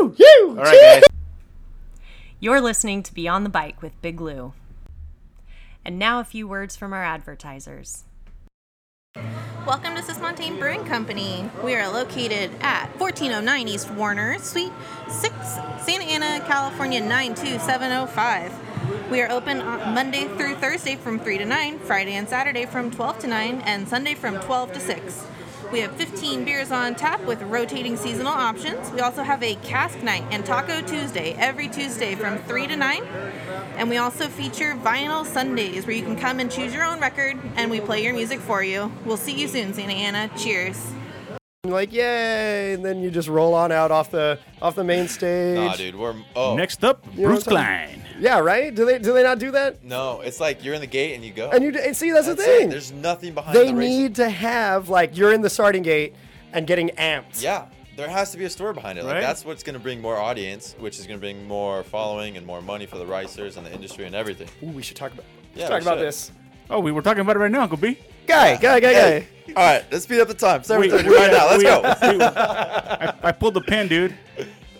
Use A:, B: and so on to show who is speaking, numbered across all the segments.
A: All right, guys.
B: You're listening to Beyond the Bike with Big Lou. And now a few words from our advertisers.
C: Welcome to Sismontane Brewing Company. We are located at 1409 East Warner, Suite 6, Santa Ana, California 92705. We are open on Monday through Thursday from 3 to 9, Friday and Saturday from 12 to 9, and Sunday from 12 to 6. We have 15 beers on tap with rotating seasonal options. We also have a cask night and taco Tuesday every Tuesday from 3 to 9. And we also feature vinyl Sundays where you can come and choose your own record and we play your music for you. We'll see you soon, Santa Ana. Cheers.
A: Like yay, and then you just roll on out off the off the main stage.
D: Nah, dude, we're oh
E: Next up,
A: You know
E: Bruce
A: what I'm
E: Klein.
A: Yeah, right? Do they do they not do that?
D: no, it's like you're in the gate and you go.
A: And you and see that's, the
D: That's it.
A: thing.
D: There's nothing behind
A: they
D: the race.
A: need to have like you're in the starting gate and getting amped.
D: yeah, there has to be a story behind it. Like
E: Right?
D: that's what's going to bring more audience, which is going to bring more following and more money for the racers and the industry and everything.
A: Ooh, we should talk about
D: Yeah,
A: talk
D: we
A: about
D: should.
A: this.
E: Oh, we were talking about it right now, Uncle B.
A: Guy, guy, guy, guy.
D: All right, let's speed up the time. Seven
E: We-
D: thirty
E: we-
D: right now. Let's
E: we-
D: go.
E: we- I, I pulled the pin, dude.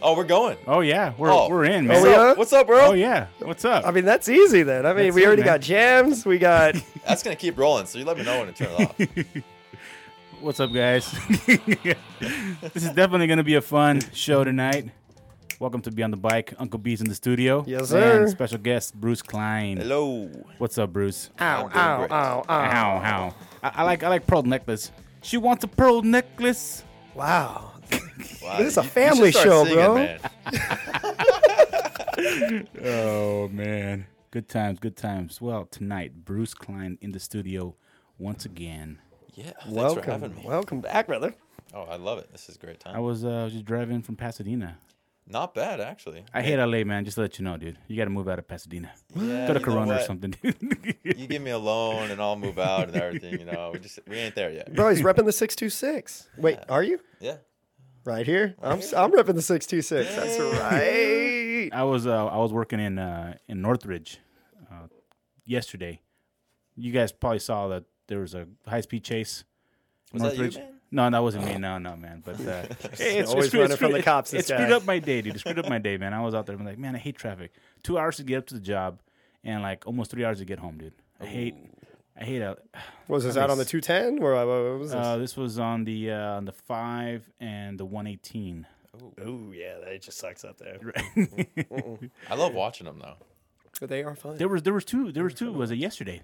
D: Oh, we're going.
E: Oh yeah, we're
D: Oh.
E: we're in,
A: Oh,
E: man.
A: we are?
D: What's up, bro?
E: Oh yeah, what's up?
A: I mean, that's easy then. I mean,
E: That's
A: we
E: it,
A: already
E: man.
A: got jams. We got
D: That's gonna keep rolling. So you let me know when to turn it off.
E: What's up, guys? this is definitely going to be a fun show tonight. Welcome to Be on the Bike. Uncle B's in the studio.
A: Yes, sir.
E: And special guest, Bruce Klein.
D: Hello.
E: What's up, Bruce?
A: ow,
D: doing
A: ow,
D: great.
A: ow, ow.
E: How, how? I, I like I like pearl necklace. She wants a pearl necklace.
A: Wow.
D: Wow,
A: This is a
D: you- you should
A: family
D: start
A: show,
D: singing,
A: bro.
D: man.
E: Oh, man. Good times, good times. Well, tonight, Bruce Klein in the studio once again.
D: Yeah. Thanks for having
A: Welcome.
D: me.
A: Welcome back, brother.
D: Oh, I love it. This is a great
E: I
D: time.
E: was uh, just driving from Pasadena.
D: Not bad, actually.
E: I hate LA, man. Just to let you know, dude. You got to move out of Pasadena.
D: Yeah,
E: Go to
D: you know
E: Corona or
D: what?
E: something, dude.
D: You give me a loan, and I'll move out and everything. You know, we just we ain't there yet.
A: Bro, he's repping the 626. Wait, are you?
D: Yeah.
A: Right here? I'm, I'm repping the 626. That's right.
E: I was uh, I was working in uh, in Northridge uh, yesterday. You guys probably saw that there was a high speed chase.
D: Was that you, man?
E: No, that wasn't me. No, no, man. But uh, it's, it's
A: Always running from the
E: it-
A: cops,
E: It,
A: this
E: screwed
A: guy.
E: up my day, dude. It screwed up my day, man. I was out there. I'm like, man, I hate traffic. Two hours to get up to the job, and like almost three hours to get home, dude. I hate. I hate out.
A: Was this out on the 210? Or what was this?
E: Uh, this was on the uh, on the five and the one eighteen.
A: oh, yeah, that just sucks up there.
D: I love watching them though.
A: But they are fun.
E: There was there was two there was two was it yesterday?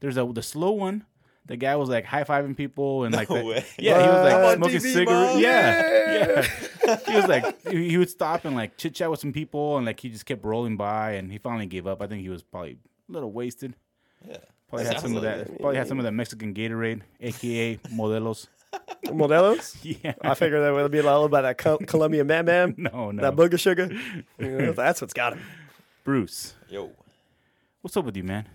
E: There's a the slow one. The guy was like high fiving people and like the-
D: way.
E: yeah he was
A: Wow.
E: like
D: I'm on
E: smoking
D: TV,
E: cigarettes
D: Mom.
E: yeah yeah he was like he he would stop and like chit chat with some people and like he just kept rolling by and he finally gave up I think he was probably a little wasted
D: Yeah.
E: probably
D: That
E: had some of
D: sounds
E: that
D: like
E: probably had some of that Mexican Gatorade aka Modelos
A: Modelos?
E: yeah
A: I figured that would be lulled by that Col- Columbia Man Man.
E: no no
A: That booger sugar. You know, that's what's got him.
E: Bruce
D: Yo,
E: what's up with you man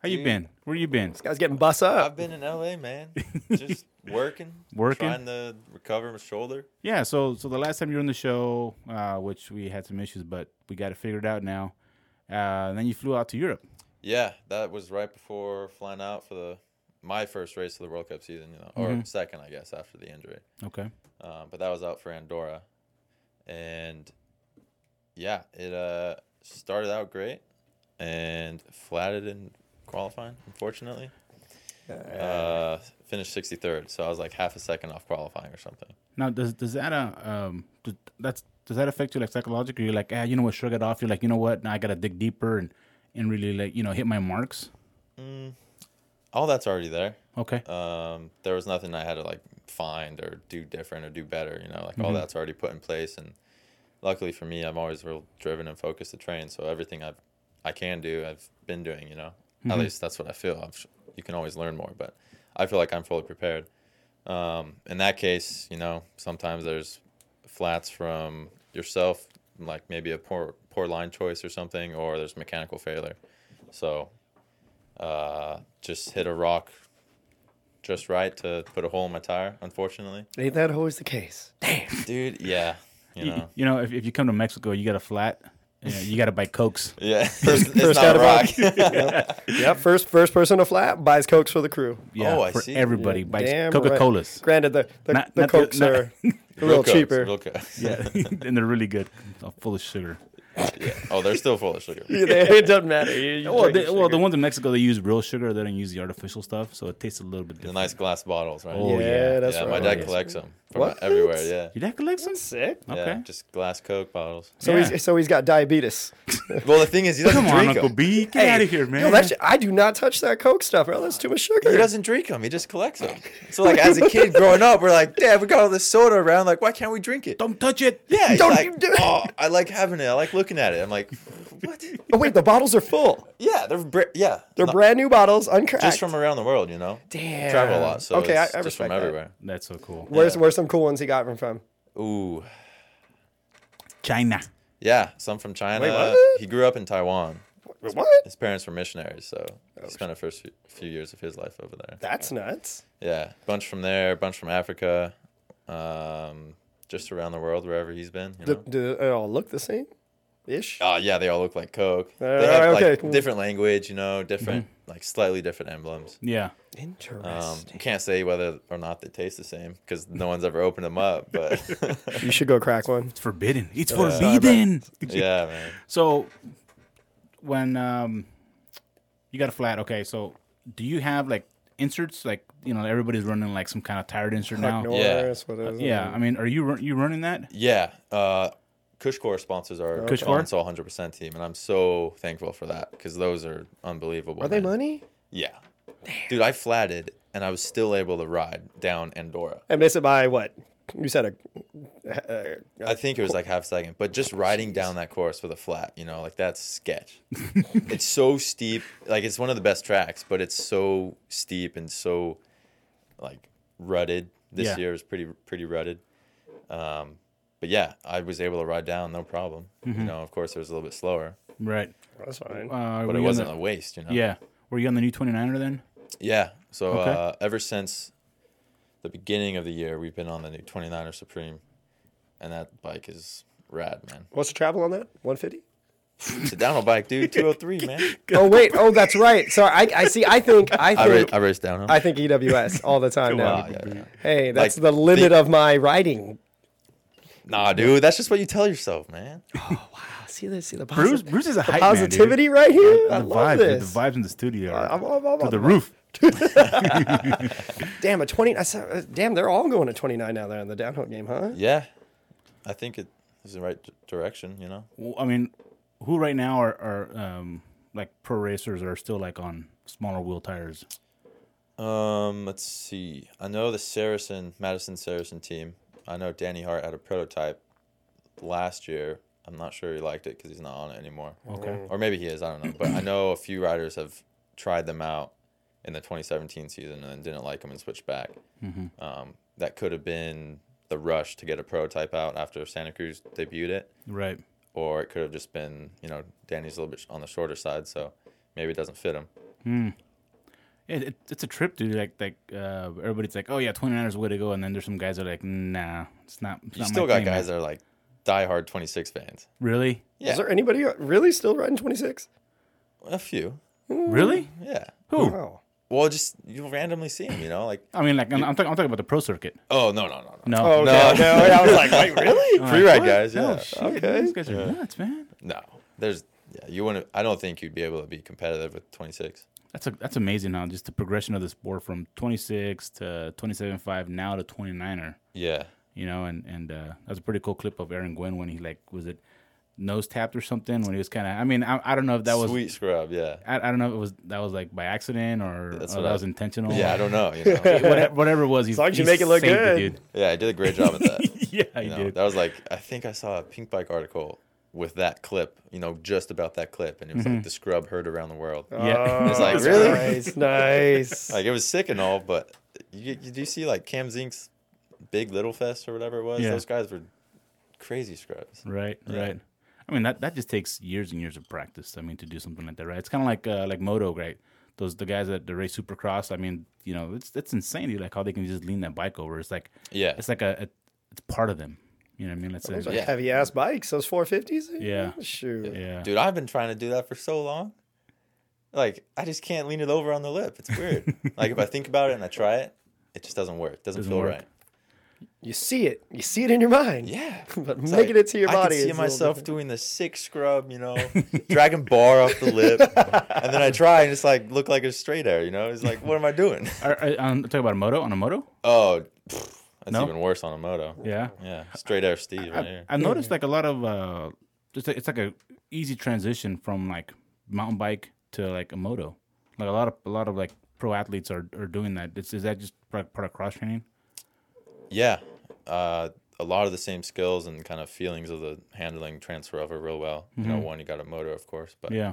E: how you
D: Dude.
E: been where you been
A: Guy's getting bust up.
D: I've been in LA, man. Just working,
E: Working?
D: trying to recover my shoulder.
E: Yeah, so so the last time you were on the show, uh, which we had some issues, but we got it figured out now. Uh, and then you flew out to Europe.
D: Yeah, that was right before flying out for the my first race of the World Cup season, you know, or second, I guess, after the injury.
E: Okay.
D: um, but that was out for Andorra, and yeah, it uh, started out great and flatted in qualifying. Unfortunately, uh, finished 63rd, so I was like half a second off qualifying or something.
E: Now does does that uh, um does, that's does that affect you like psychologically? You're like, ah, you know what, shrug it off. You're like, you know what, now I gotta dig deeper and and really like you know hit my marks.
D: All that's already there.
E: Okay.
D: Um, there was nothing I had to like find or do different or do better. You know, like all that's already put in place. And luckily for me, I'm always real driven and focused to train. So everything I've I can do, I've been doing. You know, at least that's what I feel. I'm sh- you can always learn more, but I feel like I'm fully prepared. Um, in that case, you know, sometimes there's flats from yourself, like maybe a poor poor line choice or something, or there's mechanical failure. So uh, just hit a rock just right to put a hole in my tire, unfortunately.
A: Ain't that always the case?
D: Dude, yeah. You
E: you,
D: know,
E: you know, if, if you come to Mexico, you got a flat. You, know, you got to buy cokes.
D: Yeah, first, it's
A: first out
D: not a
A: of
D: rock.
A: Yep, first first person to flat buys cokes for the crew.
E: Yeah,
D: Oh, I
E: for
D: see.
E: everybody buy
A: Damn
E: Coca Colas.
A: Right. Granted, the the,
E: Not-
A: the
E: not the-
A: cokes
E: not-
A: are a little
D: Cokes,
A: cheaper.
D: real Cokes.
E: Yeah, and they're really good, All full of sugar.
D: Oh, they're still full of sugar.
A: it doesn't matter. You- you
E: Well,
A: drink
E: they,
A: your
E: well, the
A: sugar.
E: ones in Mexico they use real sugar. They don't use the artificial stuff, so it tastes a little bit
D: The
E: different.
D: nice glass bottles, right?
E: Oh,
A: yeah,
E: yeah.
A: that's
D: yeah,
A: right.
D: my dad
E: yeah.
D: collects them from
A: What?
D: everywhere. Yeah.
E: Your dad collects them?
A: sick.
E: Okay.
D: Yeah, just glass Coke bottles.
A: So
E: Oh, Yeah.
A: he's so he's got diabetes.
D: Well, the thing is, he doesn't
E: Come on,
D: drink
E: Uncle
D: them.
E: B, get out of here, man.
A: Yo, that shit, I do not touch that Coke stuff, bro. That's too much sugar.
D: He doesn't drink them. He just collects them. So, like, as a kid growing up, we're like, Dad, we got all this soda around. Like, why can't we drink it?
E: Don't touch it.
D: Yeah, he's
A: Don't
D: like,
A: you do it.
D: Oh, I like having it. I like looking at it. I'm like, what?
A: Oh wait, the bottles are full.
D: Yeah, they're br- yeah,
A: They're
D: No,
A: brand new bottles, uncracked.
D: just from around the world, you know.
A: Damn.
D: I travel a lot, so
A: Okay,
D: okay,
A: I-
D: it's
A: I
D: just from
A: respect that.
D: everywhere.
E: That's so cool.
A: where's where's some cool ones he got them from?
D: Ooh,
E: China.
D: yeah, some from China.
A: what?
D: He grew up in Taiwan.
A: What?
D: His parents were missionaries, so
A: Oh,
D: he spent the first few- few years of his life over there.
A: That's nuts.
D: Yeah, bunch from there, bunch from Africa, um, just around the world, wherever he's been. You
A: Do,
D: know?
A: do they all look the same? Ish.
D: Oh yeah, they all look like Coke.
A: Uh,
D: they have
A: okay,
D: like
A: cool.
D: different language, you know, different like slightly different emblems.
E: Yeah.
D: Um,
A: Interesting.
D: can't say whether or not they taste the same because no one's ever opened them up. But Um,
A: you should go crack one.
E: It's forbidden. It's forbidden.
D: yeah, man.
E: So when um you got a flat, okay, so do you have like inserts like you know everybody's running like some kind of tired insert
A: Oh.
E: now?
D: Yeah.
A: Norris, what is it?
E: Yeah, I mean, are you run- you running that?
D: Yeah. Uh, Cushcore sponsors our
E: Cush Core?
D: Console 100% team, and I'm so thankful for that because those are unbelievable.
A: Are they
D: man.
A: money?
D: Yeah. Dude, I flatted and I was still able to ride down Andorra.
A: I missed it by what? You said a. Uh,
D: I think it was like half second, but just riding down that course with a flat, you know, like that's sketch. it's so steep. Like it's one of the best tracks, but it's so steep and so like rutted. This
E: Yeah.
D: year was pretty pretty rutted. Um, but yeah, I was able to ride down no problem.
E: Mm-hmm.
D: You know, of course it was a little bit slower,
E: Right.
A: that's fine.
E: Uh,
D: but
E: were
D: it
E: you on
D: wasn't a
E: the-
D: waste, you know.
E: yeah. Were you on the new 29er then?
D: Yeah. So
E: Okay.
D: uh, ever since the beginning of the year, we've been on the new 29er Supreme, and that bike is rad, man.
A: What's the travel on that? 150?
D: It's a downhill bike, dude. 203, man.
A: Oh, wait. Oh, that's right. Sorry. I, I see. I think. I
D: I, ra-
A: think.
D: I raced downhill.
A: I think EWS all the time now.
D: Ah, yeah, yeah.
A: Hey, that's
D: Like,
A: the limit
D: the-
A: of my riding.
D: Nah, dude, that's just what you tell yourself, man.
A: I see this. See the, posi-
E: Bruce, Bruce is a hype man, dude.
A: positivity right here. I
E: The
A: love
E: vibes, dude,
A: this.
E: the vibes in the studio, are
A: I'm- I'm- I'm-
E: to the roof.
A: Damn a twenty. I saw, uh, damn, they're all going to twenty nine now. They're in the downhill game, huh?
D: Yeah, I think it is the right d- direction. You know,
E: Well, I mean, who right now are, are um, like pro racers are still like on smaller wheel tires?
D: um, let's see. I know the Saracen, Madison Saracen team. I know Danny Hart had a prototype last year. I'm not sure he liked it because he's not on it anymore.
E: Okay.
D: or maybe he is. I don't know. But I know a few riders have tried them out in the 2017 season and then didn't like them and switched back.
E: Mm-hmm.
D: Um, that could have been the rush to get a prototype out after Santa Cruz debuted it,
E: Right.
D: or it could have just been you know Danny's a little bit sh- on the shorter side, so maybe it doesn't fit him.
E: It, it, it's a trip, dude. Like, like uh, everybody's like, "Oh yeah, 29ers the way to go," and then there's some guys that are like, "Nah, it's not." It's
D: You
E: not
D: still
E: my
D: got
E: thing, man."
D: guys that are like diehard 26 fans.
E: really,
A: Is there anybody uh, really still riding twenty six?
D: A few,
E: really.
D: yeah.
E: Who?
A: Wow.
D: Well, just you'll randomly see them, you know, like
E: I mean, like, I'm, I'm, talking, I'm talking about the pro circuit.
D: oh no no no no
E: No,
A: Okay,
D: No.
A: okay, I was like, wait, really?
D: free ride guys, yeah.
E: Oh shit, dude,
A: Okay.
E: these guys are nuts, man.
D: No, there's yeah. You wouldn't. I don't think you'd be able to be competitive with 26.
E: That's a, that's amazing. Now, just the progression of the sport from 26 to 27.5 now to 29er.
D: Yeah.
E: You know, and and uh, that's a pretty cool clip of Aaron Gwynn when he like was it nose tapped or something when he was kind of. I mean, I, I don't know if that was.
D: sweet scrub. Yeah.
E: I, I don't know if it was that was like by accident or,
D: That's
E: or
D: what
E: that
D: I-
E: was intentional.
D: Yeah, I don't know. You know?
E: whatever, whatever it was, he's,
A: long as you
E: he
A: make it look
E: saved
A: good.
D: yeah, I did a great job at that.
E: dude. yeah, he
D: You know,
E: did.
D: that was like I think I saw a Pink Bike article with that clip. You know, just about that clip, and it was like the scrub heard around the world.
E: Mm-hmm. yeah,
D: It's like
A: That's
D: really,
A: Nice, nice.
D: like it was sick and all, but you, you do see like Cam Zink's Big Little Fest or whatever it was.
E: Yeah.
D: Those guys were crazy scrubs.
E: right, right. I mean, that that just takes years and years of practice. I mean, to do something like that, right? It's kind of like uh, like moto, right? Those the guys that that race supercross. I mean, you know, it's it's insane, dude. Like how they can just lean that bike over. It's like
D: Yeah.
E: it's like a, a it's part of them. You know what I mean? Let's say.
A: Those are
D: Yeah.
A: heavy ass bikes. Those 450s.
E: Yeah.
A: Shoot.
E: Yeah.
D: Dude, I've been trying to do that for so long. Like, I just can't lean it over on the lip. It's weird. like, if I think about it and I try it, it just doesn't work. It doesn't,
E: Doesn't
D: feel
E: work.
D: right.
A: You see it. You see it in your mind.
D: Yeah.
A: But
D: It's
A: making it to your
D: I
A: body
D: I
A: is
D: can
A: a
D: see
A: little
D: myself doing the sick scrub, you know, dragging bar off the lip. and then I try and it's like, look like a straight air, you know? It's like, what am I doing?
E: Are, are, I'm talking about a moto on a moto.
D: Oh, pfft, that's
E: No?
D: even worse on a moto.
E: Yeah.
D: Yeah. Straight air Steve right here.
E: I noticed like a lot of uh, just it's like a easy transition from like mountain bike to like a moto. Like a lot of a lot of like pro athletes are, are doing that. It's, is that just part part of cross training?
D: Yeah, uh, a lot of the same skills and kind of feelings of the handling transfer over real well. You know, one you got a motor, of course, but
E: Mm-hmm. Yeah.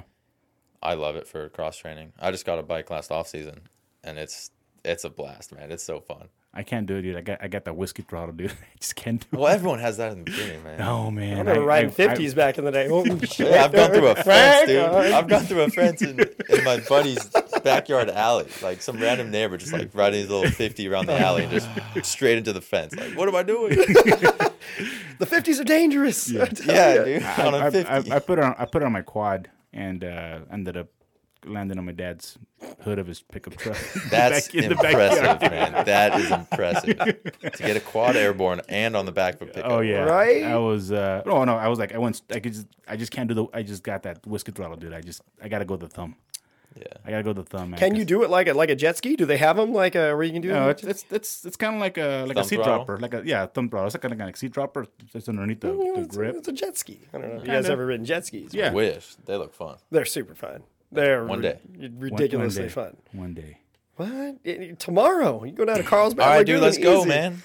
D: I love it for cross training. I just got a bike last off season, and it's it's a blast, man. It's so fun.
E: I can't do it, dude. I got I got that whiskey throttle, dude. I just can't do it.
D: Well, everyone has that in the beginning, man.
E: Oh man.
A: I remember riding 50s back in the day. Oh, shit.
D: Yeah, I've gone through a fence,
A: Frank,
D: dude.
A: uh,
D: I've gone through a fence in, in my buddy's backyard alley. Like some random neighbor just like riding his little fifty around the alley and just straight into the fence. Like, what am I doing?
A: the 50s are dangerous. I tell
D: Yeah,
A: ya.
D: dude.
E: I,
D: On
E: I,
D: a
E: I,
D: fifty.
E: I put it on I put it on my quad and uh, ended up landing on my dad's hood of his pickup truck.
D: That's
E: Back in the
D: impressive,
E: backyard.
D: man. That is impressive. to get a quad airborne and on the back of a pickup.
E: Oh yeah,
A: Right?
E: I was uh, no, no. I was like, I went. I could just. I just can't do the. I just got that whiskey throttle, dude. I just. I gotta go with the thumb.
D: Yeah.
E: I gotta go with the thumb. Man,
A: Can you do it like a like a jet ski? Do they have them like a where you can do?
E: No,
A: it?
E: it's it's it's, it's kind of like a like a
D: Thumb
E: seat
D: throttle?
E: dropper, like a yeah thumb throttle. It's like kind of like a seat dropper. It's underneath the,
A: You know,
E: the
A: Mm, it's,
E: grip.
A: it's a jet ski. I don't know. If you guys
E: Kinda.
A: ever ridden jet skis?
E: yeah,
D: Wish. They look fun.
A: They're super fun. They're
D: One
A: ri-
D: day.
E: One- one
A: ridiculously
E: day.
A: fun.
E: One day.
A: What? Y- y- Tomorrow you go down to Carlsbad.
D: All
A: we're
D: right, dude,
A: doing
D: let's
A: it
D: go,
A: easy.
D: man.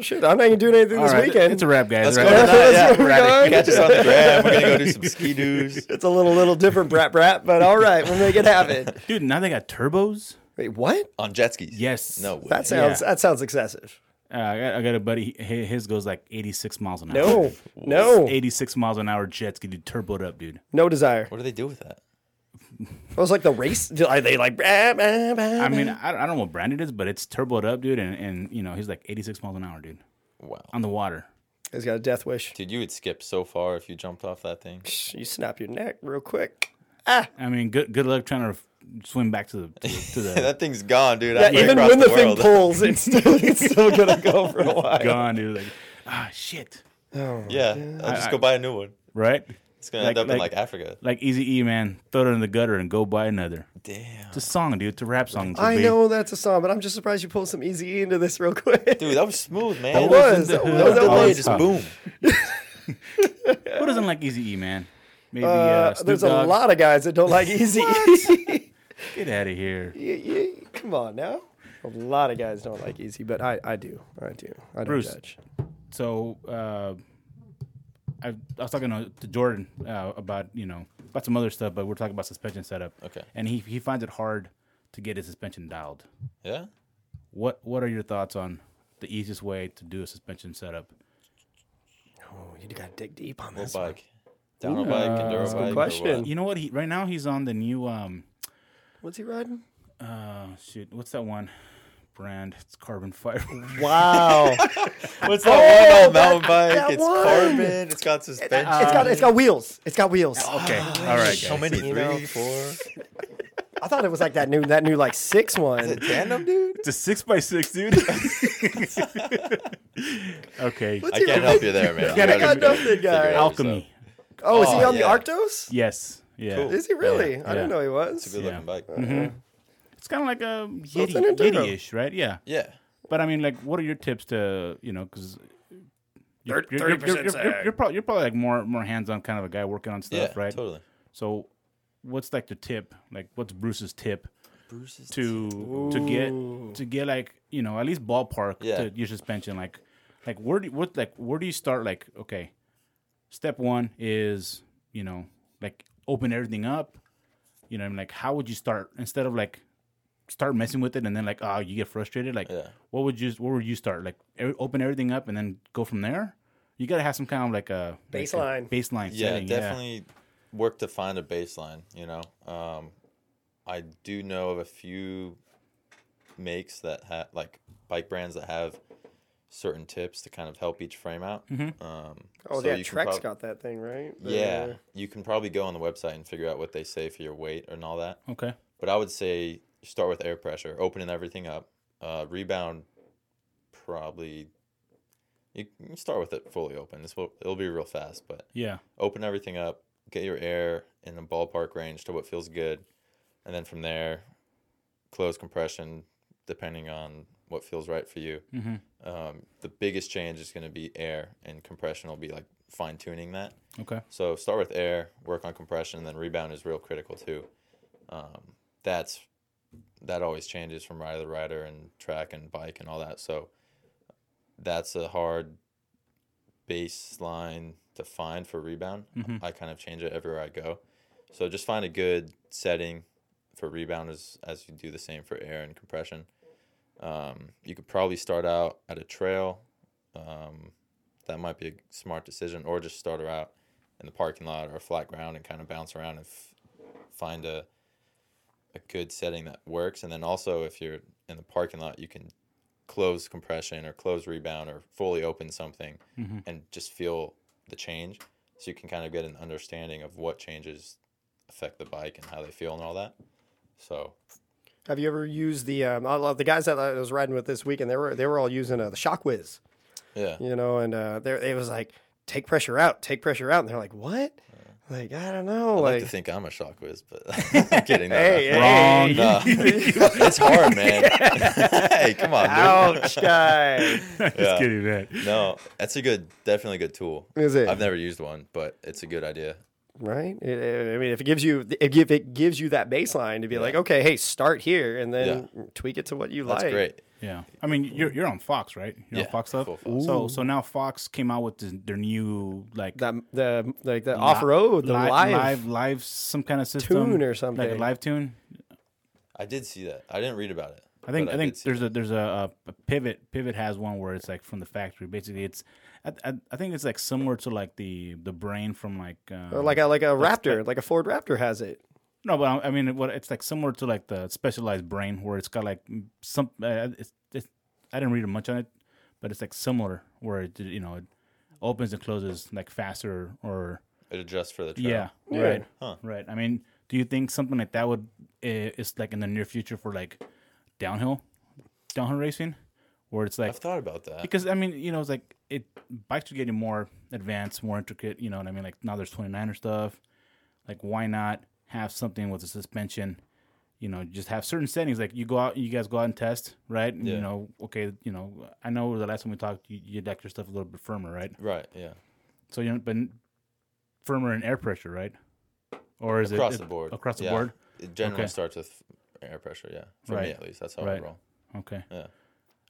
A: Shit, I'm not even doing anything this
E: All right,
A: weekend.
E: It's a wrap, guys.
D: Let's
E: right?
D: go
A: That's
D: tonight.
A: where
D: Yeah,
A: we're going.
D: Catch us on the grab. We're gonna go do some ski doos.
A: It's a little little different, brat brat, but all right, we'll make it happen.
E: Dude, now they got turbos.
A: Wait, what?
D: On jet skis.
E: Yes.
D: No way.
A: That sounds that sounds excessive.
E: Uh, I, got, I got a buddy. hi- His goes like 86 miles an hour.
A: No, no,
E: 86 miles an hour jets get you turboed up, dude.
A: no desire.
D: what do they do with that?
A: It was like the race. Are they like? Bah, bah, bah,
E: I
A: bah?
E: mean, I, I don't know what brand it is, but it's turboed up, dude. And, and you know, he's like 86 miles an hour, dude,
D: Wow.
E: on the water.
A: he's got a death wish.
D: Dude, you would skip so far if you jumped off that thing.
A: You snap your neck real quick.
E: I mean, good good luck trying to f- swim back to the to the, to the
D: that thing's gone, dude.
A: Yeah,
D: halfway
A: even
D: across
A: when the, thing
D: world.
A: pulls, it's still it's still gonna go for a while.
E: gun, dude. Like, ah, shit,
D: yeah, I'll just go buy a new one.
E: right?
D: It's gonna
E: Like-
D: end up in
E: like-
D: like Africa.
E: Like Easy E, man, throw it in the gutter and go buy another.
D: Damn.
E: It's a song, dude. It's a rap song. It's a
A: I
E: beat.
A: know that's a song, but I'm just surprised you pulled some easy into this real quick.
D: Dude, that was smooth, man.
A: That was that
E: That was-
A: was,
D: That was
A: that
D: the way it
A: was-
D: just boom.
E: Who doesn't like Easy E, man? Maybe uh,
A: uh,
E: Snoop
A: there's a
E: Dogg?
A: lot of guys that don't like easy.
E: Get out of here.
A: You- you- Come on now. A lot of guys don't like easy, but I, I do. I do. I don't
E: Bruce.
A: judge.
E: so uh, I, I was talking to, to Jordan uh, about you know about some other stuff, but we're talking about suspension setup.
D: Okay.
E: And he he finds it hard to get his suspension dialed.
D: Yeah.
E: What what are your thoughts on the easiest way to do a suspension setup?
A: Oh, you gotta dig deep on
D: What
A: this.
D: bike? Down bike, enduro bike. or what?
A: question.
E: You know what? He right now he's on the new um
A: What's he riding?
E: oh shoot what's that one brand? It's carbon fiber.
A: Wow. it's
D: What's that one old mountain bike?
A: that
D: it's
A: one! uh,
D: carbon. It's got suspension.
A: got it's got wheels. It's got wheels.
E: okay. All right.
D: so
E: Guys.
D: many
A: You know.
D: three, four.
A: I thought it was like that new that new like six one.
D: Tandem, dude.
E: It's a six by six, dude. okay.
D: I can't help you there, man.
A: I
D: You gotta
A: got nothing,
D: figure
A: guy.
D: it out yourself.
E: Alchemy.
A: Oh, is he
D: Oh,
A: on
D: yeah.
A: the Arctos?
E: Yes. Yeah.
D: Cool.
A: Is he really?
E: Yeah,
A: I didn't
E: yeah.
A: know he was.
D: It's a good looking bike.
A: Mm-hmm.
E: It's kind of like a
A: it's
E: Yeti,
A: an enduro.
E: Yeti-ish, right? Yeah.
D: Yeah.
E: But I mean, like, what are your tips to you know? Because you're,
A: Thir-
E: you're, you're,
A: 30%
E: you're,
A: sag.
E: probably you're probably like more more hands on kind of a guy working on
D: Yeah.
E: stuff, right?
D: Totally.
E: So, what's like the tip? Like, what's Bruce's tip? Bruce's to to get to get like you know at least ballpark
D: Yeah.
E: to your suspension. Like, like where do you- what like where do you start? Like, okay, step one is you know like open everything up. You know, I'm like, how would you start instead of like start messing with it and then like oh you get frustrated like
D: Yeah.
E: what would you where would you start like e- open everything up and then go from there you gotta have some kind of like a like a
A: Baseline.
E: baseline
D: yeah
E: setting,
D: definitely work to find a baseline you know um, i do know of a few makes that have like bike brands that have certain tips to kind of help each frame out.
E: Mm-hmm.
D: Um,
A: Oh,
D: so
A: yeah,
D: you can
A: Trek's
D: prob-
A: got that thing, right? The-
D: Yeah, you can probably go on the website and figure out what they say for your weight and all that.
E: Okay.
D: But I would say start with air pressure, opening everything up. Uh, rebound, probably. You can start with it fully open. This will it'll be real fast, but
E: Yeah.
D: open everything up, get your air in the ballpark range to what feels good, and then from there, close compression depending on what feels right for you. Um, the biggest change is going to be air, and compression will be like fine tuning that.
E: Okay.
D: So start with air, work on compression, then rebound is real critical too. Um, that's that always changes from rider to rider and track and bike and all that. So that's a hard baseline to find for rebound. I kind of change it everywhere I go. So just find a good setting for rebound as, as you do the same for air and compression. Um, you could probably start out at a trail. Um, that might be a smart decision, or just start her out in the parking lot or flat ground and kind of bounce around and f- find a a good setting that works. And then also, if you're in the parking lot, you can close compression or close rebound or fully open something and just feel the change. So you can kind of get an understanding of what changes affect the bike and how they feel and all that. So
A: Have you ever used the? Um, I love the guys that I was riding with this weekend. They were they were all using uh, the Shock Whiz,
D: yeah,
A: you know, and uh, there it was like take pressure out, take pressure out, and they're like, what? Like I don't know,
D: I
A: like.
D: like to think I'm a shock whiz, but I'm kidding. no, no.
A: Hey, hey,
E: Wrong.
D: No. it's hard, man. hey, come on, dude.
A: ouch, guy.
E: Just
D: Yeah.
E: kidding, man.
D: No, that's a good, definitely a good tool.
A: Is it?
D: I've never used one, but it's a good idea.
A: right? It- it- I mean, if it gives you if it gives you that baseline to be like, okay, hey, start here and then tweak it to what you
D: That's
A: like.
D: great.
E: Yeah. I mean, you're you're on Fox, right? You're
D: Yeah,
E: on Fox stuff.
D: full Fox.
E: So so now Fox came out with this, their new like
A: That the like the
E: li-
A: off road, the
E: li-
A: live.
E: live live some kind of system
A: Tune or
E: like
A: something.
E: a live tune.
D: I did see that. I didn't read about it.
E: I think
D: but
E: I,
D: did
E: think
D: see
E: there's a there's a, a pivot pivot has one where it's like from the factory. Basically, it's I, I, I think it's like similar to like the the brain from like um,
A: or like a like a Raptor, like a Ford Raptor has it.
E: no, but I, I mean what it's like similar to like the specialized brain where it's got like mm, some uh, it's, it's I didn't read much on it, but it's like similar where it you know it opens and closes like faster or
D: it adjusts for the trail.
E: yeah
A: Yeah.
E: right
D: Huh.
E: right. I mean, do you think something like that would eh, is like in the near future for like downhill downhill racing where it's like
D: I've thought about that.
E: because I mean, you know, it's like it bikes are getting more advanced, more intricate. You know what I mean? Like now there's 29er stuff. Like why not have something with a suspension? You know, just have certain settings. Like you go out, you guys go out and test, right? And, You
D: Yeah.
E: know, okay, you know, I know the last time we talked, you, you decked your stuff a little bit firmer, right?
D: Right. Yeah.
E: So you know, but firmer in air pressure, right? Or is
D: Across
E: it
D: the board.
E: Across the
D: Yeah.
E: board.
D: It generally
E: Okay.
D: starts with air pressure. Yeah. For
E: Right.
D: me, at least, that's how I
E: Right.
D: roll.
E: Okay.
D: Yeah.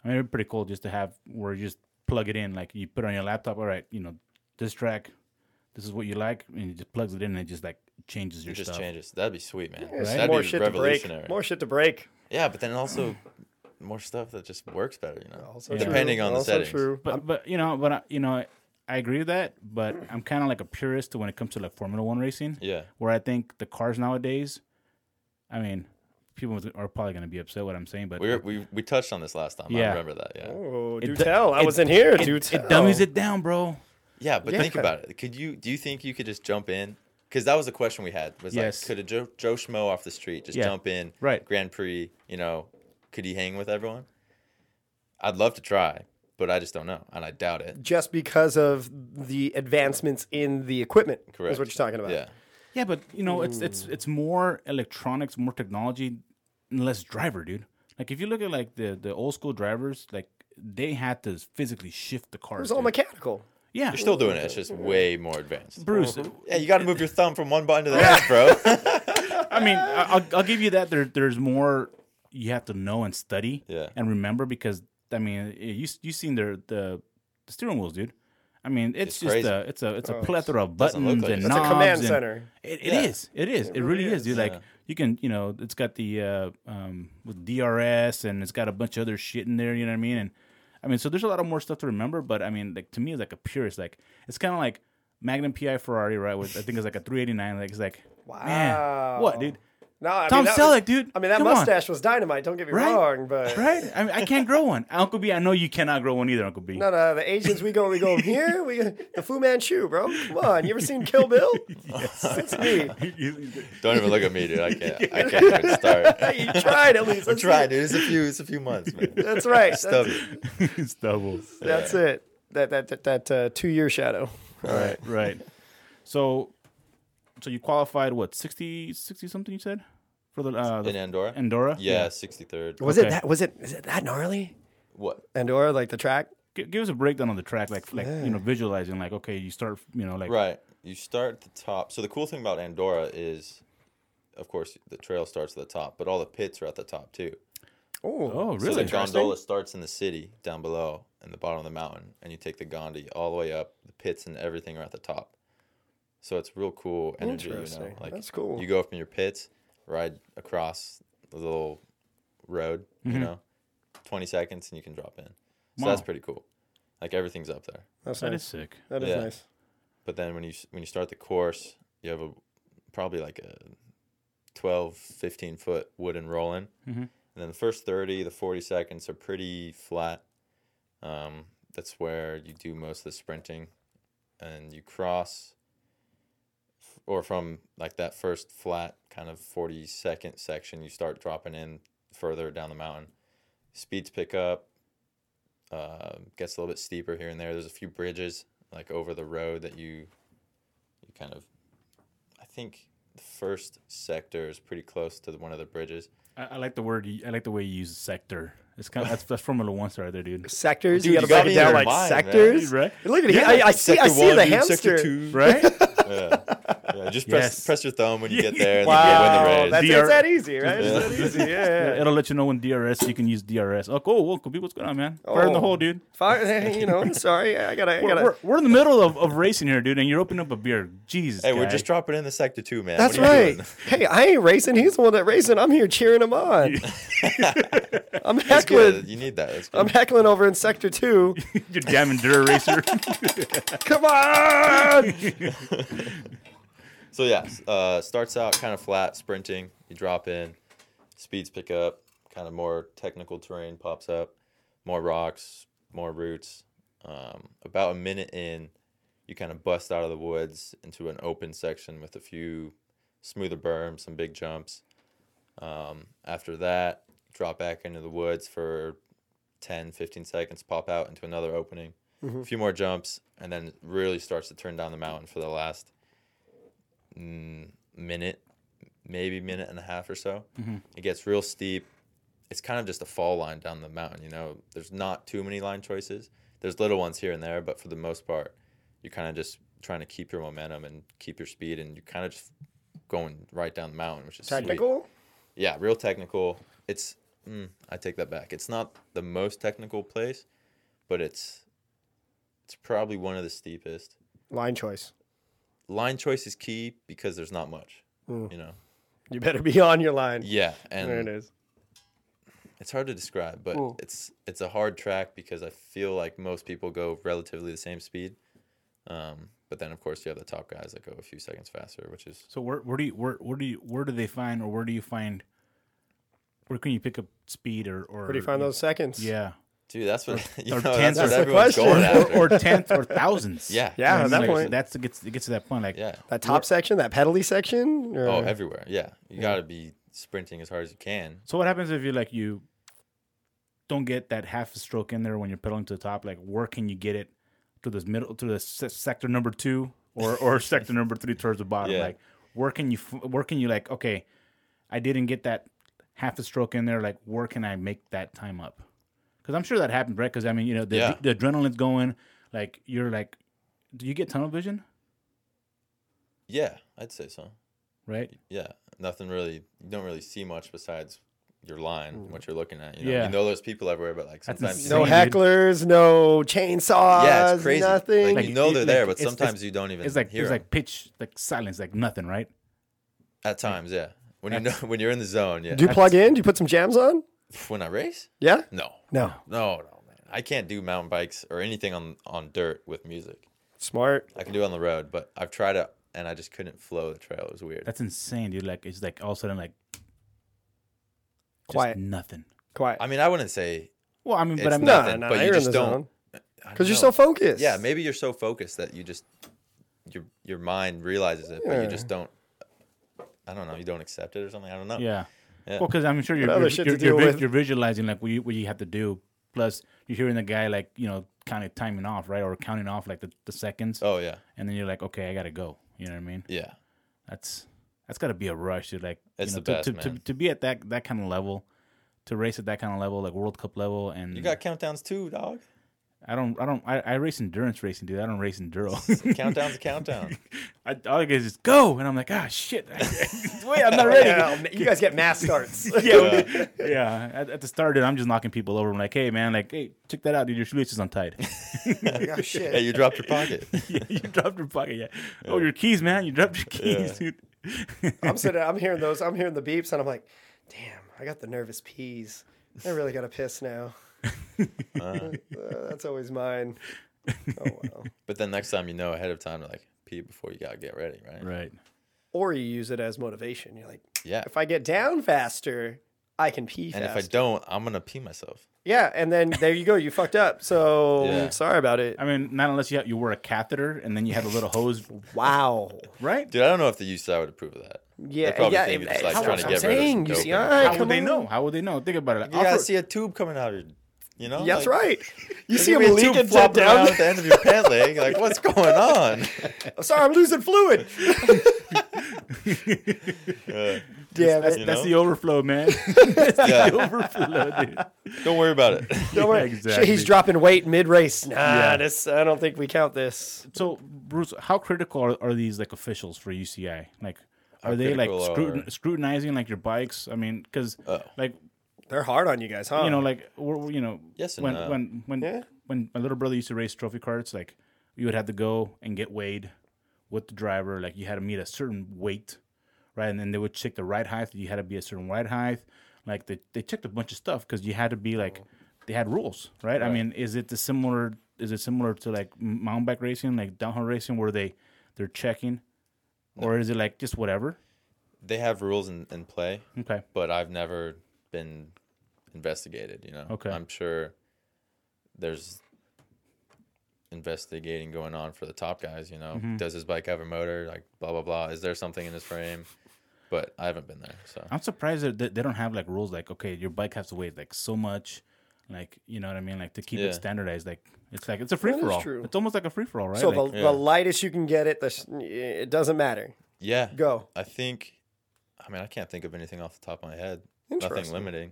E: I mean, it'd be pretty cool just to have where you just plug it in, like you put it on your laptop. All right, you know, this track, this is what you like, and it just plugs it in, and it just like changes your
D: It just
E: stuff.
D: changes. That'd be sweet, man.
A: It's
D: That'd
A: More
D: be
A: shit to
D: revolutionary.
A: break. More shit to break.
D: Yeah, but then also more stuff that just works better. You know,
A: Also
D: depending
A: true.
D: on the
A: also
D: settings.
A: True.
E: But but you know, but I, you know, I agree with that. But I'm kind of like a purist when it comes to like Formula One racing,
D: Yeah.
E: where I think the cars nowadays, I mean, people are probably gonna be upset what I'm saying, but
D: We, were, we we touched on this last time. I
E: Yeah.
D: remember that. Yeah.
A: Oh, do
E: du-
A: tell. I
E: it-
A: was in here.
E: it,
A: do
E: it
A: tell.
E: dummies it down, bro.
D: Yeah, but think
A: Yeah.
D: about it. Could you? Do you think you could just jump in? Because that was the question we had. Was
E: Yes.
D: like, could a Joe, Joe Schmo off the street just
E: Yeah.
D: jump in?
E: Right.
D: Grand Prix. You know, could he hang with everyone? I'd love to try, but I just don't know, and I doubt it.
A: Just because of the advancements in the equipment.
D: Correct.
A: Is what you're talking about.
D: Yeah.
E: Yeah, but you know, it's it's it's more electronics, more technology, and less driver, dude. Like if you look at like the the old school drivers, like they had to physically shift the cars.
A: It was all
E: dude.
A: mechanical.
E: yeah,
D: You're still doing it. It's just way more advanced.
E: Bruce.
D: Yeah, you got to move your thumb from one button to the next, bro.
E: I mean, I- I'll, I'll give you that. There, there's more you have to know and study,
D: Yeah.
E: and remember because I mean, you you seen their the, the steering wheels, dude. I mean, it's,
D: It's
E: just
D: crazy.
E: a it's a it's a plethora of
D: doesn't look
E: buttons
D: like
E: and
D: it.
E: knobs.
D: That's
A: a command
E: and-
A: center.
E: It, it
D: Yeah.
E: is. It is. It, really is. Dude, like you can, you know, it's got the uh, um, with DRS and it's got a bunch of other shit in there. You know what I mean? And I mean, so there's a lot of more stuff to remember. But I mean, like to me, it's like a purist. Like it's kind of like Magnum PI Ferrari, right? Which I think is like a 389. Like it's like, wow, man, what,
A: Wow.
E: dude?
A: No, I
E: Tom
A: mean, that
E: Selleck,
A: was-
E: dude.
A: I mean, that
E: Come on.
A: mustache was dynamite. Don't get me
E: Right?
A: wrong, but
E: Right? I, mean, I can't grow one. Uncle B, I know you cannot grow one either, Uncle B.
A: no, no, the Asians we go, we go here. We the Fu Manchu, bro. Come on, you ever seen Kill Bill? That's me.
D: Don't even look at me, dude. I can't. I can't even start.
A: Hey, you tried at least.
D: I
A: That's
D: tried,
A: it.
D: dude. It's a few. It's a few months, man.
A: That's right. That's,
D: Stub
A: that's,
D: it.
E: Stubble.
A: it. That that that, that uh, two year shadow.
D: All right.
E: Right. So so you qualified what, 60, 60 something you said? For the uh
D: In
E: the
D: Andorra.
E: Andorra?
D: Yeah, sixty third.
A: Was
E: Okay.
A: it that? Was it? Is it that gnarly?
D: What?
A: Andorra, like the track.
E: Gi- Give us a breakdown on the track, like like you know, visualizing, like okay, you start, you know, like
D: Right. You start at the top. So the cool thing about Andorra is, of course, the trail starts at the top, but all the pits are at the top too.
A: Oh,
E: oh
D: So
E: really?
D: the gondola starts in the city down below in the bottom of the mountain, and you take the gondi all the way up. The pits and everything are at the top. So it's real cool energy. You know?
A: Interesting.
D: Like
A: That's cool.
D: You go from your pits, ride across the little road,
A: Mm-hmm.
D: you know, 20 seconds, and you can drop in. So that's
E: Wow.
D: pretty cool. Like everything's up there.
A: that's
E: That
A: nice.
E: is sick.
A: that is
D: yeah.
A: nice.
D: But then when you s- when you start the course, you have a probably like a 12, 15 foot wooden rolling.
E: Mhm.
D: And then the first 30, the 40 seconds are pretty flat. Um, that's where you do most of the sprinting and you cross f- or from like that first flat kind of 40 second section, you start dropping in further down the mountain. Speeds pick up, uh, gets a little bit steeper here and there. There's a few bridges like over the road that you you kind of I think the first sector is pretty close to the, one of the bridges.
E: I, I like the word. you- I like the way you use sector. It's kind of that's, that's Formula One star there, dude.
A: Sectors.
D: Dude,
A: you
D: you
A: got to
D: got
A: break
D: me
A: it
D: in
A: down
D: your
A: like
D: mind, man.
A: sectors.
E: Right?
A: Look at it. I, I see. I
D: Sector
A: see the
D: dude,
A: hamster.
D: Sector two.
E: Right?
D: Yeah. yeah. Just press
E: Yes.
D: press your thumb when you get there and
A: Wow,
D: then you win the race.
A: that's
E: DR
A: it's that easy, right? It's that easy. Yeah. yeah.
E: It'll let you know when DRS. You can use DRS. Oh, cool. Well, could be what's going on, man. Fire in the
A: Oh.
E: hole, dude.
A: Fine, you know, sorry, I gotta, I
E: We're,
A: gotta.
E: we're, we're in the middle of, of racing here, dude, and you're opening up a beer. Jesus.
D: Hey, we're
E: guy.
D: just dropping in the sector two, man.
A: That's
D: What are you
A: right.
D: doing?
A: Hey, I ain't racing. He's the one that racing. I'm here cheering him on. I'm
D: That's good.
A: heckling.
D: You need that. That's good.
A: I'm heckling over in sector two.
E: You're damn enduro racer.
A: Come on!
D: So yeah, s- uh, starts out kind of flat, sprinting. You drop in, speeds pick up, kind of more technical terrain pops up, more rocks, more roots. Um, about a minute in, you kind of bust out of the woods into an open section with a few smoother berms, some big jumps. Um, after that, drop back into the woods for 10, 15 seconds, pop out into another opening, a few more jumps, and then really starts to turn down the mountain for the last mm, minute, maybe minute and a half or so. It gets real steep. It's kind of just a fall line down the mountain. You know, there's not too many line choices. There's little ones here and there, but for the most part, you're kind of just trying to keep your momentum and keep your speed, and you're kind of just going right down the mountain, which is sweet.
A: Technical?
D: Yeah, real technical. It's mm, I take that back. It's not the most technical place, but it's it's probably one of the steepest.
A: Line choice.
D: Line choice is key because there's not much. You know.
A: You better be on your line.
D: Yeah, and
A: There it is.
D: it's hard to describe, but it's it's a hard track because I feel like most people go relatively the same speed. Um, but then of course you have the top guys that go a few seconds faster, which is
E: so where, where do you where, where do you where do they find or where do you find where can you pick up speed or or
A: Where do you find those seconds?
E: Yeah.
D: dude. That's what you
E: or
D: know,
E: tenth
D: that's
E: or-
D: what
E: That's the
D: everyone's going
A: question.
D: after.
E: Or tenth or thousands.
D: yeah,
A: Yeah, at
E: You know what I
A: that
E: mean? Like,
A: point.
E: That's it gets it gets to that point. Like
D: yeah.
A: That top section, that pedally section? or-
D: Oh, everywhere. Yeah, you got to be sprinting as hard as you can.
E: So what happens if you like you don't get that half a stroke in there when you're pedaling to the top? Like where can you get it to this middle to the se- sector number two or or sector number three towards the bottom?
D: Yeah.
E: Like where can you f- where can you like okay, I didn't get that half a stroke in there. Like where can I make that time up? Because I'm sure that happened, right? Because I mean you know the,
D: Yeah.
E: the adrenaline's going. Like you're like, do you get tunnel vision?
D: Yeah, I'd say so.
E: Right.
D: Yeah, nothing really. You don't really see much besides your line, what you're looking at. You know,
E: Yeah.
D: you know there's people everywhere, but like
E: That's
D: sometimes you
A: No
E: insane,
D: don't-
E: dude.
A: hecklers, no chainsaws,
D: Yeah, it's crazy.
A: nothing.
D: Like,
E: Like,
D: you know
E: it-
D: they're there,
E: like,
D: but
E: it's- it's-
D: sometimes you don't even
E: It's like
D: hear
E: it's
D: 'em.
E: like pitch like silence like nothing, right?
D: At times, yeah. When you know when you're in the zone, yeah.
A: do you plug in? Do you put some jams on?
D: When I race?
A: Yeah?
D: No.
A: No.
D: No, no, man. I can't do mountain bikes or anything on on dirt with music.
A: Smart.
D: I can do it on the road, but I've tried it and I just couldn't flow the trail. It was weird.
E: That's insane, dude. Like it's like all of a sudden like
A: Quiet.
E: nothing.
A: Quiet.
D: I mean, I wouldn't say
E: Well, I mean, but
D: It's
E: I mean,
A: no,
D: not- nothing,
A: no,
D: but you
A: you're in
D: just
A: the
D: don't-
A: zone
D: I don't
A: because you're so
D: know.
A: focused.
D: Yeah, maybe you're so focused that you just your your mind realizes it, but you just don't. I don't know. You don't accept it or something. I don't know.
E: yeah.
D: Yeah.
E: Well, because I'm sure you're
A: other
E: you're,
A: shit
E: you're,
A: to
E: you're
A: deal
E: vi-
A: with.
E: you're visualizing like what you, what you have to do. Plus, you're hearing the guy like you know kind of timing off, right, or counting off like the, the seconds,
D: Oh yeah.
E: and then you're like, okay, I gotta go. You know what I mean?
D: Yeah.
E: That's that's gotta be a rush, dude. Like,
D: It's
E: you know, to,
D: the best,
E: to, to
D: man.
E: to be at that that kind of level, to race at that kind of level, like World Cup level, and
D: You got
A: Mm-hmm.
D: countdowns too, dog.
E: I don't, I don't, I, I race endurance racing, dude. I don't race enduro.
D: countdown's a countdown.
E: I, all I get is just go, and I'm like, ah, shit, wait, I'm not ready.
A: Yeah, you guys get mass starts.
E: yeah, yeah. At, at the start, dude, I'm just knocking people over. I'm like, hey, man, like, hey, check that out, dude. Your shoelace is untied.
A: oh, shit.
D: hey, you dropped your pocket.
E: you dropped your pocket, yeah. Oh, your keys, man. You dropped your keys, dude.
A: I'm sitting. I'm hearing those. I'm hearing the beeps, and I'm like, damn, I got the nervous peas. I really got to piss now. Uh, that's always mine. Oh well.
D: But then next time you know ahead of time to like pee before you gotta get ready, right?
E: right.
A: Or you use it as motivation. You're like,
D: Yeah.
A: if I get down faster, I can pee
D: and
A: faster.
D: if I don't, I'm gonna pee myself.
A: yeah, and then there you go. You fucked up. So
D: Yeah.
A: sorry about it.
E: I mean, not unless you have, you wear a catheter and then you have a little hose,
A: Wow.
E: right?
D: Dude, I don't know if the UCI would approve of that.
A: Yeah,
D: They probably
A: yeah,
D: think you're just
A: it-
D: like
A: that's
D: trying
A: what
D: to
A: I'm
D: get rid of
A: saying,
D: some dope.
A: UCI.
E: How
A: come
E: would they
A: on.
E: know? How would they know? Think about it.
D: You gotta
E: Offer-
D: see a tube coming out of your, you know?
A: Yeah, that's
D: Like,
A: right. You
D: there's
A: see him
D: gonna be a
A: leaking
D: tube flopping
A: down.
D: around at the end of your pant leg. Like, what's going on?
A: Sorry, I'm losing fluid.
D: Yeah.
A: Damn
E: that's,
A: it.
E: that's
D: know?
E: the overflow, man. that's
D: Yeah.
E: the overflow, dude.
D: Don't worry about it.
A: Don't worry.
E: exactly.
A: Shit, he's dropping weight mid race. Nah,
E: Yeah.
A: this I don't think we count this.
E: So, Bruce, how critical are, are these like officials for UCI? Like, are they like
D: critical
E: scrutin-
D: are-
E: scrutinizing like your bikes? I mean, because
D: Oh.
E: like
A: They're hard on you guys, huh?
E: you know, like we're, we're- you know,
D: Yes and
E: when
D: no.
E: when when
A: Yeah.
E: when my little brother used to race trophy carts, like you would have to go and get weighed with the driver. Like you had to meet a certain weight, right? And then they would check the ride height. You had to be a certain ride height. Like they they checked a bunch of stuff because you had to be
D: Oh.
E: like they had rules, right? I mean, is it the similar? Is it similar to like m- mountain bike racing, like downhill racing, where they they're checking, or is it like just whatever?
D: They have rules in, in play,
E: Okay,
D: but I've never been investigated, you know?
E: Okay.
D: I'm sure there's investigating going on for the top guys, you know? Does his bike have a motor? Like, blah, blah, blah. Is there something in his frame? But I haven't been there, so.
E: I'm surprised that they- they don't have like rules like okay, your bike has to weigh like so much, like you know what I mean, like to keep
D: Yeah.
E: it standardized. Like it's like it's a free for all.
A: true.
E: It's almost like a free for all, right?
A: so
E: Like,
A: the,
D: yeah.
A: the lightest you can get it, the sh- it doesn't matter.
D: Yeah.
A: Go.
D: I think, I mean, I can't think of anything off the top of my head. Nothing
A: Interesting.
D: limiting.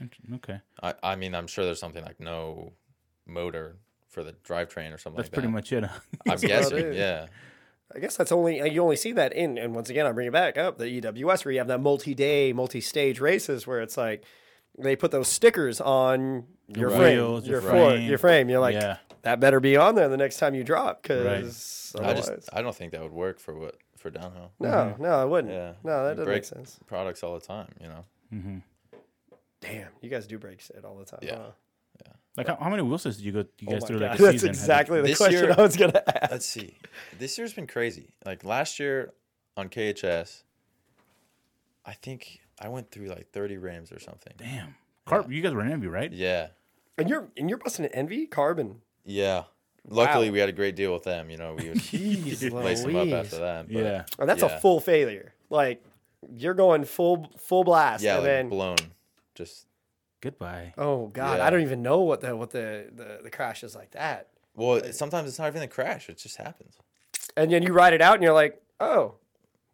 E: int- okay,
D: I, I mean, I'm sure there's something like no motor for the drivetrain or something
E: that's
D: like
E: pretty much
D: that.
E: it.
D: I'm guessing,
A: it.
D: yeah.
A: I guess that's only you only see that in and once again I bring it back up the EWS where you have that multi-day, multi-stage races where it's like they put those stickers on your
E: wheels,
A: frame, your,
E: your
A: floor,
E: frame.
A: your frame. You're like
E: Yeah.
A: that better be on there the next time you drop because
D: I
A: otherwise.
D: just I don't think that would work for what for downhill.
A: no, no, it wouldn't.
D: Yeah,
A: No, that doesn't
D: You break
A: make sense.
D: Products all the time, you know.
A: Damn, you guys do break shit all the time.
D: Yeah.
A: huh?
E: like how, how many wheel sets did you go?
D: Oh
E: You guys
A: my
E: through
A: God.
E: like a
A: That's
E: season?
A: exactly the
D: This
A: question
D: year-
A: I was gonna ask.
D: Let's see. This year's been crazy. Like last year on KHS, I think I went through like 30 rims or something.
E: Damn, Car- you guys were in envy, right?
D: Yeah,
A: And you're and you're busting an envy carbon.
D: yeah. Luckily, we had a great deal with them. You know, we would
A: Jeez,
D: lace them up after
A: Louise.
D: that. but-
E: Yeah.
A: And that's
D: Yeah.
A: a full failure. Like you're going full full blast.
D: yeah,
A: and
D: like
A: then,
D: blown. Just
E: Goodbye.
A: Oh God,
D: Yeah.
A: I don't even know what the what the, the the crash is like that.
D: well, sometimes it's not even a crash; it just happens.
A: And then you ride it out, and you're like, oh,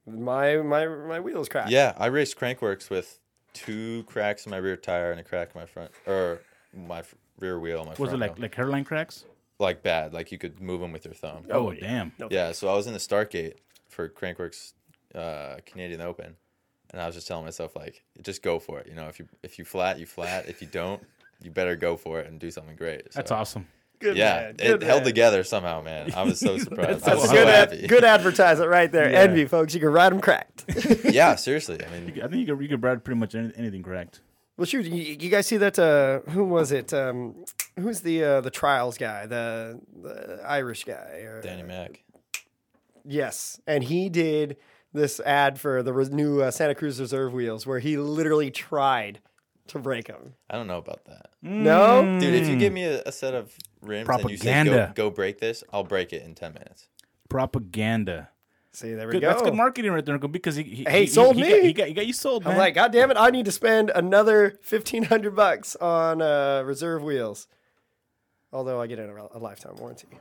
A: my my my wheels cracked.
D: Yeah, I raced Crankworks with two cracks in my rear tire and a crack in my front or my f- rear wheel. My
E: Was
D: front
E: it like
D: wheel.
E: like hairline cracks?
D: like bad? Like you could move them with your thumb.
E: Oh, damn.
D: Yeah, so I was in the Stargate for Crankworks uh, Canadian Open, and I was just telling myself like, just go for it. You know, if you if you flat, you flat. If you don't, you better go for it and do something great. So,
E: That's awesome.
A: Good
D: Yeah,
A: man,
D: it
A: good
D: held
A: man.
D: together somehow, man. I was so surprised. I
A: That's
D: was
A: a good,
D: so happy.
A: ad- good advertisement right there. Envy, folks. You can ride them cracked.
D: Yeah, seriously. I mean,
E: I think you could you could ride pretty much any, anything correct.
A: well, shoot, you, you guys see that? Uh, who was it? Um, who's the uh, the trials guy? The, the Irish guy? Or,
D: Danny Mac.
A: Yes, and he did this ad for the res- new uh, Santa Cruz Reserve wheels, where he literally tried to break them.
D: I don't know about that.
A: No,
D: Dude, if you give me a, a set of rims and you say,
E: Propaganda.
D: go, go break this, I'll break it in 10 minutes.
E: Propaganda.
A: see, there we
E: Good,
A: go.
E: that's good marketing right there, Uncle, because he, he
A: Hey,
E: he-
A: sold
E: he
A: me.
E: Got, he, got, he got you sold, man.
A: I'm like, God damn it! I need to spend another fifteen hundred bucks on uh, reserve wheels. Although I get a, a lifetime warranty.
D: Get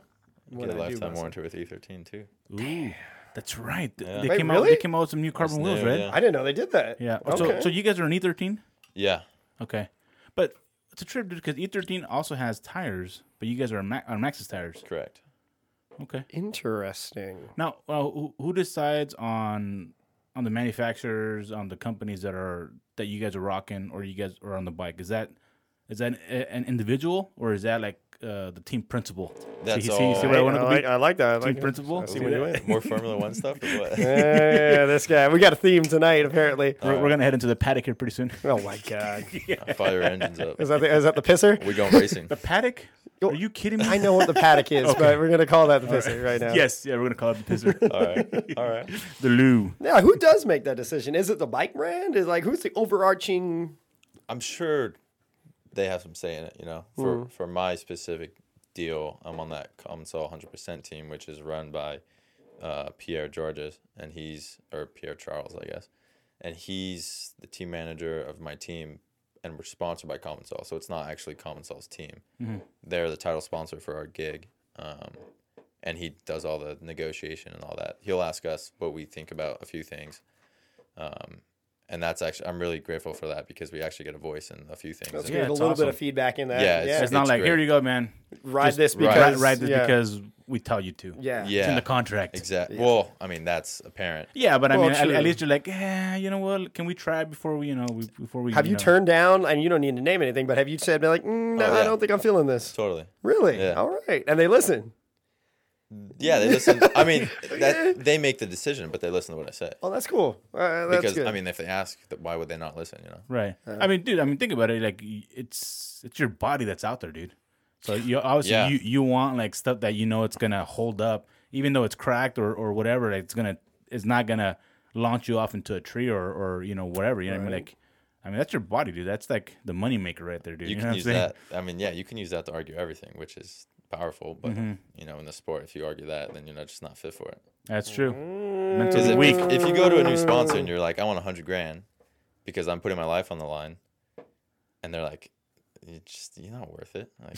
A: When
D: a
A: I do
D: lifetime
A: buy some.
D: warranty with E13 too.
E: Ooh, that's right. Th- They
A: Wait,
E: came out.
A: really?
E: They came out with some new carbon
D: That's
E: wheels,
D: new,
E: right?
D: yeah.
A: I didn't know they did that.
E: Yeah.
A: Okay.
E: So, so you guys are an E13.
D: Yeah.
E: Okay, but it's a trip, dude, because E13 also has tires, but you guys are Ma- on Max's tires.
D: Correct.
E: Okay.
A: Interesting.
E: Now, uh, who, who decides on on the manufacturers, on the companies that are that you guys are rocking, or you guys are on the bike? Is that is that an, an individual, or is that like uh, the team principal?
D: That's
E: see,
D: all.
E: See, see where I
D: Hey,
E: want to
A: like,
E: be?
A: I like that. I like
E: Team
A: that.
E: principal?
A: I see
E: See
A: where
E: that?
A: you went.
D: More Formula One stuff or
A: yeah,
D: what?
A: yeah, this guy. We got a theme tonight, apparently.
E: We're, we're gonna head into the paddock here pretty soon.
A: Oh my god!
D: Fire your engines up.
A: Is that the, is that the pisser?
D: We going racing.
E: The paddock? Are you kidding me?
A: I know what the paddock is, but we're gonna call that the pisser right now.
E: Yes, yeah, we're gonna call it the pisser,
D: All right. All right.
E: the loo.
A: Now, who does make that decision? Is it the bike brand? Is like who's the overarching?
D: I'm sure they have some say in it, you know. For for my specific deal, I'm on that Comsol 100% team, which is run by uh, Pierre Georges, and he's or Pierre Charles, I guess, and he's the team manager of my team, and we're sponsored by Comsol, so it's not actually Comsol's team. They're the title sponsor for our gig. Um, and he does all the negotiation and all that. He'll ask us what we think about a few things, um, and that's actually I'm really grateful for that because we actually get a voice in a few things.
A: Let's
D: And-
E: Yeah,
A: get a
E: it's
A: little bit
E: awesome.
A: of feedback in that.
D: Yeah,
A: Yeah,
D: it's-
E: It's not like here
D: great.
E: you go, man.
A: ride
E: just
A: this
D: ride-
A: because
E: Ride, ride this
A: yeah.
E: because we tell you to.
A: yeah,
D: Yeah.
E: It's in the contract.
D: Exactly. Well, I mean that's apparent.
E: Yeah, but I
A: Well,
E: mean, at,
A: true.
E: at least you're like, eh, you know what? Can we try before we, you know, we, before we
A: Have you
E: know."
A: turned down? And you don't need to name anything, but have you said like, mm, no,
D: Oh,
A: I
D: yeah.
A: don't think I'm feeling this.
D: Totally.
A: Really?
D: Yeah.
A: All right. And they listen.
D: Yeah, they listen. I mean, that, they make the decision, but they listen to what I say.
A: Oh, that's cool. Uh, that's
D: Because
A: good.
D: I mean, if they ask, th- why would they not listen? You know.
E: Right. I mean, dude. I mean, think about it. Like, y- it's it's your body that's out there, dude. So you obviously
D: Yeah.
E: you, you want like stuff that you know it's gonna hold up, even though it's cracked or or whatever. Like, it's gonna it's not gonna launch you off into a tree or or you know whatever. You know what I mean? Like, I mean that's your body, dude. That's like the moneymaker right there, dude.
D: You
E: know
D: can
E: what
D: use
E: I'm saying?
D: that. I mean, yeah, you can use that to argue everything, which is powerful. But
E: Mm-hmm.
D: you know, in the sport, if you argue that, then you're not just not fit for it.
E: That's true.
D: Because
E: Mentally
D: if,
E: Mm. weak.
D: if you go to a new sponsor and you're like, I want a hundred grand, because I'm putting my life on the line, and they're like, you just you're not worth it. Like,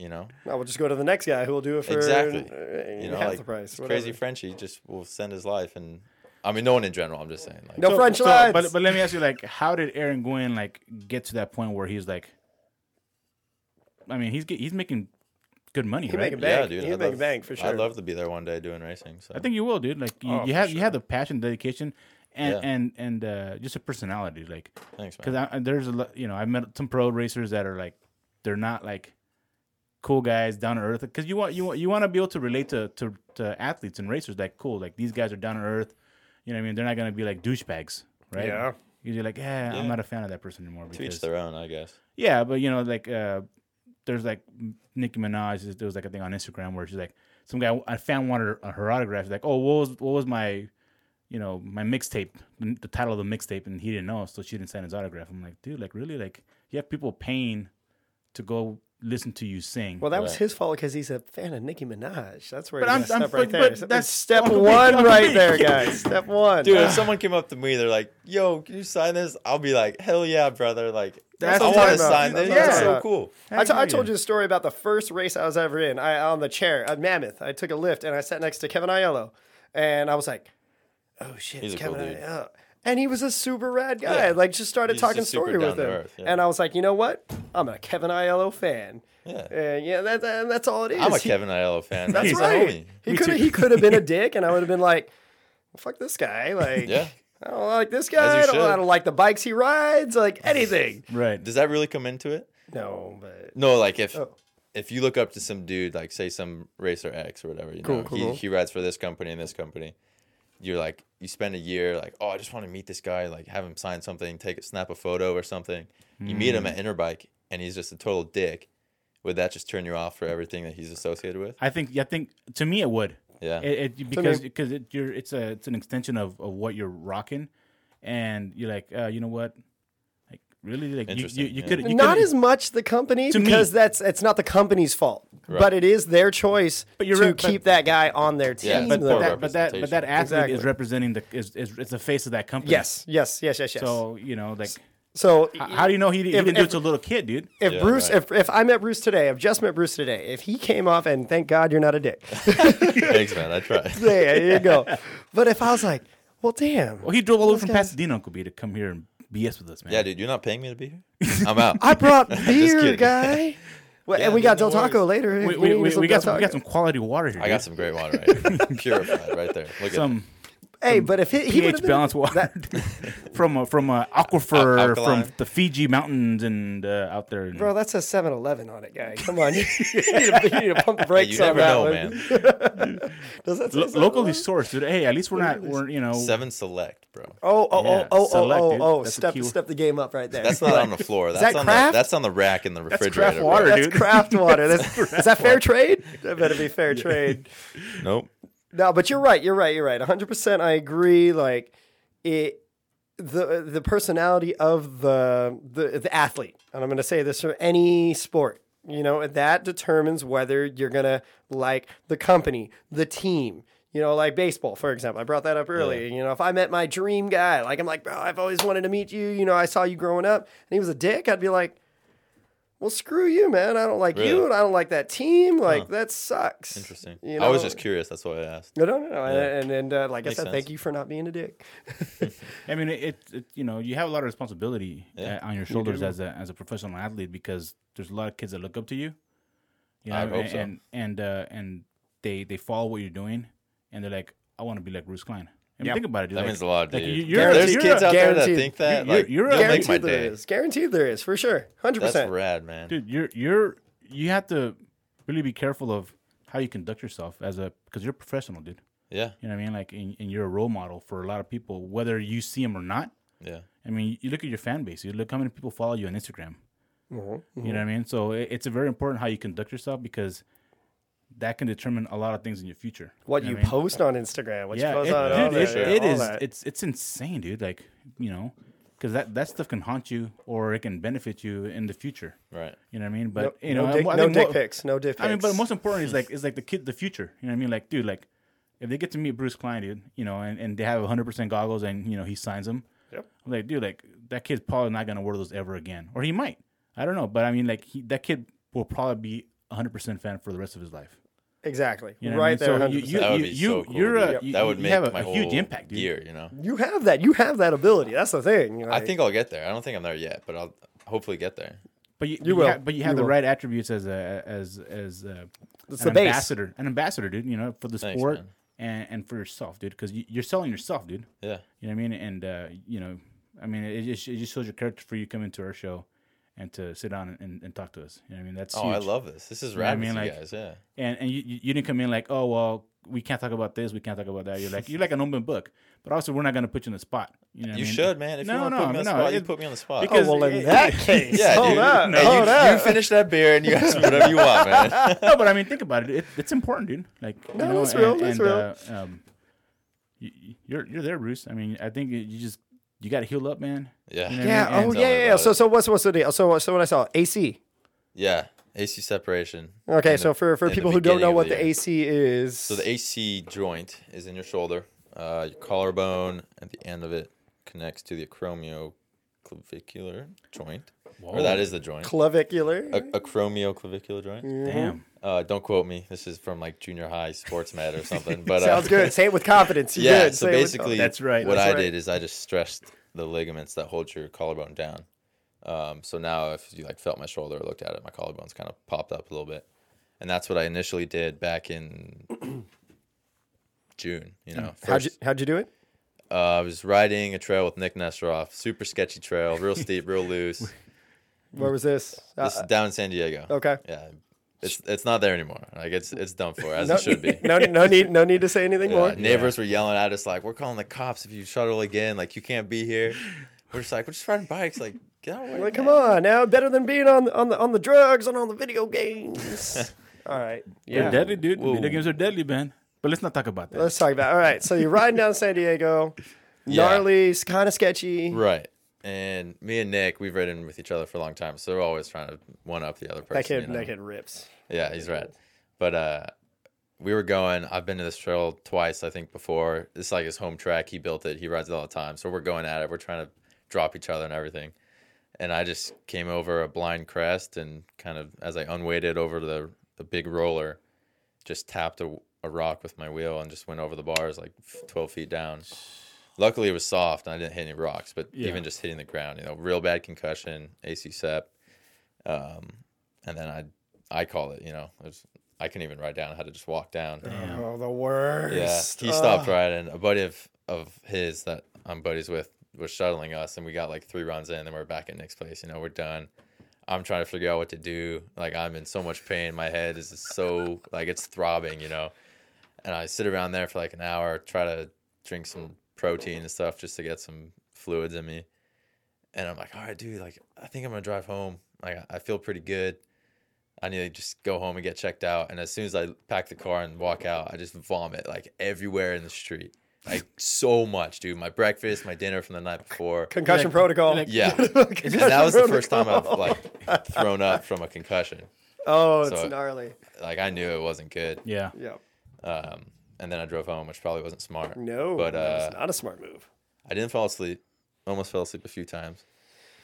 D: you know.
A: no, Oh, we'll just go to the next guy who will do it for
D: exactly.
A: uh,
D: you know,
A: half
D: like
A: the price.
D: it's crazy
A: whatever.
D: Frenchie just will send his life, and I mean, no one in general. I'm just saying, like,
A: No French lines.
E: but but let me ask you, like, how did Aaron Gwynn like get to that point where he's like, I mean, he's get, he's making good money,
A: He
E: right?
A: making
D: yeah,
A: bank.
D: dude,
A: He
D: I'd
A: make
D: love-
A: bank for sure.
D: I'd love to be there one day doing racing. So
E: I think you will, dude. Like, you,
A: Oh, for
E: you have you have
A: sure.
E: the passion, dedication, and
D: Yeah.
E: and and uh, just a personality, like,
D: thanks, man.
E: because there's a lot- you know I've met some pro racers that are like, they're not like cool guys down to earth because you want you want you want to be able to relate to, to to athletes and racers like cool like these guys are down to earth you know what I mean they're not gonna be like douchebags right
A: Yeah.
E: you're like yeah,
D: Yeah.
E: I'm not a fan of that person anymore
D: to each
E: because
D: their own, I guess.
E: yeah, but you know, like uh, there's like Nicki Minaj. There was like a thing on Instagram where she's like, some guy a fan wanted her, her autograph. She's like, oh, what was what was my, you know, my mixtape, the title of the mixtape, and he didn't know, so she didn't sign his autograph. I'm like, dude, like really, like you have people paying to go listen to you sing.
A: Well, that was
D: Right.
A: his fault because he's a fan of Nicki Minaj. That's where
E: But
A: he's
E: I'm-
A: gonna step
E: I'm-
A: right
E: but-
A: there.
E: but
A: So
E: that's-
A: step
E: Uncle
A: one
E: Pete,
A: right
E: Uncle
A: there,
E: Pete.
A: guys. Step one.
D: Dude, if someone came up to me, they're like, "Yo, can you sign this?" I'll be like, "Hell yeah, brother!" Like,
E: That's
D: I
E: what I'm
D: want to
A: talking about.
D: sign
A: That's what
D: this.
A: I'm
D: That's
A: talking
D: so
A: about.
D: cool.
A: I, t-
E: hear
A: I told
E: you.
A: you a story about the first race I was ever in. I on the chair at Mammoth. I took a lift and I sat next to Kevin Aiello, and I was like, "Oh shit,
D: He's
A: it's
D: a cool
A: Kevin
D: dude.
A: Aiello." And he was a super rad guy.
D: Yeah.
A: Like, just started
D: He's
A: talking
D: just super
A: story with
D: down to
A: him,
D: earth, yeah.
A: and I was like, "You know what? I'm a Kevin Aiello fan."
D: Yeah.
A: and yeah, that, that- that's all it is.
D: I'm a
A: He-
D: Kevin Aiello fan.
A: That's
D: He's a homie.
A: right. He
E: Me
A: could
E: too.
A: he could have been a dick, and I would have been like, well, "Fuck this guy!" Like,
D: Yeah.
A: I don't like this
D: As
A: guy.
D: you
A: I don't, I
D: should.
A: don't like the bikes he rides. Like anything.
E: right.
D: Does that really come into it?
A: No, but
D: No, like if
A: Oh.
D: if you look up to some dude, like say some racer X or whatever, you
A: Cool,
D: know,
A: cool,
D: he,
A: cool.
D: he rides for this company and this company. You're like, you spend a year like, oh, I just want to meet this guy, like have him sign something, take a snap a photo or something. You meet
E: Mm.
D: him at Interbike and he's just a total dick. Would that just turn you off for everything that he's associated with?
E: I think I think to me it would.
D: Yeah.
E: It, it, because because it, you're it's a it's an extension of, of what you're rocking, and you're like uh, you know what, like really like you- you,
D: Interesting,
E: you
D: yeah.
E: could you
A: not
E: could-
A: as much the company
E: To me.
A: because that's it's not the company's fault, but it is their choice
E: But you're
A: to
E: right, but-
A: keep that guy on their team.
D: Yeah,
E: but,
D: Poor
E: but that but that but that
D: representation.
E: athlete is
A: Exactly.
E: representing the is, is it's the face of that company.
A: yes, yes, yes, yes, yes. So,
E: So you know like h- how
A: if,
E: do you know he, he
A: If-
E: didn't do
A: if-
E: it to a little kid, dude?
A: if
D: Yeah,
A: Bruce,
D: right.
A: if, if I met Bruce today, I've just met Bruce today. If he came off and thank God you're not a dick,
D: Thanks, man. I tried.
A: there you go. But if I was like, well, damn,
E: Well, he drove all over from
A: guys-
E: Pasadena, Uncle B, to come here and BS with us, man.
D: Yeah, dude, you're not paying me to be here. I'm out.
A: I brought beer,
D: kidding.
A: guy. Well, and we
D: dude,
A: got Del
D: no
A: Taco later.
E: we,
A: if
E: we,
A: need
E: we,
A: some
E: we
A: Del
E: got some we
A: Taco.
E: got some quality water here.
D: I got some great water right here. Purified right there. Look at
E: some
A: Hey, but if he, he would've
E: pH
A: been-
E: balanced water from a, from a aquifer
D: Al-
E: from
D: alkaline.
E: the Fiji mountains and uh, out there. in-
A: Bro, that says 7 Eleven on it, guy. Come on. you, need to, you need to pump the
D: that.
A: brakes
D: You
A: on
D: never
A: that
D: know,
A: one.
D: man.
A: Does that say
E: Lo-
A: 7-Eleven?
E: locally sourced, dude. Hey, at least we're not we're you know
D: Seven select, bro.
A: Oh, oh,
E: Yeah,
A: oh, oh,
E: select,
A: oh,
E: dude.
A: oh, oh.
E: That's the
A: Step,
E: keyword.
A: step the game up right there.
D: That's not on the floor. That's
A: that
D: on
A: Kraft?
D: the that's on the rack in the
E: craft
D: refrigerator. bro.
E: water,
A: That's
E: dude.
A: craft water. That's, is that fair trade? That better be fair trade.
D: Nope.
A: No, but you're right. You're right. You're right. 100%. I agree. Like, it. The, the personality of the, the the athlete, and I'm going to say this for any sport, you know, that determines whether you're going to like the company, the team, you know, like baseball, for example. I brought that up earlier. You know, if I met my dream guy, like I'm like, bro, I've always wanted to meet you. You know, I saw you growing up, and he was a dick. I'd be like, well, screw you, man. I don't like you,
D: Really?
A: and I don't like that team. Like that sucks.
D: Interesting.
A: You
D: I was
A: know?
D: just curious. That's why I asked.
A: No, no, no. no. And, and, and uh, like
D: Makes
A: I said, thank
D: sense.
A: you for not being a dick.
E: I mean, it, it you know you have a lot of responsibility uh, on your shoulders as a as a professional athlete because there's a lot of kids that look up to you. You know,
D: I hope
E: and
D: so.
E: and and, uh, and they they follow what you're doing, and they're like, I want to be like Bruce Klein. I mean, think about it. dude.
D: That
E: like,
D: means a lot, dude.
E: like, you- you're-
D: There's
E: you're
D: kids
E: a-
D: out there that
A: guaranteed-
D: think that.
E: you're-
D: Like,
E: you're a-
D: you'll make my
A: Guaranteed there
D: day.
A: is. Guaranteed there is for sure. Hundred
D: That's
A: percent.
D: rad, man.
E: dude you're you're you have to really be careful of how you conduct yourself as a because you're a professional dude
D: Yeah,
E: you know what i mean like and, and you're a role model for a lot of people whether you see them or not
D: yeah.
E: i mean you look at your fan base you look how many people follow you on instagram
A: Uh-huh,
E: you know what i mean so it, it's very important how you conduct yourself because that can determine a lot of things in your future
A: What you
E: know I mean? uh,
A: post on Instagram, what you
E: yeah
A: post
E: it-
A: on all
E: dude,
A: that,
E: it-
A: yeah,
E: it
A: all
E: is
A: that.
E: it's it's insane dude like you know because that, that stuff can haunt you or it can benefit you in the future
D: Right.
E: you know what i mean but
A: No,
E: you know
A: no
E: I-
A: dick,
E: I
A: no
E: think
A: dick
E: mo-
A: pics. No dick pics.
E: I mean, but most important is like is like the kid, the future. You know what I mean? Like, dude, like if they get to meet Bruce Klein, dude, you know, and, and they have 100 percent goggles, and you know he signs them. Yep. Like, dude, like that kid's probably not gonna wear those ever again, or he might. I don't know, but I mean, like he, that kid will probably be 100 percent fan for the rest of his life.
A: exactly.
E: You know
A: right
E: what I mean?
A: there. 100%.
E: So you, you,
D: That would
E: you,
D: be
E: you,
D: so cool.
E: you're
D: dude.
E: a, you,
D: that would
E: you
D: make
E: have a,
D: my
E: a
D: whole
E: huge impact, dude.
D: year. You know.
A: You have that. You have that ability. That's the thing.
D: I
A: like-
D: think I'll get there. I don't think I'm there yet, but I'll hopefully get there.
E: But you, you,
A: will.
E: have, but you have
A: You
E: the
A: will.
E: right attributes as a as as a,
A: It's
E: an
A: the base.
E: ambassador, an ambassador, dude. You know, for the
D: Thanks,
E: sport
D: man.
E: and, and for yourself, dude. Because you, you're selling yourself, dude.
D: Yeah.
E: You know what I mean? And uh, you know, I mean, it just it just shows your character for you to come into our show and to sit down and, and talk to us. You know what I mean? That's
D: Oh,
E: huge.
D: I love this. This is
E: know what I
D: rad, with
E: mean?
D: you
E: Like-
D: guys. Yeah.
E: and and you, you you didn't come in like, oh well, we can't talk about this, we can't talk about that. You're like you're like an open book, but also we're not gonna put you on the spot. You know, what I
D: You
E: mean?
D: should, man. If
E: No,
D: you want
E: no,
D: to put me on the
E: no,
D: spot, you
E: it-
D: put me on the spot.
E: because-
A: Oh well, in
E: it-
A: that case,
D: yeah,
A: hold
D: dude.
A: up,
D: Hey,
A: hold
D: you,
A: up.
D: you finish that beer and you ask me whatever you want, man.
E: no, but I mean, think about it. it it's important, dude. Like, you
A: No,
E: know,
A: that's
E: and-
A: real, that's
E: and, uh, um, you, you're you're there, Bruce. I mean, I think you- you just you got to heal up, man.
D: Yeah.
E: You know what I
A: Yeah.
E: mean?
A: Oh
E: And-
A: yeah, yeah. yeah.
D: about
A: So
D: it.
A: so what's what's the deal? So so what I saw AC.
D: Yeah. AC separation.
A: Okay,
D: in
A: so
D: the-
A: for, for
D: in the
A: people who don't
D: beginning
A: know
D: of
A: what the,
D: year.
A: AC is,
D: So the AC joint is in your shoulder. Uh, your collarbone at the end of it connects to the acromioclavicular joint, or that is the joint.
A: clavicular.
D: A- acromioclavicular joint.
A: Mm-hmm.
E: Damn.
D: Uh, don't quote me. This is from like junior high sports med or something. But uh,
A: Sounds good. Say it with confidence. You
D: yeah.
A: good.
D: So
A: Say it with
D: basically,
E: That's right,
D: What
E: that's
D: I
E: right.
D: did is I just stressed the ligaments that hold your collarbone down. Um, so now if you like felt my shoulder or looked at it, my collarbone's kind of popped up a little bit, and that's what I initially did back in June. You know,
A: how'd you,
D: first-
A: how'd you do it?
D: uh, I was riding a trail with Nick Nesteroff, super sketchy trail, real steep, real loose.
A: Where was this? Uh,
D: This is down in San Diego.
A: okay.
D: Yeah, it's it's not there anymore. Like it's it's done for as
A: No,
D: it should be.
A: no, no need, no need to say anything
D: Yeah,
A: more.
D: neighbors were yelling at us like, "We're calling the cops if you shuttle again. Like you can't be here." We're just like, "We're just riding bikes. Like get out of the way."
A: Like,
D: man."
A: come on, now better than being on on the on the drugs and on the video games. All right,
E: They're
A: yeah.
E: deadly, dude. Video games are deadly, man. But let's not talk about that.
A: Let's talk about. All right, so you're riding down San Diego,
D: Yeah.
A: gnarly, kind of sketchy.
D: Right. and me and Nick, we've ridden with each other for a long time, so we're always trying to one up the other person.
A: that kid,
D: you know?
A: that kid rips.
D: Yeah, he's red. But uh, we were going. I've been to this trail twice, I think, before. It's like his home track. He built it. He rides it all the time. So we're going at it. We're trying to drop each other and everything. And I just came over a blind crest and kind of, as I unweighted over the, the big roller, just tapped a, a rock with my wheel and just went over the bars like f- 12 feet down. Luckily, it was soft and I didn't hit any rocks, but
E: Yeah.
D: even just hitting the ground, you know, real bad concussion, AC sep. E Um, and then I I call it. You know, it was, I couldn't even ride down. I had to just walk down.
A: Oh, the
D: Yeah,
A: worst.
D: he stopped riding. A buddy of of his that I'm buddies with was shuttling us, and we got like three runs in, and then we're back at Nick's place. You know, we're done. I'm trying to figure out what to do. Like I'm in so much pain. My head is so like it's throbbing. You know, and I sit around there for like an hour, try to drink some protein and stuff just to get some fluids in me. And I'm like, all right, dude, like I think I'm gonna drive home. Like I- I feel pretty good. I need to just go home and get checked out. And as soon as I pack the car and walk out, I just vomit like everywhere in the street. Like so much, dude. My breakfast, my dinner from the night before.
A: Concussion protocol.
D: Yeah. and that was the first time I've like thrown up from a concussion.
A: oh, it's
D: So-
A: gnarly.
D: Like I knew it wasn't good.
E: Yeah.
A: Yeah.
D: Um, and then I drove home, which probably wasn't smart.
A: No,
D: But uh,
A: it's not a smart move.
D: I didn't fall asleep. Almost fell asleep a few times,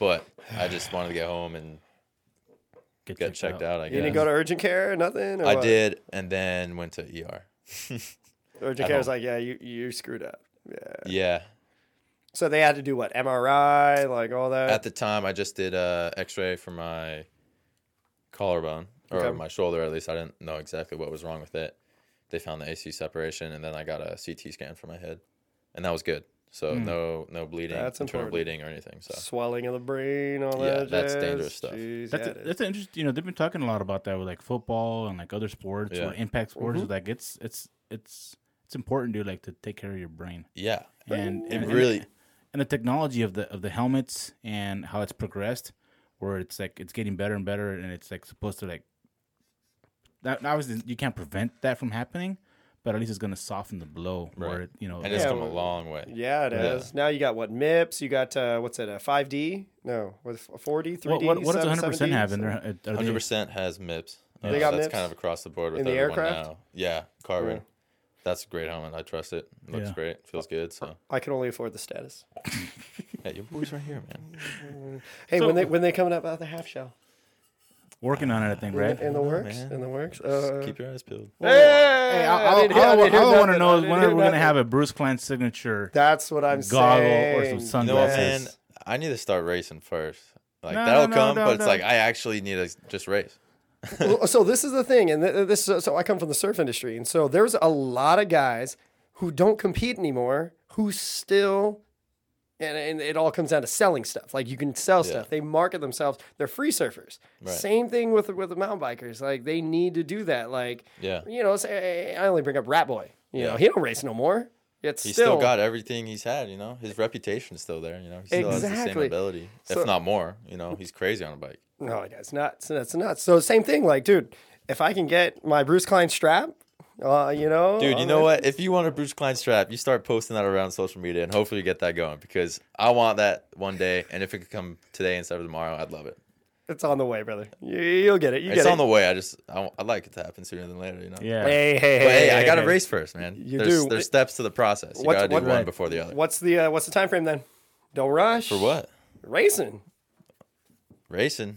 D: but I just wanted to get home and
E: Get,
D: get checked out. I guess
A: You didn't go to urgent care or nothing? Or
D: I
A: what?
D: did, and then went to ER.
A: Urgent
D: I
A: care was
D: don't-
A: like, yeah, you, you screwed up. Yeah.
D: Yeah,
A: So they had to do what? MRI, like all that?
D: at the time I just did a X-ray for my collarbone or
A: Okay.
D: my shoulder. At least I didn't know exactly what was wrong with it. They found the AC separation, and then I got a CT scan for my head, and that was good. So no no bleeding,
A: Hmm. That's
D: internal
A: important.
D: bleeding or anything. So
A: Swelling of the brain, all
D: Yeah,
A: that.
D: that's
A: jazz.
D: dangerous stuff.
A: Jeez,
E: That's
A: yeah, it
E: a,
A: is.
E: that's an interesting. You know, they've been talking a lot about that with like football and like other sports
D: Yeah. Mm-hmm.
E: or impact sports. Like it's it's it's it's important, dude. Like to take care of your brain
D: yeah,
E: and
D: it
E: and- and-
D: really
E: and the technology of the of the helmets and how it's progressed, where it's like it's getting better and better, and it's like supposed to like that. Obviously, you can't prevent that from happening, but at least it's gonna soften the blow. Where
D: Right.
E: it, you know,
D: and it's
A: Oh, Yeah,
D: come a
A: well,
D: long way.
A: Yeah, it
D: Yeah.
A: is. Now you got what MIPS? You got uh, what's it? A five D? No, with four D, three
E: what,
A: D.
E: what, what does one hundred percent have in
A: having?
E: there? Are they-
D: Hundred percent has MIPS. Uh,
A: They got
D: that's
A: MIPS?
D: kind of across the board with
A: In the
D: everyone
A: aircraft?
D: now. Yeah, carbon.
A: Yeah.
D: That's a great helmet. I trust it. It Looks
E: Yeah.
D: great. Feels good. So
A: I can only afford the status.
D: yeah, your boy's right here, man.
A: Hey, when they when they coming up out of the half shell
E: working on it, I think,
A: in,
E: right? Oh,
A: the- in the works,
D: man.
A: in the works.
D: Just
A: Uh,
D: keep your eyes peeled.
A: Hey,
E: Hey,
A: I,
E: I, I,
A: didn't hear- I didn't hear
E: want to
A: nothing.
E: know
A: I didn't
E: when
A: hear
E: we're going to
A: nothing.
E: have a Bruce Clan signature
A: That's what I'm
E: goggle
A: saying.
E: or some
D: You know what,
E: sunglasses.
D: man? I need to start racing first. Like
E: No,
D: that'll
E: no,
D: come,
E: no,
D: but it's
E: no.
D: like I actually need to just race.
A: Well, so this is the thing, and th- this so I come from the surf industry, and so there's a lot of guys who don't compete anymore who still, and, and it all comes down to selling stuff. Like you can sell stuff. They market themselves. They're free surfers.
D: Right.
A: Same thing with with the mountain bikers. Like they need to do that. Like
D: Yeah.
A: you know, say, I only bring up Rat Boy. You know,
D: Yeah.
A: he don't race no more. Yet still,
D: He's still, got everything he's had, you know. His reputation's still there, you know. He still has the same
A: Exactly.
D: ability,
A: So-
D: if not more. You know, he's crazy on a bike.
A: No, it is not. So that's nuts. So same thing. Like, dude, if I can get my Bruce Klein strap, uh, you know,
D: Dude, you
A: on
D: know
A: the-
D: what? If you want a Bruce Klein strap, you start posting that around social media and hopefully you get that going because I want that one day. And if it could come today instead of tomorrow, I'd love it.
A: It's on the way, brother. You, you'll get it. You
D: it's
A: get
D: on
A: it.
D: the way. I just, I, would like it to happen sooner than later, you know?
E: Yeah.
A: Hey, hey, hey,
D: But hey,
A: hey,
D: I got to
A: hey.
D: race first, man.
A: You
D: there's,
A: do.
D: There's steps to the process. You
A: What's-
D: got to do
A: what-
D: one before the other.
A: What's the uh, what's the time frame then? Don't rush.
D: For what?
A: Racing.
D: Racing.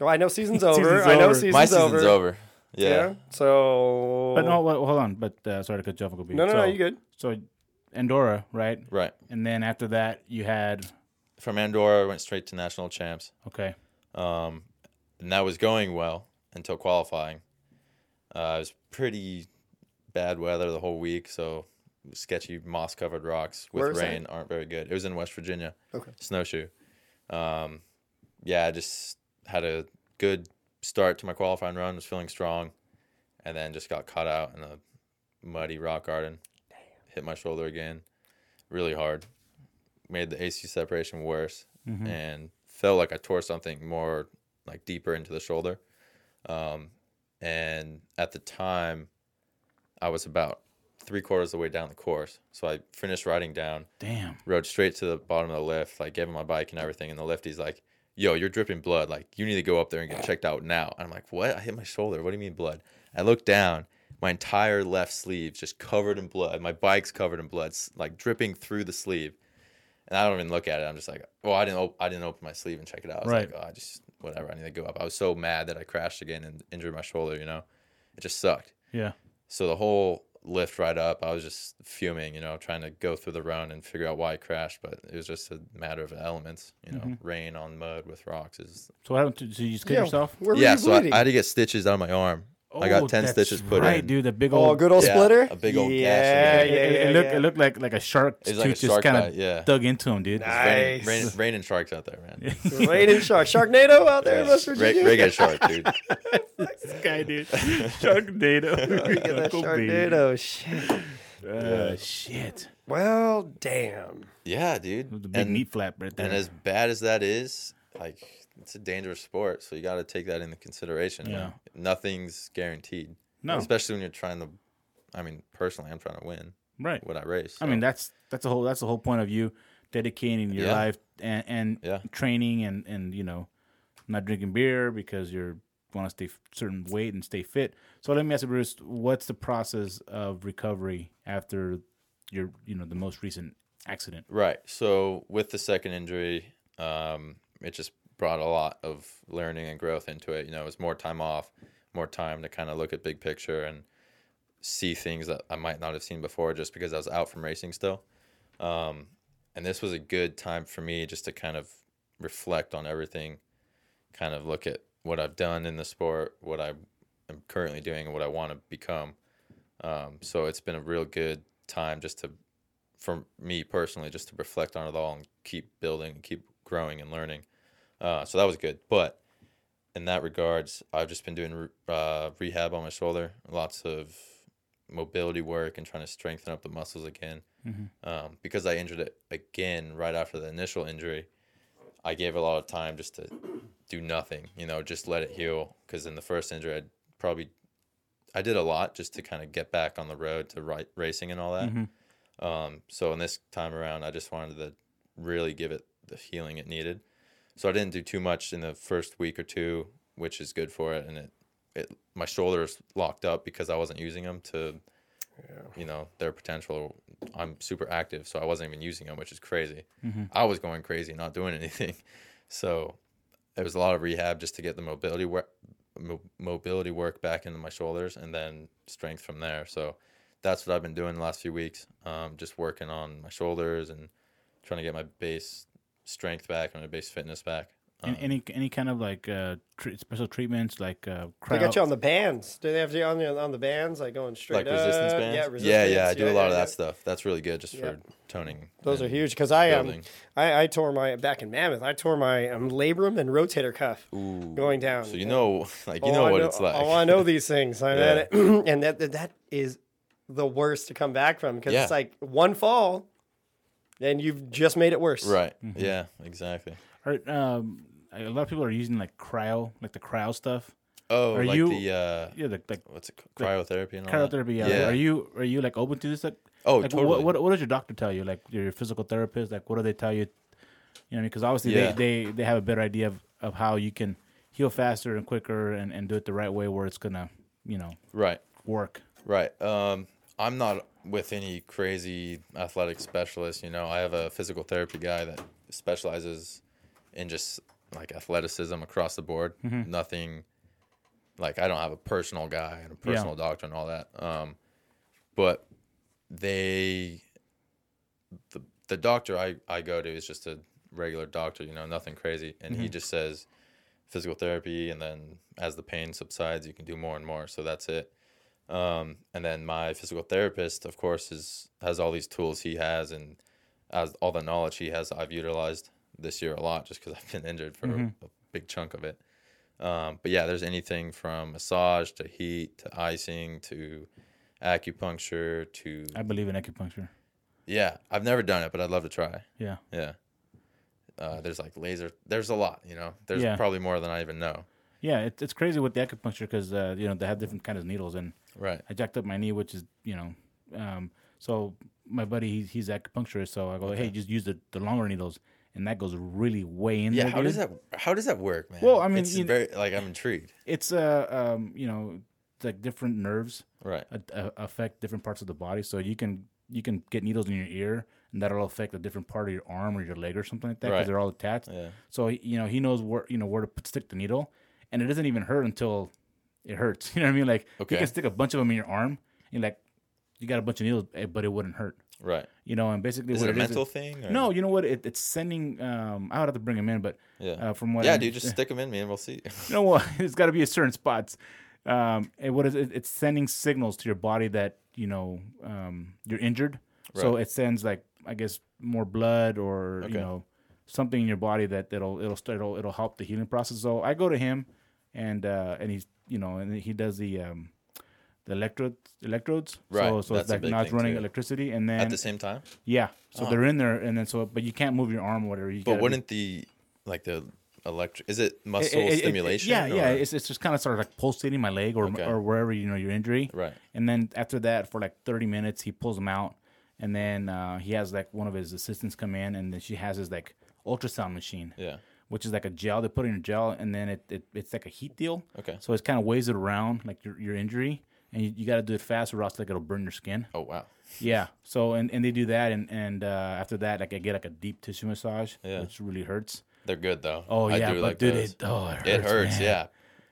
A: Oh, I know season's over.
E: Season's
A: I know
E: over.
A: season's,
D: My season's
A: over.
D: over.
A: Yeah.
D: Yeah.
A: So.
E: But no, well, hold on. But uh, sorry to cut you off, Kobe.
A: No, no,
E: so,
A: no. You good?
E: So, Andorra, right?
D: Right.
E: And then after that, you had
D: From Andorra, I went straight to national champs.
E: okay.
D: Um, and that was going well until qualifying. Uh, it was pretty bad weather the whole week, so sketchy moss covered rocks with
A: Where is that?
D: rain aren't very good. It was in West Virginia.
A: Okay.
D: Snowshoe. Um, yeah, I just had a good start to my qualifying run, was feeling strong, and then just got caught out in a muddy rock garden. Hit my shoulder again really hard. Made the AC separation worse and felt like I tore something more like deeper into the shoulder. Um, and at the time, I was about three quarters of the way down the course. So I finished riding down,
E: Damn.
D: rode straight to the bottom of the lift, like gave him my bike and everything. And the lifty's like, yo, you're dripping blood. Like, you need to go up there and get checked out now. And I'm like, what? I hit my shoulder. What do you mean blood? I look down. My entire left sleeve's just covered in blood. My bike's covered in blood, s- like dripping through the sleeve. And I don't even look at it. I'm just like, well, I didn't, op- I didn't open my sleeve and check it out. I was
E: Right.
D: like, oh, I just whatever. I need to go up. I was so mad that I crashed again and injured my shoulder. You know, it just sucked.
E: Yeah.
D: So the whole lift right up, I was just fuming, you know, trying to go through the run and figure out why it crashed. But it was just a matter of elements, you know,
E: Mm-hmm.
D: rain on mud with rocks is.
E: So what happened? To, so you just cut
A: Yeah,
E: yourself? Oh,
A: Where were
D: yeah,
A: you
D: so I,
A: bleeding?
D: I had to get stitches on my arm. I got ten
E: that's
D: stitches put
E: right,
D: in.
E: dude. The big old.
A: oh, good old
D: Yeah,
A: splitter.
D: a big old gash in
A: yeah,
D: it.
E: It,
A: yeah,
E: it,
A: yeah,
E: it looked.
A: yeah.
E: It looked like like a shark
D: It's
E: tooth
D: like a
E: just
D: shark
E: kind
D: bite,
E: of
D: yeah.
E: dug into him, dude.
A: Nah.
D: Rain,
A: Nice.
D: rain, rain and sharks out there, man.
A: Raiden Shark, Sharknado out there in West
D: Ra-
A: Virginia.
D: reggae shark, dude.
E: this guy, dude. Sharknado.
A: Get that
E: Go, baby.
A: Sharknado shit.
E: Uh, shit.
A: Well, damn.
D: Yeah, dude.
E: The big
D: And-
E: meat flap right there.
D: And as bad as that is, like it's a dangerous sport, so you got to take that into consideration. you
E: Yeah.
D: know? nothing's guaranteed.
E: No.
D: especially when you're trying to. I mean, personally, I'm trying to win
E: right.
D: what I race.
E: I mean,
D: so-
E: that's that's the whole that's the whole point of you dedicating your
D: Yeah.
E: life and and
D: Yeah.
E: training and and you know not drinking beer because you're want to stay f- certain weight and stay fit. So let me ask you, Bruce, what's the process of recovery after your you know the most recent accident?
D: right. So with the second injury, um, it just brought a lot of learning and growth into it. You know, it was more time off, more time to kind of look at big picture and see things that I might not have seen before, just because I was out from racing still. Um, and this was a good time for me just to kind of reflect on everything, kind of look at what I've done in the sport, what I am currently doing, and what I want to become. Um, so it's been a real good time just to, for me personally, just to reflect on it all and keep building and keep growing and learning. Uh, so that was good. But in that regards, I've just been doing re- uh, rehab on my shoulder, lots of mobility work and trying to strengthen up the muscles again um, because I injured it again right after the initial injury, I gave a lot of time just to do nothing, you know, just let it heal. Because in the first injury, I probably I did a lot just to kind of get back on the road to right, racing and all that. Um, so in this time around, I just wanted to really give it the healing it needed. So I didn't do too much in the first week or two, which is good for it. And it, it my shoulders locked up because I wasn't using them to you know their potential i'm super active so i wasn't even using them which is crazy i was going crazy not doing anything so it was a lot of rehab just to get the mobility work mo- mobility work back into my shoulders and then strength from there so that's what i've been doing the last few weeks um, just working on my shoulders and trying to get my base strength back and my base fitness back um,
E: And any any kind of like uh, tre- special treatments like uh,
A: They
E: crowd?
A: got you on the bands. Do they have you on the on the bands? Like going straight
D: like resistance
A: up?
D: bands
A: Yeah, resistance.
D: yeah yeah i do a lot of
A: yeah.
D: that stuff that's really good just for toning
A: Those are
D: and-
A: huge because I um,
D: building.
A: I, I tore my back in Mammoth. I tore my um, labrum and rotator cuff going down.
D: so you
A: And-
D: know like you
A: Oh,
D: know
A: I
D: what it's like
A: Oh, I know these things. I
D: Yeah.
A: that and that, that that is the worst to come back from because
D: Yeah.
A: it's like one fall, and you've just made it worse.
D: Right.
E: Mm-hmm.
D: Yeah, exactly.
E: Are, um, a lot of people are using like cryo, like the cryo stuff.
D: Oh,
E: Are
D: like
E: you-
D: the uh
E: Yeah, like, like
D: what's it called? Cryotherapy and all that.
E: cryotherapy. Yeah. Are you are you like open to this? Like,
D: Uh, Oh,
E: like,
D: totally.
E: What, what what does your doctor tell you? Like your physical therapist, like what do they tell you? You know, because obviously
D: Yeah.
E: they, they they have a better idea of, of how you can heal faster and quicker and, and do it the right way where it's gonna you know
D: Right.
E: work.
D: Right. Um I'm not with any crazy athletic specialist, you know. I have a physical therapy guy that specializes in just like athleticism across the board. Nothing like I don't have a personal guy and a personal doctor and all that. Um but they the the doctor I, I go to is just a regular doctor, you know, nothing crazy. And he just says physical therapy and then as the pain subsides you can do more and more. So that's it. Um, and then my physical therapist, of course, is has all these tools he has and as all the knowledge he has I've utilized this year a lot just because I've been injured for a big chunk of it. Um, but yeah, there's anything from massage to heat to icing to acupuncture to
E: I believe in acupuncture.
D: yeah, I've never done it, but I'd love to try.
E: Yeah.
D: Yeah. Uh, there's like laser. There's a lot, you know. There's
E: Yeah.
D: probably more than I even know.
E: Yeah, it, it's crazy with the acupuncture because uh, you know they have different kinds of needles, and
D: Right.
E: I jacked up my knee, which is you know Um, so my buddy, he's, he's acupuncturist, so I go, hey, just use the, the longer needles, and that goes really way in
D: Yeah,
E: there.
D: how does
E: dude.
D: that how does that work, man?
E: Well, I mean,
D: it's
E: you-
D: very like I'm intrigued.
E: It's uh, um, you know, it's like different nerves
D: Right.
E: a- a- affect different parts of the body. So you can you can get needles in your ear, and that'll affect a different part of your arm or your leg or something like that because
D: Right.
E: they're all attached.
D: Yeah.
E: So he- you know he knows where you know where to put, stick the needle, and it doesn't even hurt until it hurts. You know what I mean? Like you
D: Okay.
E: can stick a bunch of them in your arm, and like you got a bunch of needles, eh, but it wouldn't hurt.
D: Right.
E: You know, and basically
D: Is
E: what
D: it a
E: is
D: mental thing? Or?
E: No, you know what? It, it's sending. Um, I would have to bring him in, but
D: Yeah.
E: uh, from what
D: yeah,
E: I
D: dude, just
E: understand-
D: stick them in, man. We'll see.
E: you know what? It's got to be at certain spots. Um, and what is it? It's sending signals to your body that you know um, you're injured. So
D: Right.
E: it sends like I guess more blood or you
D: Okay.
E: know something in your body that that'll it'll start it'll, it'll help the healing process. So I go to him, and uh, and he's you know and he does the um, the electrodes electrodes.
D: Right.
E: So, so
D: That's
E: it's
D: a
E: like
D: big
E: not
D: thing,
E: running
D: too.
E: electricity, and then
D: At the same time,
E: yeah, so they're in there, and then so but you can't move your arm or whatever. You
D: but
E: gotta be-
D: wouldn't the like the electric? Is it
E: it-
D: muscle
E: it- it- it-
D: stimulation?
E: yeah, yeah.
D: or-
E: It's, it's just kind of sort of like pulsating my leg or
D: Okay.
E: or wherever you know your injury.
D: Right.
E: And then after that, for like thirty minutes, he pulls them out, and then uh, he has like one of his assistants come in, and then she has his like ultrasound machine.
D: Yeah.
E: Which is like a gel. They put it in a gel, and then it, it it's like a heat deal.
D: Okay.
E: So it kind of weighs it around like your, your injury, and you, you got to do it fast, or else like it'll burn your skin.
D: Oh wow.
E: Yeah. So and, and they do that, and and uh, after that, like I get like a deep tissue massage,
D: Yeah.
E: which really hurts.
D: They're good though.
E: Oh
D: I
E: yeah,
D: do
E: but
D: like
E: dude,
D: those.
E: it oh it hurts.
D: It hurts,
E: man.
D: yeah.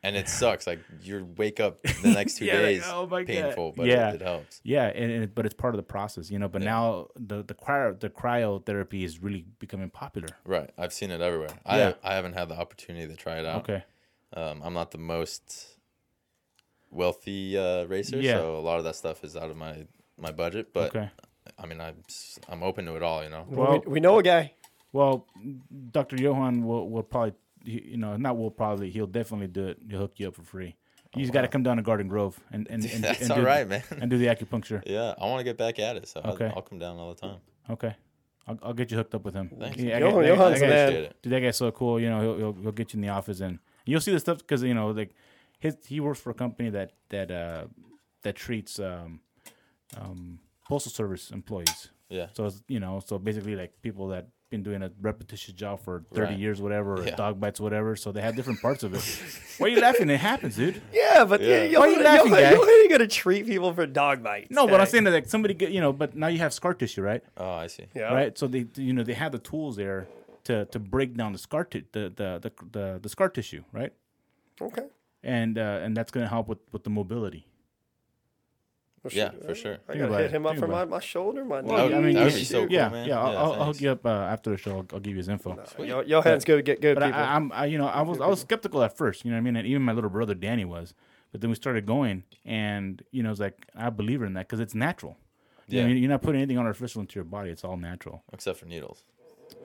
D: And it sucks. Like you wake up the next two
E: Yeah, like,
D: days
E: oh my God.
D: painful, but
E: Yeah.
D: it, it helps.
E: Yeah, and, and it- but it's part of the process, you know. But now the the cryo the cryotherapy is really becoming popular.
D: Right. I've seen it everywhere.
E: Yeah.
D: I I haven't had the opportunity to try it out.
E: Okay.
D: Um, I'm not the most wealthy uh, racer,
E: Yeah.
D: so a lot of that stuff is out of my my budget. But
E: okay.
D: I mean, I'm s- I'm open to it all. You know.
E: Well,
A: we, we know a guy.
E: well, Dr. Johan will will probably he- you know not will probably he'll definitely do it. He'll hook you up for free. You just got to come down to Garden Grove and and, and
D: Oh, That's
E: and do
D: all
E: the-
D: right, man.
E: And do the acupuncture.
D: Yeah, I want to get back at it, so I'll-
E: Okay.
D: I'll, come down all the time.
E: Okay. I'll, I'll get you hooked up with him.
D: Thanks.
E: Yeah, I
A: Johan-
E: got- I
A: Johan's
E: got-
A: a man.
D: Appreciate it.
E: Dude, that guy's so cool. You know, he'll he'll, he'll get you in the office and you'll see the stuff because you know, like his he works for a company that that uh that treats um um postal service employees.
D: Yeah.
E: So it's, you know, so basically like people that been doing a repetitious job for thirty
D: Right.
E: years, whatever, or
D: Yeah.
E: dog bites, whatever. So they have different parts of it. Why are you laughing? It happens, dude.
A: Yeah, but
D: Yeah.
A: you- you're,
E: Why are you
A: you're,
E: laughing,
A: you're,
E: guy?
A: only gonna treat people for dog bites.
E: No, but I'm
A: guy.
E: saying that like somebody get you know, but now you have scar tissue, right?
D: Oh, I see.
A: Yeah.
E: right? So they, you know, they have the tools there to to break down the scar ti- the, the the the the scar tissue, right?
A: Okay.
E: And uh, and that's going to help with with the mobility.
A: Well,
D: Yeah,
A: shoot,
D: for
A: uh,
D: sure.
A: I
E: Think
A: gotta
E: about
A: hit
E: it.
A: him up
E: Think
A: for my,
E: about
A: my shoulder, my
D: Well,
A: neck.
D: I mean,
E: yeah,
D: that'd be so cool,
E: yeah,
D: man.
E: yeah. I'll,
D: Yeah,
E: I'll, I'll hook
D: thanks.
E: you up uh, after the show. I'll, I'll give you his info.
A: Yo- Johan's good, good, good
E: But
A: people.
E: I, I'm, I, you know, I was, I was skeptical at first. You know what I mean? And even my little brother Danny was. But then we started going, and you know, it's like I believe in that because it's natural. You know what I
D: Yeah.
E: mean? you're not putting anything artificial into your body. It's all natural.
D: Except for needles.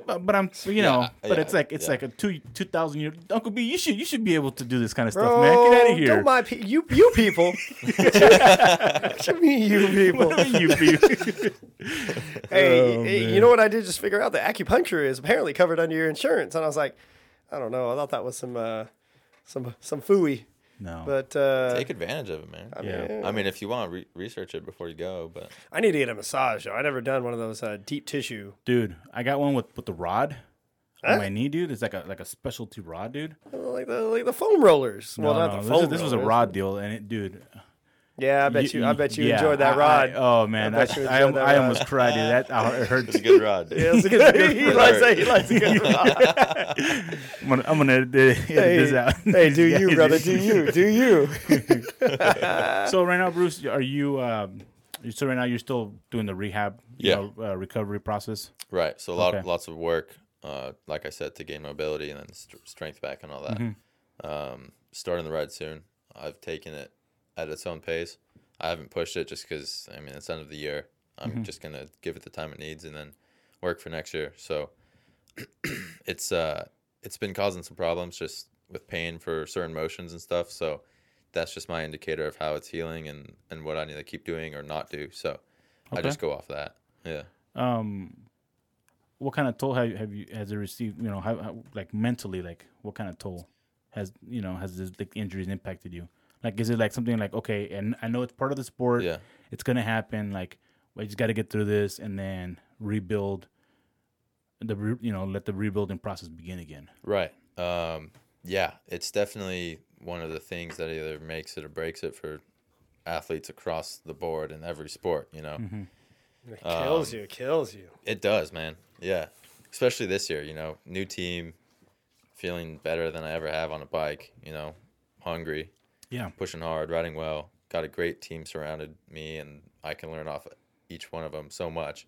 E: But, but I'm, you know,
D: Yeah,
E: but
D: yeah,
E: it's like it's
D: yeah.
E: like a two two thousand year Uncle B. You should you should be able to do this kind of stuff,
A: Bro,
E: man. Get out of here.
A: Oh, Don't mind pe- you, you people. what you mean, you people?
E: What do you mean, you B?
A: hey,
E: Oh,
A: hey, you know what I did just figure out? that acupuncture is apparently covered under your insurance, and I was like, I don't know. I thought that was some, uh, some, some fooey,
E: no.
A: but uh,
D: Take advantage of it, man. I mean,
E: yeah.
A: yeah.
D: if you want, re- research it before you go. But
A: I need to get a massage. Though. I never done one of those uh, deep tissue.
E: dude, I got one with with the rod
A: Huh?
E: on my knee, dude. It's like a like a specialty rod, dude.
A: Like the, like the foam rollers. well,
E: No,
A: not
E: no,
A: the
E: this is-
A: foam.
E: This was a
A: rollers.
E: rod deal, and it, dude.
A: Yeah, I bet you. I bet you
E: yeah,
A: enjoyed that
E: I-
A: rod.
E: I- oh man, I
A: bet you
E: I,
A: enjoyed that
E: I
A: rod.
E: almost cried, dude. That I, it hurt.
D: it's a good rod.
A: Yeah, it's a good- he likes that. He likes a good rod.
E: I'm gonna, I'm gonna edit this- edit this out.
A: hey, do you,
E: Yeah,
A: brother?
E: dude.
A: Do you? Do you?
E: So right now, Bruce, are you? Um, so right now, you're still doing the rehab, you
D: Yeah.
E: know, uh, recovery process.
D: Right. So a lot,
E: Okay.
D: lots of work. Uh, like I said, to gain mobility and then st- strength back and all that.
E: Mm-hmm.
D: Um, starting the ride soon. I've taken it at its own pace. I haven't pushed it just because I mean it's end of the year. I'm
E: Mm-hmm.
D: just gonna give it the time it needs and then work for next year. So it's uh it's been causing some problems just with pain for certain motions and stuff. So that's just my indicator of how it's healing and and what I need to keep doing or not do. So I
E: Okay.
D: just go off that. Yeah.
E: Um, what kind of toll have you, have you has it received? You know, how, how like mentally, like what kind of toll has you know has this like injuries impacted you? Like, is it like something like okay, and I know it's part of the sport,
D: Yeah.
E: it's gonna happen. Like I just got to get through this and then rebuild. The re- you know let the rebuilding process begin again.
D: Right. Um, yeah, it's definitely one of the things that either makes it or breaks it for athletes across the board in every sport. You know,
A: It
D: Um,
A: kills you. Kills you.
D: it does, man. Yeah, especially this year. You know, new team, feeling better than I ever have on a bike. You know, hungry,
E: Yeah,
D: pushing hard, riding well. Got a great team surrounded me, and I can learn off each one of them so much.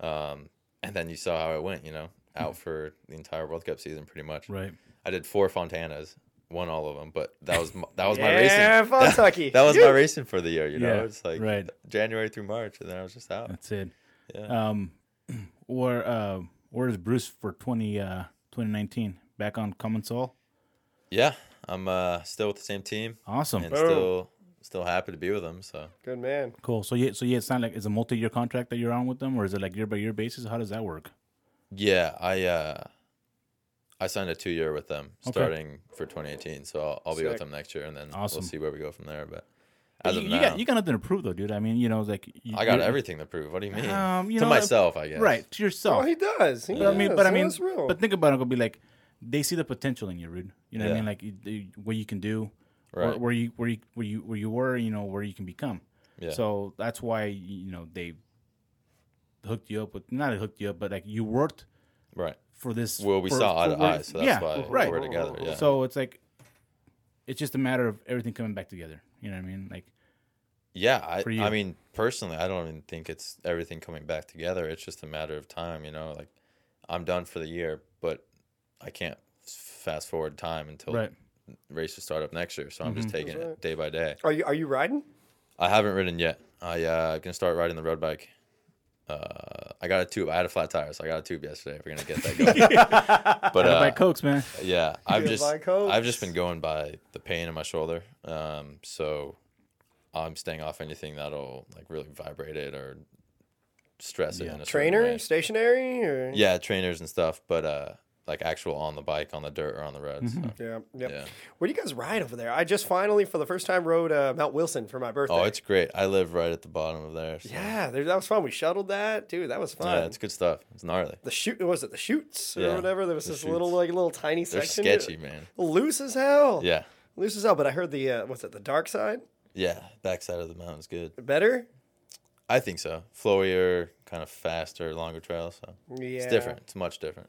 D: Um, and then you saw how it went. You know, out for the entire World Cup season, pretty much.
E: right.
D: I did four Fontanas, won all of them, but that was my, that was my racing.
A: Yeah, Fontucky.
D: That was my racing for the year, you know.
E: Yeah,
D: it's like
E: right.
D: January through March, and then I was just out.
E: That's it.
D: Yeah.
E: Um, where uh, where is Bruce for 20, uh, 2019? Back on Common Soul.
D: Yeah, I'm uh, still with the same team,
E: Awesome.
D: and still still happy to be with them. So
A: Good man.
E: Cool. So yeah, so yeah, it's not like it's a multi-year contract that you're on with them, or is it like year by year basis? How does that work?
D: yeah, I uh, I signed a two year with them
E: Okay.
D: starting for 2018. So I'll, I'll be with
A: Sick.
D: them next year, and then
E: Awesome.
D: we'll see where we go from there. But
E: But
D: as
E: you,
D: of
E: you
D: now,
E: got you got nothing to prove though, dude. I mean, you know, like you,
D: I got
E: you're-
D: everything to prove. What do you mean?
E: Um, you
D: to
E: know,
D: myself, I guess.
E: right to yourself.
A: Oh, he does. He
E: but I mean,
A: does.
E: but I
A: No,
E: mean,
A: that's real.
E: but think about it. It'll be like they see the potential in you, Rude. You know what I
D: Yeah.
E: mean? Like you, you- what you can do, where,
D: Right.
E: where you where you where you where you were, you know, where you can become.
D: Yeah.
E: So that's why you know they hooked you up with not hooked you up, but like you worked
D: Right.
E: for this.
D: Well, we
E: for-
D: saw eye
E: for
D: to
E: where-
D: eye, so that's
E: yeah,
D: why
E: right.
D: we're together. Yeah.
E: So it's like it's just a matter of everything coming back together. You know what I mean? Like
D: Yeah, I,
E: for you?
D: I mean, personally, I don't even think it's everything coming back together. It's just a matter of time, you know. Like, I'm done for the year, but I can't s- fast forward time until
E: right. Mm-hmm.
D: races start up next year. So I'm just taking it day by day.
A: are you are you riding?
D: I haven't ridden yet. I uh, gonna start riding the road bike. Uh, I got a tube. I had a flat tire, so I got a tube yesterday. We're gonna get that going. but
E: Gotta buy
D: uh,
E: cokes, man.
D: yeah, I've
A: Goodbye,
D: just
A: Coke.
D: I've just been going by the pain in my shoulder. Um, so I'm staying off anything that'll like really vibrate it or stress it in a certain
A: Trainer,
D: way.
A: stationary, or
D: Yeah, trainers and stuff, but uh, like actual on the bike, on the dirt, or on the road. So.
A: Yeah, Mm-hmm. yep.
D: Yeah.
A: Where do you guys ride over there? I just finally, for the first time, rode uh, Mount Wilson for my birthday.
D: Oh, it's great. I live right at the bottom of there. So.
A: yeah, there, that was fun. We shuttled that, dude. That was fun.
D: Yeah, it's good stuff. It's gnarly.
A: the shoot was it the shoots or
D: Yeah,
A: whatever? There was
D: the
A: this little
D: chutes.
A: like little tiny
D: They're
A: section.
D: sketchy, man.
A: Loose as hell.
D: Yeah,
A: loose as hell. But I heard the uh, what's it? The dark side
D: yeah. Backside of the mountain's good.
A: better.
D: I think so. Flowier, kind of faster, longer trail. So
A: Yeah,
D: it's different. It's much different.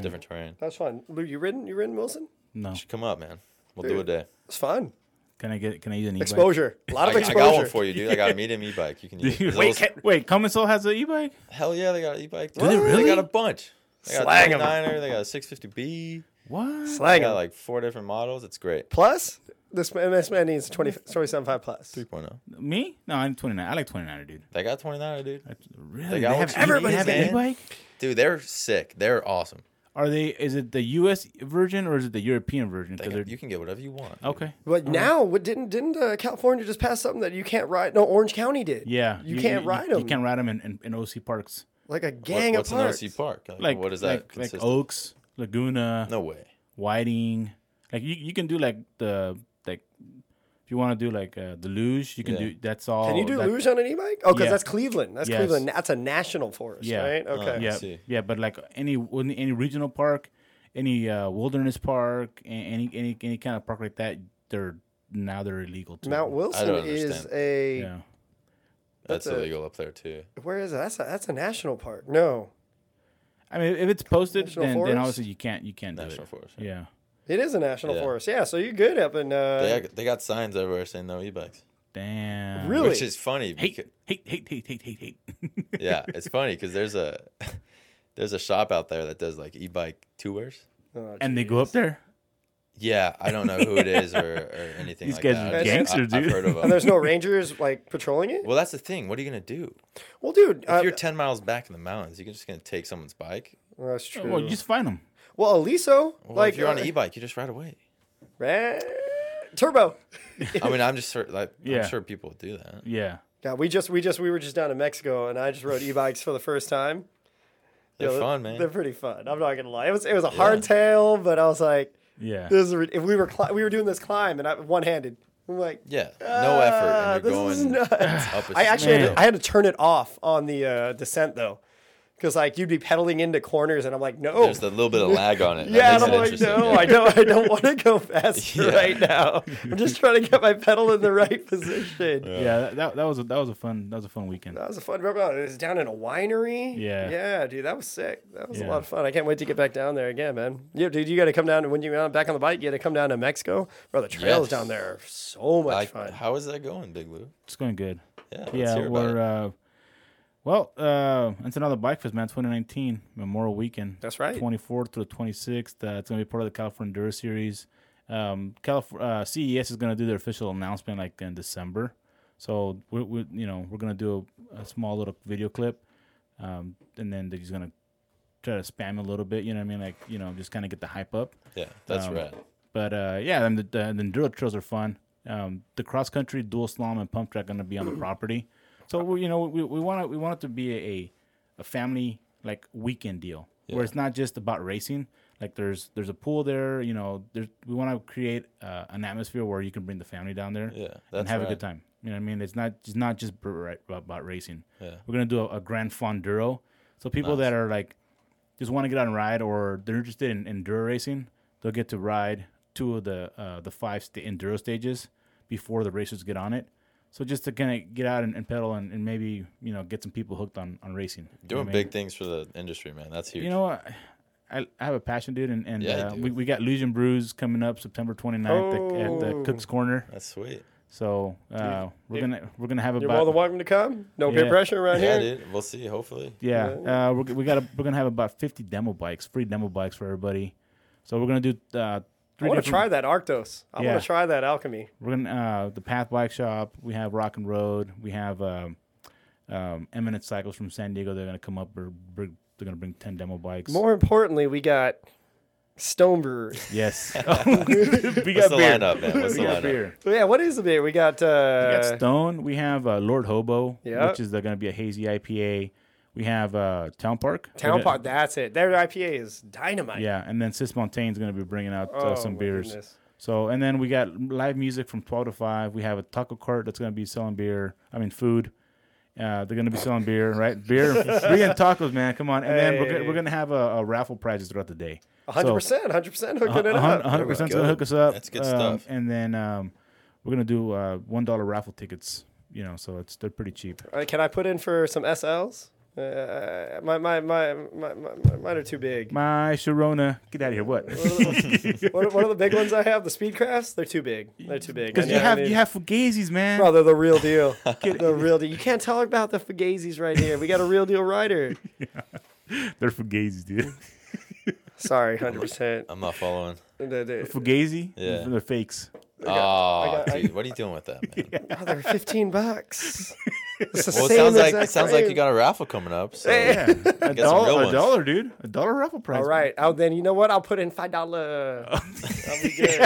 D: Different terrain.
A: That's fun. Lou, you ridden? You ridden Wilson?
E: No,
D: should come up, man. We'll do a day.
A: It's fun.
E: can I get? Can I use an e-bike?
A: Exposure. A lot
D: I,
A: of
D: I
A: exposure.
D: got one for you, dude. I got a medium e-bike. You can use. it.
E: wait,
D: Those-
E: can, wait, Common Soul has an e-bike.
D: hell yeah, they got an e-bike.
E: they really?
D: They got a bunch. They got
A: Slag
D: a
A: 'em.
D: 29er. They got a 650B.
E: What?
D: They
A: Slang
D: got
A: 'em.
D: like four different models. It's great.
A: plus, this man, this man needs 20, 27.5 plus.
D: 3.0.
E: Me? No, I'm 29. I like 29er, dude.
D: oh. They got 29er, dude.
E: That's- Really?
D: got one
E: have e-
D: for
E: they
D: everybody,
E: have an
D: man.
E: e-bike.
D: Dude, they're sick. They're awesome.
E: Are they? Is it the U.S. version or is it the European version?
D: They
E: 'Cause
D: got-
E: they're-
D: you can get whatever you want.
E: okay.
A: But now, what didn't didn't uh, California just pass something that you can't ride? No, Orange County did.
E: Yeah,
A: you, can't ride them.
E: You can't ride them in, in, in OC parks,
A: like a
D: What-
A: gang
D: what's
A: of parks.
D: an OC park? Like,
E: like
D: what is
E: like,
D: that?
E: Like oh.
D: consist of?
E: Oaks, Laguna,
D: no way.
E: Whiting. Like you, you can do like the like if you want to do like uh, the luge, you can
D: Yeah.
E: do. That's all.
A: Can you do
E: that-
A: luge on an e-bike? Oh, because
E: Yeah.
A: that's Cleveland. That's
E: Yes.
A: Cleveland. That's a national forest,
E: Yeah.
A: right?
D: Oh,
A: Okay.
E: Yeah,
D: see.
E: yeah, but like any any regional park, any uh, wilderness park, a- any any any kind of park like that, they're now they're illegal. Too.
A: Mount Wilson is
D: understand.
A: a
E: Yeah.
D: That's,
A: a-
D: illegal up there too.
A: where is it? That's a, that's a national park. No,
E: I mean, if it's posted,
A: National
E: then, then
A: forest?
E: obviously you can't you can't do
D: National
E: it.
D: Forest. yeah.
E: Yeah.
A: it is a national
D: Yeah.
A: forest. Yeah, so you're good up in.
D: They
A: Uh,
D: got, they got signs everywhere saying no e-bikes,
E: Damn.
A: Really?
D: which is funny.
E: Hate,
D: Because,
E: hate, hate, hate, hate, hate, hate.
D: yeah, it's funny because there's a there's a shop out there that does like e-bike tours.
A: oh,
E: and they go up there.
D: Yeah, I don't know who it is or, or anything
E: These
D: like
E: guys
D: that.
E: are
D: I've-
E: gangsters,
D: I- I've
E: dude.
D: heard of
A: and
D: 'em.
A: there's no rangers like patrolling it.
D: Well, that's the thing. What are you gonna do?
A: Well, dude,
D: If
A: uh,
D: you're ten miles back in the mountains, you're just gonna take someone's bike.
A: that's true.
E: Well, you just find them.
A: Well, Aliso,
D: Well,
A: like
D: if you're on
A: uh,
D: an e-bike, you just ride away.
A: eh, Turbo.
D: I mean, I'm just sure, like,
E: Yeah.
D: I'm sure people do that.
E: Yeah.
A: Yeah, we just we just we were just down in Mexico, and I just rode e-bikes for the first time.
D: They're
A: Yeah,
D: fun, man.
A: They're pretty fun. I'm not gonna lie. It was it was a hardtail, but I was like,
E: Yeah.
A: this is rid- if we were cli- we were doing this climb, and I one handed. I'm like,
D: Yeah, no effort,
A: "Ah,
D: and you're
A: this is
D: going
A: nuts."
D: up. A
A: I actually had
E: Man.
A: to, I had to turn it off on the uh, descent though, because like you'd be pedaling into corners, and I'm like, no.
D: there's a little bit of lag on it. That
A: yeah, and
D: makes
A: I'm
D: it
A: like,
D: interesting,
A: no,
D: yeah.
A: I don't, I don't want to go faster
D: Yeah.
A: right now. I'm just trying to get my pedal in the right position.
E: Yeah, that- that, that was a, that was a fun that was a fun weekend.
A: That was a fun trip. Oh, It was down in a winery.
E: Yeah.
A: yeah, dude, that was sick. That was a
E: Yeah.
A: lot of fun. I can't wait to get back down there again, man. Yeah, dude, you got to come down when you're back on the bike. You got to come down to Mexico, bro. The trails
D: Yes.
A: down there are so much
D: Like,
A: fun.
D: how is that going, Big Lou?
E: It's going good.
D: Yeah, let's
E: yeah,
D: hear about
E: we're
D: it.
E: uh, well, uh, it's another Bike Fest, man. 2019 Memorial Weekend.
A: That's right.
E: 24th through the 26th. Uh, it's gonna be part of the California Enduro Series. Um, Calif- uh, CES is gonna do their official announcement like in December. So we, we you know, we're gonna do a, a small little video clip, um, and then they're just gonna try to spam a little bit. You know what I mean? Like you know, just kind of get the hype up.
D: yeah, that's
E: um,
D: rad.
E: But uh, yeah, and the, the, the enduro trails are fun. Um, the cross country, dual slalom, and pump track are going to be on the property. So we, you know, we we want it we want it to be a a family like weekend deal where it's not just about racing. Like there's there's a pool there. You know, there's, we want to create uh, an atmosphere where you can bring the family down there
D: Yeah,
E: and
D: that's
E: have a
D: rad.
E: good time. You know what I mean? It's not it's not just br- right- about racing. We're gonna do a, a grand fonduro. So people that are like just want to get out and ride or they're interested in enduro racing, they'll get to ride two of the uh, the five sta enduro stages before the racers get on it. So just to kind of get out and, and pedal and, and maybe you know get some people hooked on on racing. You know
D: Doing
E: what I mean?
D: big things for the industry, man. That's huge.
E: You know what? I, I have a passion, dude, and, and
D: Yeah,
E: uh,
D: dude.
E: we, we got Legion Brews coming up September 29th at, the- at
A: Oh.
E: the Cook's Corner.
D: that's sweet.
E: So uh, we're gonna we're gonna have
A: You're
E: about
A: more than welcome to come. No peer
E: Yeah.
A: pressure around
D: Yeah,
A: here.
D: dude. We'll see. Hopefully,
E: Yeah, uh, we're, g- we got a, we're gonna have about fifty demo bikes, free demo bikes for everybody. So we're gonna do uh,
A: I
E: three.
A: want
E: different,
A: to try that Arctos. I
E: Yeah.
A: want to try that Alchemy.
E: We're gonna uh, the Path Bike Shop. We have Rock and Road. We have um, um, Eminent Cycles from San Diego. They're gonna come up. Or bring, they're gonna bring ten demo bikes.
A: More importantly, we got Stone Brewery.
E: Yes. we got
D: the
E: beer.
D: lineup, man? What's
E: we
D: the
E: got
D: lineup?
E: beer.
A: So yeah, what is the beer? We got. Uh,
E: We got Stone. We have uh, Lord Hobo,
A: Yeah.
E: which is going to be a hazy IPA. We have uh, Town Park.
A: Town
E: We're gonna-
A: Park. That's it. Their IPA is dynamite.
E: Yeah, and then Sis Montaigne's going to be bringing out
A: Oh,
E: uh, some
A: my
E: beers.
A: goodness.
E: So, and then we got live music from 12 to 5. We have a taco cart that's going to be selling beer, I mean, food. Uh, they're going to be selling beer, right? Beer, beer and tacos, man. Come on. And then we're, gonna-
A: Hey.
E: we're going to have a, a raffle prizes throughout the day.
A: A hundred
E: So-
A: percent, a hundred percent hooking it up.
E: hundred hundred percent
D: There
E: to
D: we go.
E: hook us up.
D: That's good
E: Um,
D: stuff.
E: And then um, we're gonna do uh, one dollar raffle tickets. You know, so it's they're pretty cheap.
A: Uh, can I put in for some SLs? Uh, my, my, my, my, my, my- mine are too big.
E: My Sharona, get out of here. What?
A: One, of- one of the big ones I have, the Speedcrafts, they're too big. They're too big.
E: Because
A: I
E: you
A: need- I
E: have
A: need-
E: you have fugazis, man.
A: Bro, they're the real deal. the real deal. You can't tell about the Fugazis right here. We got a real deal rider.
E: They're fugazis, dude.
A: Sorry, hundred percent.
D: I'm not following.
A: They're
E: Fugazi.
D: Yeah.
E: They're fakes.
D: oh,
A: got- I-
D: dude, what are you doing with that, man?
A: oh, fifteen bucks. It's the
D: Well, it
A: same
D: sounds like
A: exact
D: it sounds like you
A: frame.
D: got a raffle coming up. So
E: Yeah, a,
D: Get some real
E: dollar, a
D: ones.
E: dollar, dude. A dollar raffle prize.
A: All right. Oh, then you know what? I'll put in five dollar. I'll be good.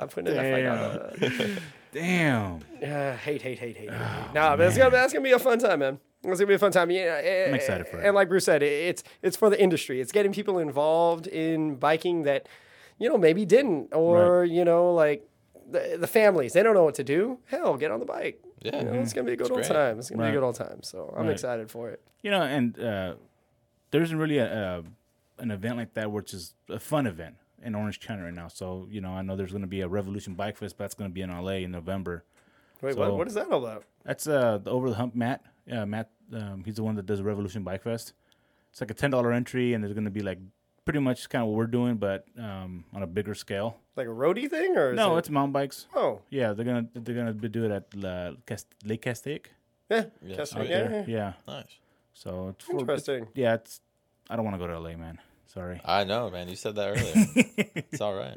A: I'll put in a five dollar.
E: Oh. Damn. Damn.
A: Uh, hate, hate, hate, hate. hate,
E: Oh,
A: hate. Nah, but it's gonna, that's gonna be a fun time, man. It's gonna be a fun time. Yeah, I'm
E: excited for it.
A: And like Bruce said, it, it's it's for the industry. It's getting people involved in biking that, you know, maybe didn't, or you know, like the, the families. They don't know what to do. Hell, get on the bike.
D: Yeah.
A: You know, it's gonna be a good old
D: great.
A: time. It's gonna be
E: Mm. Right.
A: a good old time. So I'm
E: Right.
A: excited for it.
E: You know, and uh, there isn't really a, a an event like that, which is a fun event in Orange County right now. So you know, I know there's going to be a Revolution Bike Fest, but that's going to be in LA in November.
A: Wait,
E: So-
A: what, what is that all about?
E: That's uh, the Over the Hump Matt. Uh, Matt, um, he's the one that does Revolution Bike Fest. It's like a ten dollar entry, and there's going to be like pretty much kind of what we're doing, but um, on a bigger scale.
A: Like a roadie thing, or is
E: No,
A: it-
E: it's mountain bikes.
A: oh
E: Yeah, they're gonna they're gonna be do it at uh, Cast- Lake Castaic.
A: yeah,
D: Yeah,
A: Just-
D: okay.
A: yeah, yeah.
E: Yeah,
D: nice.
E: so it's for, it's-
A: interesting. Uh,
E: yeah, it's. I don't want to go to LA, man. Sorry.
D: I know, man. You said that earlier. it's all right.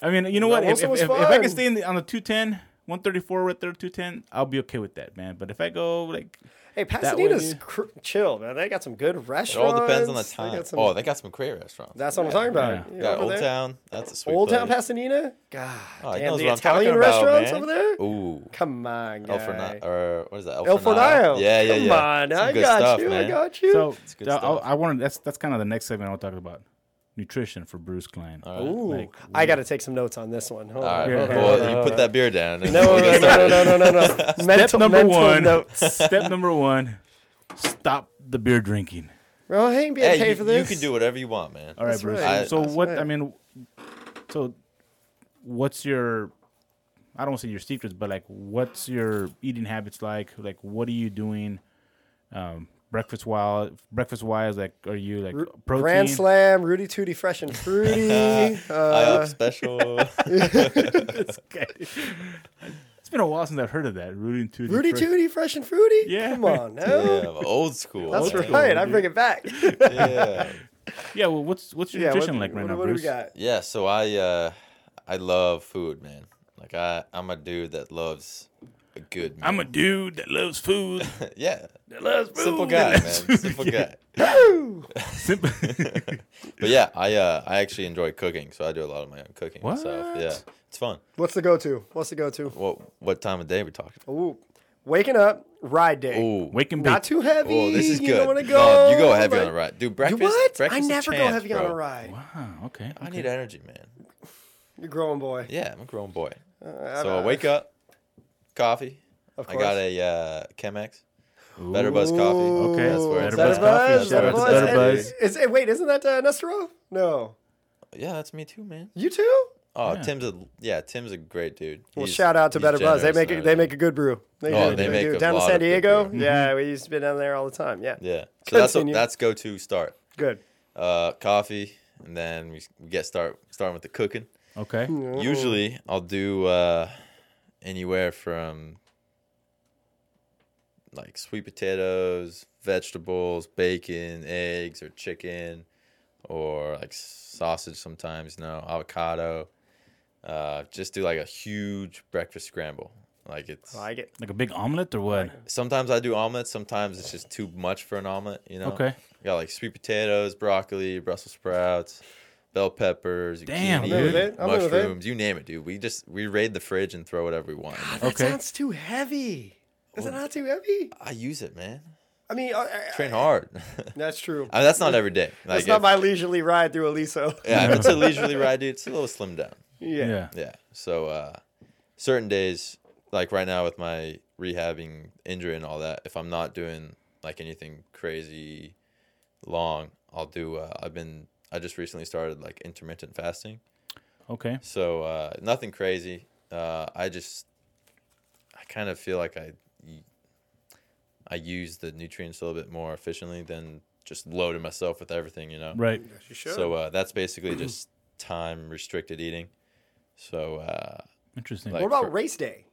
E: I mean, you know what? If,
A: Wilson
E: if,
A: was
E: if, if I
A: fun.
E: can stay in the, on the 210, 134 right there, 210, I'll be okay with that, man. But if I go like,
A: Hey,
E: way,
A: Pasadena's
E: dude.
A: cr- chill, man. They got some good
D: It
A: restaurants.
D: all depends on the
A: They
D: time.
A: got some-
D: oh, they got some great restaurants.
A: That's what I'm talking about.
E: Yeah.
A: You
D: got
A: over
D: Old
A: there?
D: Town. That's a sweet
A: Old
D: place.
A: Town Pasadena? God.
D: Oh, he
A: damn,
D: knows
A: the
D: what I'm
A: Italian
D: talking about,
A: restaurants
D: man.
A: over there?
D: Ooh.
A: Come on, guy.
D: El Forni- Oh, or what is that? El,
A: El
D: Fornile?
A: Fornile.
D: Yeah, yeah, yeah.
A: Come on.
D: Some
A: I
D: good
A: got
D: stuff,
A: you.
D: man.
A: I got you.
E: so
D: good
E: I,
D: stuff.
E: I wanted that's that's kind of the next segment I'll talk about. nutrition for Bruce Klein.
A: Ooh,
E: Like,
A: I got to take some notes on this one. Hold
D: All
A: on.
D: right.
E: Yeah.
D: Well, you put that beer down. and
A: No,
D: we'll get
A: no, no,
D: started.
A: no, no, no, no. no. Mental,
E: number
A: mental
E: one.
A: notes.
E: Step number one: stop the beer drinking.
A: Well, I ain't being
D: Hey,
A: paid
D: you,
A: for
D: you
A: this.
D: can do whatever you want, man.
E: All right,
A: That's
E: Bruce.
A: right.
D: I-
E: so
D: that's
E: what?
A: right.
E: I mean, so what's your? I don't want to say your secrets, but like, what's your eating habits like? Like, what are you doing? Um, breakfast while breakfast wise, like, are you like protein?
A: Grand Slam, Rudy Tooty, Fresh and Fruity.
D: I
A: uh,
D: up special.
E: Okay. it's been a while since I've heard of that. Rudy Tooty.
A: Rudy
E: Fresh-
A: Tooty, Fresh and Fruity.
E: Yeah.
A: Come on, no.
D: yeah, old school.
A: That's
D: man.
A: right. I bring it back.
D: Yeah.
E: Yeah. Well, what's what's your
A: yeah, what,
E: nutrition like right
A: what,
E: now,
A: what
E: Bruce?
A: do we got?
D: Yeah, so I uh I love food, man. Like I I'm a dude that loves a good meal.
E: I'm a dude that loves food.
D: yeah.
E: That loves food.
D: Simple guy,
E: that
D: man.
E: loves food.
D: Simple
E: Yeah.
D: guy.
E: Simple.
D: But yeah, I uh I actually enjoy cooking, so I do a lot of my own cooking myself.
E: What?
D: Yeah. It's fun.
A: What's the go-to? What's the go-to?
D: What what time of day we talking?
A: Ooh, waking up, ride day.
D: Ooh.
E: Wake and bake.
A: Not too heavy.
D: Whoa, this is
A: you
D: good.
A: Don't wanna
D: No,
A: go,
D: you go heavy on
A: like-
D: a ride.
A: You
D: Dude, breakfast.
A: what?
D: breakfast
A: I
D: is
A: never go
D: champs,
A: heavy on
D: bro.
A: a ride.
E: Wow. Okay.
D: I need energy, man.
A: You're growing boy.
D: Yeah, I'm a grown boy. so I wake up, coffee.
A: Uh, Of
D: I got
A: course.
D: a uh, Chemex, Better Buzz coffee.
E: Okay.
D: That's where
E: Better
A: Better
E: Buzz
D: it's at.
A: Buzz.
E: Coffee. Shout
A: Better
E: out to
A: Buzz.
E: Better
A: and-
E: Buzz.
A: Is, is- wait, isn't that uh, Nestero? No.
D: Yeah, that's me too, man.
A: You too?
D: Oh,
E: Yeah.
D: Tim's a yeah. Tim's a great dude.
A: Well,
D: He's-
A: shout out to
D: he's
A: Better Buzz. They
D: generous
A: make
D: and
A: a, they
D: everything.
A: make a good brew. They
D: Oh,
A: do.
D: they make
A: do.
D: a
A: down in
D: lot
A: San
D: of good
A: Diego.
D: brew. Mm-hmm.
A: Yeah, we used to be down there all the time. Yeah.
D: Yeah. So that's a,
A: Continue.
D: that's go to start.
A: Good.
D: Uh, coffee, and then we, we get start starting with the cooking.
E: Okay.
D: Usually, I'll do uh, anywhere from like sweet potatoes, vegetables, bacon, eggs, or chicken, or like sausage sometimes. No avocado. Uh, just do like a huge breakfast scramble. Like it's
A: I like it.
E: Like a big omelet or what?
D: sometimes I do omelets. Sometimes it's just too much for an omelet. You know.
E: Okay.
D: You got like sweet potatoes, broccoli, Brussels sprouts, bell peppers,
E: Damn,
D: zucchini,
E: I'm in with
A: it. I'm in with it.
D: mushrooms. You name it, dude. We just we raid the fridge and throw whatever we want. in there.
A: That
E: Okay.
A: sounds too heavy. Is it not too heavy?
D: I use it, man.
A: I mean, I, I,
D: Train hard.
A: that's true.
D: I mean, that's not every day. Like,
A: It's not
D: if-
A: my leisurely ride through Aliso.
D: yeah, if it's a leisurely ride, dude. It's a little slim down.
A: Yeah.
E: Yeah.
D: Yeah. So uh, certain days, like right now with my rehabbing injury and all that, if I'm not doing like anything crazy long, I'll do. Uh, I've been. I just recently started like intermittent fasting.
E: Okay.
D: So uh, nothing crazy. Uh, I just I kind of feel like I I use the nutrients a little bit more efficiently than just loading myself with everything, you know.
E: Right.
A: You should.
D: So uh, that's basically just time restricted eating. So uh,
E: Interesting.
D: Like-
A: what about
D: for-
A: race day?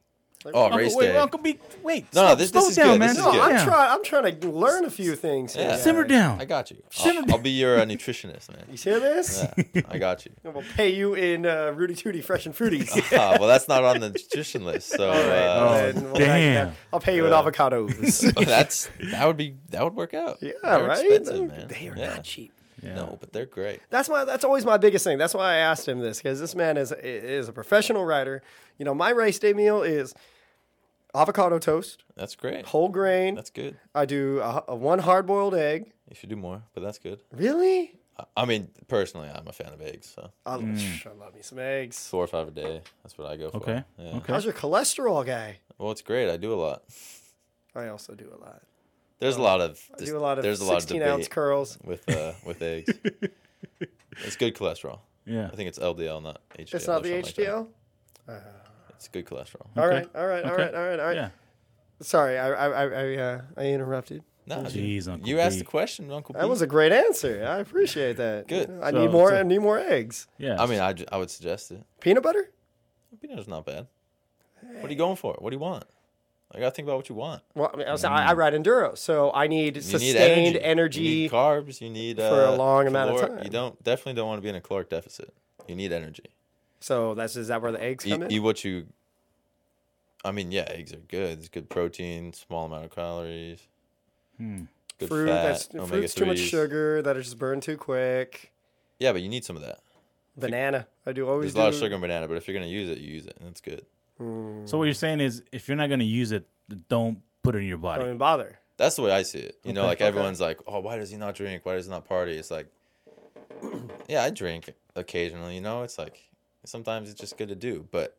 D: oh,
E: Uncle,
D: race
E: wait,
D: day.
E: Uncle B, wait.
D: No,
E: slow,
D: this-
E: slow
D: this is
E: down,
D: good,
E: man.
D: this is
A: No,
D: good.
A: I'm
E: Yeah.
A: trying. I'm trying to learn a few things. here,
D: Yeah.
E: Simmer down.
D: I got you.
E: Simmer
D: I'll, I'll be your uh, nutritionist, man.
A: You hear this?
D: Yeah, I got you.
A: We'll pay you in uh, Rudy Tooty Fresh and Fruities.
D: Ah, well, that's not on the nutrition list, so
A: All right,
D: uh,
A: then we'll
E: Oh, damn.
A: back that. I'll pay you in avocados.
D: that's that would be that would work out.
A: yeah,
D: They're
A: right.
D: Expensive, man.
A: They are
D: Yeah.
A: not cheap.
E: Yeah.
D: No, but they're great.
A: That's my. That's always my biggest thing. That's why I asked him this because this man is is a professional writer. You know, my race day meal is avocado toast,
D: That's great.
A: whole grain.
D: That's good.
A: I do a, a one hard boiled egg.
D: You should do more, but that's good.
A: Really?
D: I- I mean, personally, I'm a fan of eggs, so
A: I,
E: Mm.
A: I love me some eggs.
D: four or five a day. That's what I go for.
E: Okay.
D: Yeah.
E: Okay.
A: How's your cholesterol guy?
D: Well, it's great. I do a lot.
A: I also do a lot.
D: There's a lot of.
A: I
D: There's,
A: do a lot of
D: there's a lot of
A: 16
D: debate
A: ounce curls.
D: with uh, with eggs. it's good cholesterol.
E: Yeah.
D: I think it's LDL, not HDL.
A: It's not
D: or
A: the
D: something like that.
A: HDL.
D: it's good cholesterol.
A: All right, all right, all right, all right, all right.
E: Yeah.
A: Sorry, I I I I, uh, I interrupted.
D: No, dude,
E: Jeez, Uncle
D: you asked
E: B.
D: the question, Uncle.
A: That
D: B.
A: was a great answer. I appreciate that.
D: Good.
A: I
E: So-
A: need more.
E: so-
A: I need more eggs.
E: Yeah.
D: I mean, I, ju- I would suggest it.
A: Peanut butter.
D: Peanut butter's not bad. What are you going for? What do you want? I gotta think about what you want.
A: Well, I, mean, I, was- I I ride enduro, so I need
D: Mm. You need
A: sustained
D: You
A: energy.
D: need carbs. You need uh,
A: for a long amount of
D: caloric-
A: time.
D: You don't definitely don't want to be in a caloric deficit. You need energy.
A: so that's is that where the eggs
D: eat,
A: come in?
D: eat what you. I mean, yeah, eggs are good. It's good protein, small amount of calories.
E: Hmm.
D: Good
A: Fruit.
D: fat,
A: that's
D: omega
A: fruit's too much
D: 3s.
A: sugar that is just burned too quick.
D: Yeah, but you need some of that.
A: Banana. I do always
D: There's a lot of
A: do-
D: sugar in banana, but if you're gonna use it, you use it, and it's good.
E: so what you're saying is, if you're not gonna use it, don't put it in your
A: Don't
E: body.
A: even bother.
D: That's "Oh, the way I see it. You know, like everyone's like, "Oh, why does he not drink? Why does he not party?" It's like, yeah, I drink occasionally. You know, it's like sometimes it's just good to do, but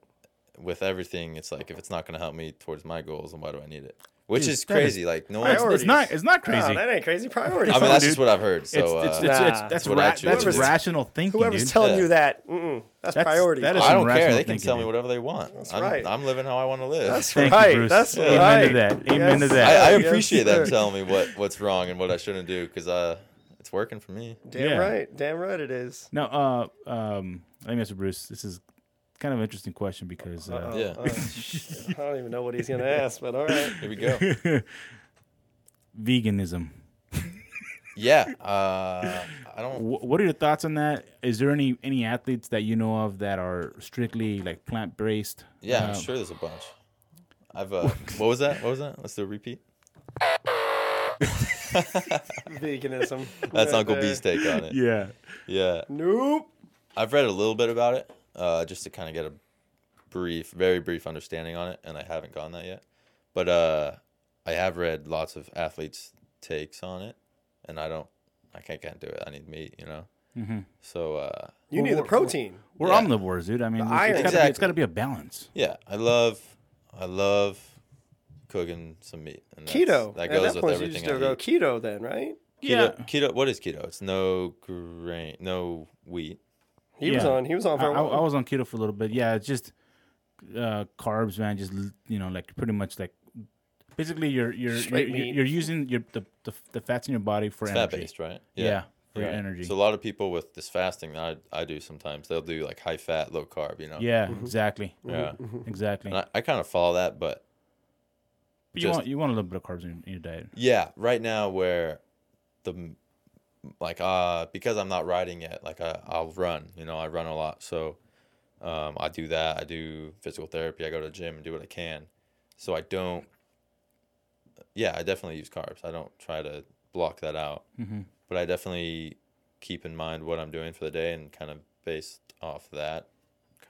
D: with everything, it's like if it's not going to help me towards my goals, then why do I need it? Which
E: Dude,
D: is
E: that is-
D: crazy. like no one's.
E: It's not. It's not crazy.
A: No, that ain't crazy. Priorities.
D: I mean, that's just
E: dude.
D: what I've heard. So
E: it's, it's,
D: uh,
E: it's,
A: Nah.
E: it's, that's
D: That's what I
E: ra-
D: choose
E: that's
D: to do.
E: rational thinking,
A: Whoever's
E: dude.
A: telling
D: Yeah.
A: you that, mm-mm, that's,
E: That's-
A: priorities.
E: that is-
D: I don't
E: rational
D: care. They can
E: thinking,
D: tell me
E: dude.
D: whatever they want. That's I'm,
A: right.
D: I'm living how I want to live.
A: That's
E: Thank you,
A: right.
E: Bruce.
A: That's
E: Amen to
A: right.
E: that. Amen to that.
D: I, I
A: yes,
D: appreciate them
A: sir.
D: telling me what, what's wrong and what I shouldn't do because uh, it's working for me.
A: Damn
E: Yeah.
A: right. Damn right it is.
E: No, uh, um, let me answer Bruce. This is kind of an interesting question because uh,
D: Yeah.
A: Uh, shit, I don't even know what he's gonna ask, but all right.
D: Here we go.
E: veganism.
D: Yeah. Uh, I don't.
E: Wh- what are your thoughts on that? Is there any any athletes that you know of that are strictly like plant based?
D: Yeah, I'm sure there's a bunch. I've. Uh, what was that? What was that? Let's do a repeat.
A: Veganism.
D: That's
A: right
D: Uncle
A: there.
D: B's take on it.
E: Yeah.
D: Yeah.
A: uh, Nope.
D: I've read a little bit about it, uh, just to kind of get a brief, very brief understanding on it, and I haven't gone that yet. But uh, I have read lots of athletes' takes on it, and I don't, I can't, can't do it. I need meat, you know. Mm-hmm. So uh,
A: You need the protein.
E: We're
D: Yeah.
E: omnivores, dude. I mean,
A: iron.
E: it's, gotta be, it's
D: Exactly.
E: got to be a balance.
D: yeah, I love, I love cooking some meat. And that's-
A: Keto.
D: That
A: At
D: goes
A: that
D: with
A: point, you
D: everything.
A: just
D: I
A: go
D: eat.
A: keto then, right?
D: Keto, keto. What is keto? It's no grain, no wheat.
A: He was
E: Yeah.
A: on. He was on
E: I,
A: for a
E: I, I
A: while.
E: was on keto for a little bit. Yeah, it's just uh, carbs, man. Just l- you know, like pretty much like basically you're you're you're,
A: Straight
E: you're,
A: meat.
E: you're using your the, the the fats in your body for
D: It's fat
E: energy.
D: based, right?
E: Yeah, for your
D: Right.
E: energy.
D: So a lot of people with this fasting that I, I do sometimes, they'll do like high fat, low carb, you know?
E: yeah, Mm-hmm. exactly,
D: Yeah.
E: exactly.
D: uh, mm-hmm. And I, I kind of follow that, but
E: But you
D: just-
E: want you want a little bit of carbs in, in your diet.
D: yeah, right now where the, m- like, uh, because I'm not riding yet, like I, I'll run, you know, I run a lot. So um, I do that. I do physical therapy. I go to the gym and do what I can. So I don't, yeah, I definitely use carbs. I don't try to block that out, but I definitely keep in mind what I'm doing for the day and kind of based off that,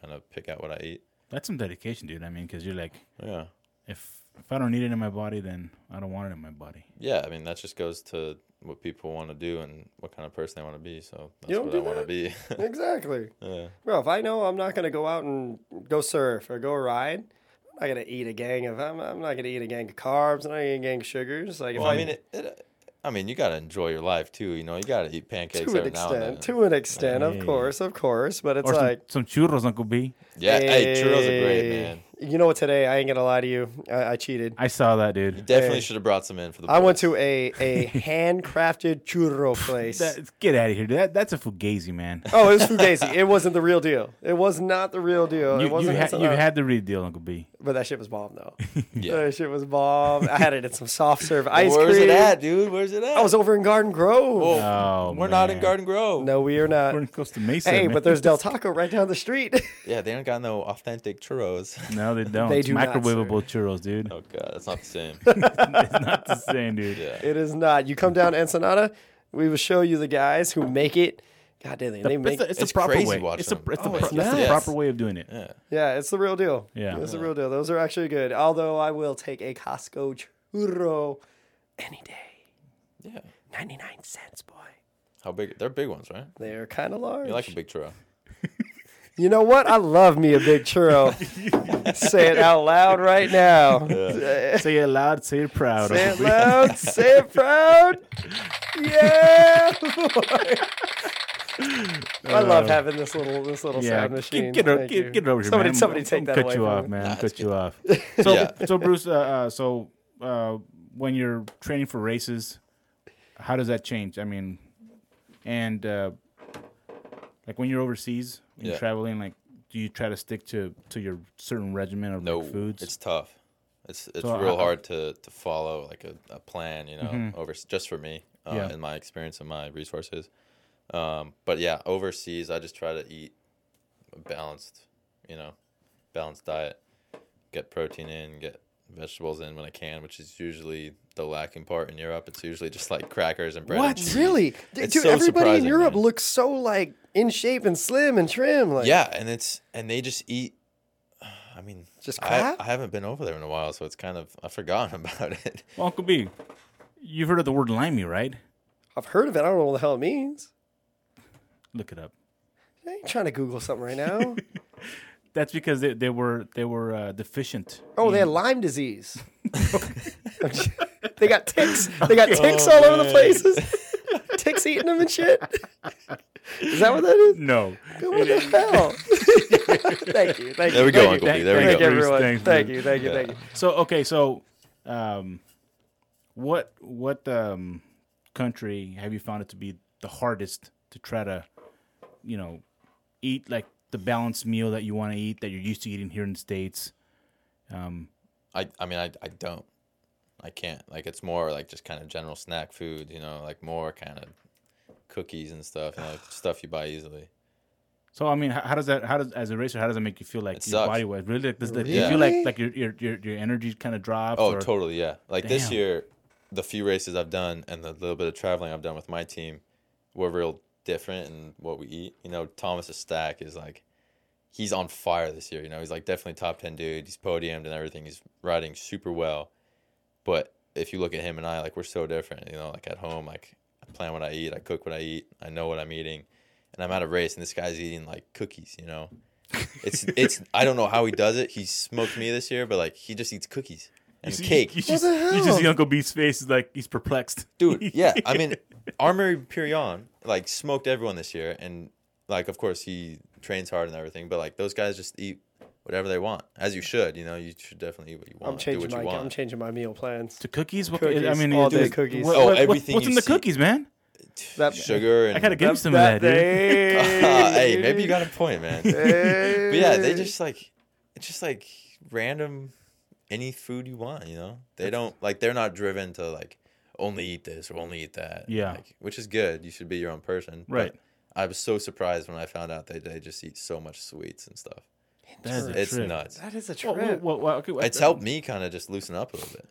D: kind of pick out what I eat.
E: That's some dedication, dude. I mean, because you're like,
D: Yeah.
E: if if I don't need it in my body, then I don't want it in my body.
D: Yeah, I mean that just goes to what people want to do and what kind of person they want to be. So that's
A: You don't
D: what
A: do
D: I want to
A: that?
D: be.
A: Exactly.
D: yeah.
A: Bro, if I know I'm not gonna go out and go surf or go ride, I'm not gonna eat a gang of. I'm, I'm not gonna eat a gang of carbs. I'm not gonna eat a gang of sugars. Like, if
D: Well, I mean, it, it, I mean, you gotta enjoy your life too. You know, you gotta eat pancakes
A: to an
D: every now and then.
A: extent, to an extent, of course, of course. But it's
E: Or
A: like
E: some, some churros, Uncle B.
D: Yeah, hey, churros are great,
A: Hey.
D: man.
A: You know what? Today, I ain't gonna lie to you. I, I cheated.
E: I saw that, dude.
D: Definitely
A: Hey.
D: should have brought some in for the.
A: I went
D: boys.
A: to a a handcrafted churro place.
E: That, get out of here. dude. That that's a fugazi, man.
A: oh, it was fugazi. It wasn't the real deal. It was not the real deal.
E: you
A: it
E: you,
A: wasn't. uh,
E: ha-
A: it's not-
E: you had the real deal, Uncle B.
A: but that shit was bomb though.
D: Yeah.
A: That shit was bomb. I had it in some soft serve ice cream.
D: Where's it at, dude? Where's it at?
A: I was over in Garden Grove.
D: Oh,
E: Oh,
D: we're not in
E: man.
D: Garden Grove.
A: No, we are not.
E: We're in Costa Mesa.
A: hey,
E: man.
A: but there's Del Taco right down the street.
D: Yeah, they don't got no authentic churros.
E: no, they don't.
A: They
E: It's
A: do not, sir.
E: microwavable churros, dude.
D: oh god, that's not the same.
E: It's not the same, dude.
D: Yeah.
A: it is not. You come down to Ensenada, we will show you the guys who make it. God damn, they
E: It's
A: make
E: the, it's the
D: It's
E: proper
D: crazy
E: way.
D: watching
E: It's the
D: them.
E: it's, the,
A: Oh,
E: pro-
A: it's
E: it's the
A: nice.
E: proper way of doing it.
D: Yeah.
A: Yeah, it's the real deal.
E: Yeah.
A: It's the real deal. Those are actually good. Although I will take a Costco churro any day.
D: Yeah.
A: 99 cents, boy.
D: How big? They're big ones, right?
A: They're kind of large.
D: You like a big churro.
A: You know what? I love me a big churro. say it out loud right now.
E: Say it loud, say it proud.
A: Say it loud, say it proud. Yeah. boy. I love having this little this little
E: Uh, yeah,
A: sound
E: get,
A: machine.
E: get, o-
A: Thank you.
E: get, get it over here,
A: somebody,
E: man.
A: Somebody
E: Don't-
A: take
E: don't
A: that
E: cut
A: away
E: you
A: from
E: off,
A: me.
E: man. cut you off. So,
D: Yeah.
E: so Bruce, uh, uh, so uh, when you're training for races, how does that change? I mean, and uh, like when you're overseas and
D: Yeah.
E: traveling, like do you try to stick to to your certain regimen of
D: No,
E: like, foods?
D: it's tough. It's it's
E: So
D: real
E: I- Mm-hmm.
D: hard to to follow like a, a plan, you know, over just for me uh,
E: Yeah.
D: in my experience and my resources. Um, but yeah, overseas, I just try to eat a balanced, you know, balanced diet. Get protein in, get vegetables in when I can, which is usually the lacking part in Europe. It's usually just like crackers and bread. and
A: What
D: cheese.
A: really, D-
D: It's
A: dude?
D: so
A: everybody in
D: surprising,
A: Europe
D: man.
A: looks so like in shape and slim and trim. Like,
D: Yeah, and it's and they just eat. I mean,
A: Just
D: I,
A: crap?
D: I haven't been over there in a while, so it's kind of I've forgotten about it.
E: Well, Uncle B, you've heard of the word limey, right?
A: I've heard of it. I don't know what the hell it means.
E: Look it up.
A: I ain't trying to Google something right now.
E: That's because they, they were they were uh, deficient.
A: Oh, they had Lyme disease. they got ticks. They got
E: Oh,
A: ticks all over the places. ticks eating them and shit. Is that what that is?
E: No,
A: What the hell? thank you. Thank
D: There
A: you.
D: we go,
A: thank
D: Uncle
A: you.
D: B. There we
A: Thank
D: go.
E: you.
A: everyone.
E: Thanks,
A: thank
E: man.
A: you. Thank you. Thank you.
E: So okay, so um, what what um, country have you found it to be the hardest to try to, you know, eat like the balanced meal that you want to eat that you're used to eating here in the states?
D: I, I mean, I, I don't. I can't. Like, it's more like just kind of general snack food, you know, like more kind of cookies and stuff, you know, stuff you buy easily.
E: So I mean, how, how does that? How does as a racer? How does that make you feel? Like
D: It
E: your
D: sucks.
E: body was really like, does that, do you
D: Really?
E: feel like like your your your, your energy kind of drops?
D: Oh,
E: or-
D: totally. Yeah. Like this
E: Damn.
D: year, the few races I've done and the little bit of traveling I've done with my team were real different in what we eat. You know, Thomas's stack is like, he's on fire this year. You know, he's like definitely top 10 dude. He's podiumed and everything. He's riding super well. But if you look at him and I, like, we're so different. You know, like at home, like, I plan what I eat, I cook what I eat, I know what I'm eating. And I'm at a race and this guy's eating like cookies, you know? It's, it's, I don't know how he does it. He smoked me this year, but like, he just eats cookies and
E: You-
D: cake
E: You, just,
A: the
E: you just
A: hell?
E: see Uncle B's face is like he's perplexed.
D: dude. Yeah, I mean, Armory Pirion like smoked everyone this year, and like of course he trains hard and everything, but like those guys just eat whatever they want, as you should. You know, you should definitely eat what you want,
A: I'm
D: do
A: changing
D: what you
A: my I'm
D: want.
A: changing my meal plans.
E: To cookies, what,
A: Cookies,
E: I mean,
A: all
E: dude,
A: day cookies.
E: What,
D: Oh,
E: what-
D: everything
E: what's in
D: you
E: the
D: see.
E: cookies, man?
A: That-
D: Sugar and
E: I gotta give him some of that, dude.
A: day.
D: Ah, hey, maybe you got a point, man. but yeah, they just like it's just like random any food you want. You know, they don't like they're not driven to like only eat this or only eat that.
E: Yeah.
D: like, which is good. You should be your own person. but
E: Right.
D: I was so surprised when I found out that they just eat so much sweets and stuff.
E: That is a
D: It's
E: trip.
D: nuts.
A: That is a
E: Whoa,
A: trip.
E: whoa, Oh, whoa, whoa, okay, what-
D: It's helped me kind of just loosen up a little bit.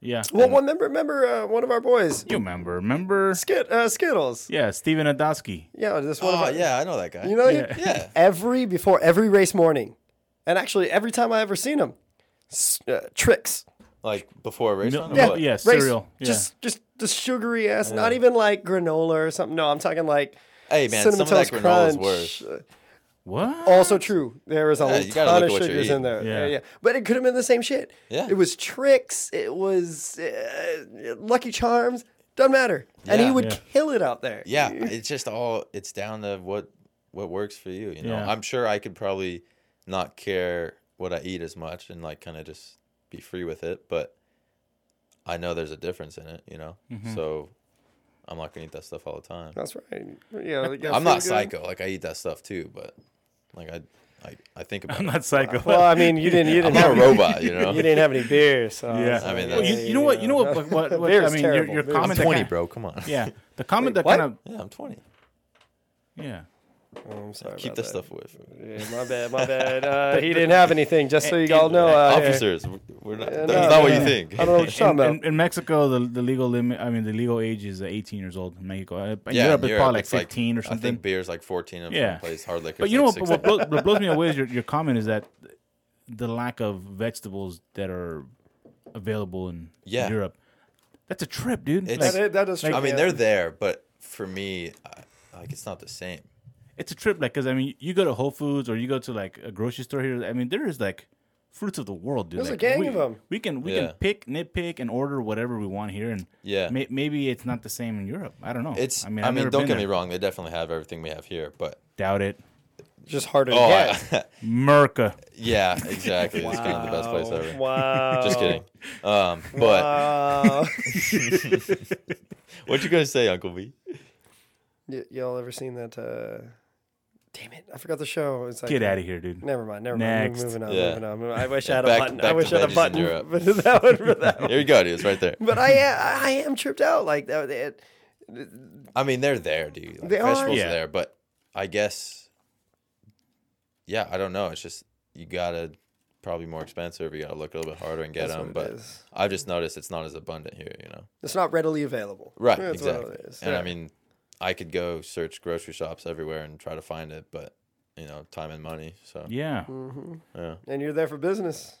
E: Yeah.
A: Well, one member, remember uh, one of our boys,
E: You remember? Remember?
A: Skit, uh, Skittles.
E: Yeah, Steven Adosky.
A: Yeah, this one. of
D: Oh
A: our,
D: yeah, I know that guy.
A: You know,
E: Yeah.
D: yeah,
A: every before every race morning, and actually every time I ever seen him, s- uh, tricks.
D: like before a race.
E: Mil-
D: run or
E: yeah,
D: what?
E: yeah,
A: Race-
E: cereal. Yeah.
A: Just just the sugary ass. Not even like granola or something. No, I'm talking like
D: Hey man,
A: cinnamon
D: some of
A: toast
D: that granola is
A: crunch.
D: worse. Oh.
E: what?
A: Also true. There is a
D: Yeah, you gotta
A: ton
D: look
A: of
D: at what you're
A: sugars in
D: eating.
A: there. Yeah.
E: Yeah.
A: yeah, but it could have been the same shit.
D: Yeah.
A: it was tricks. It was uh, Lucky Charms. Doesn't matter. And he
D: Yeah.
A: would
E: Yeah.
A: kill it out there.
D: yeah it's just all it's down to what what works for you you know
E: Yeah.
D: i'm sure i could probably not care what i eat as much and like kind of just be free with it but i know there's a difference in it you know
A: Mm-hmm.
D: so i'm not gonna eat that stuff all the time
A: that's right. Yeah, you gotta
D: i'm not
A: feel good.
D: psycho like i eat that stuff too but like i i, I think about
E: I'm
D: it
E: not psycho.
A: Well, I mean, you didn't. You
D: i'm
A: didn't
D: not
A: have
D: a robot you know
A: You didn't have any beer, so
E: yeah.
A: so-
D: I mean,
E: Well, you, you know what? You know what? What? what, what
A: Beer's
E: I mean, your,
A: terrible.
E: your
A: Beer's
E: comment.
D: i'm
E: that
D: 20
E: kinda-
D: bro come on
E: Yeah, the comment that
A: what?
E: kind of.
D: yeah i'm 20
E: Yeah.
A: Oh, I'm sorry.
D: keep
A: about
D: that
A: that.
D: stuff away from me
A: Yeah, my bad. My bad. Uh, he didn't have anything. Just so you all know, uh,
D: officers we're not that's
A: no,
D: not
A: no,
D: what you
A: no.
D: think
A: I don't know what you're
E: In,
A: talking about.
E: in, in Mexico, the, the legal limit. I mean, the legal age is 18 years old in Mexico. Uh, In Europe,
D: in
E: it's probably like
D: it's
E: 15 or
D: I
E: something.
D: think beer's like 14 in
E: Yeah.
D: some place. Hard liquor.
E: But you know
D: like
E: what, what, blow, what blows me away is your, your comment is that the lack of vegetables that are available in
D: Yeah.
E: Europe. That's a trip, dude.
D: It's-
E: Like,
A: That is- that is true.
D: I mean,
A: yeah.
D: they're there, but for me, I, like it's not the same.
E: it's a trip, like because I mean, you go to Whole Foods or you go to like a grocery store here. I mean, there is like fruits of the world, dude.
A: There's a
E: Like,
A: gang
E: we,
A: of 'em.
E: We can we
D: Yeah.
E: can pick, nitpick, and order whatever we want here, and
D: Yeah.
E: may, maybe it's not the same in Europe. I don't know.
D: It's. I mean,
E: I've never
D: don't
E: been
D: get me
E: there.
D: wrong. They definitely have everything we have here, but
E: Doubt it.
A: just harder.
D: oh,
A: to get.
D: I-
E: Merca.
D: yeah, exactly. It's kind of the best place ever.
A: Wow.
D: Just kidding. Um, but
A: Wow.
D: what you gonna say, Uncle V?
A: Y- y'all ever seen that? Uh... Damn it! I forgot the show. It's like,
E: Get out of here, dude.
A: Never mind. Never mind.
E: Next.
A: Moving on.
D: Yeah.
A: Moving on. moving on. I wish I had a
D: Back-
A: button.
D: back
A: I
D: to
A: wish I had a
D: veggies in
A: button.
D: Europe.
A: But that one for that one.
D: Here you go. Dude. It's right there.
A: But I, am- I am tripped out like that. It-
D: I mean, they're there, dude. Like,
A: They are.
D: vegetables
E: Yeah.
D: are there, but I guess, yeah, I don't know. It's just you gotta probably more expensive. You gotta look a little bit harder and get
A: That's what
D: them.
A: it
D: But
A: is.
D: I've just noticed it's not as abundant here. You know.
A: It's not readily available.
D: Right,
A: That's what
D: exactly.
A: it is.
D: And
A: Yeah.
D: I mean, I could go search grocery shops everywhere and try to find it, but you know, time and money. So
E: Yeah.
D: yeah,
A: Mm. and you're there for business.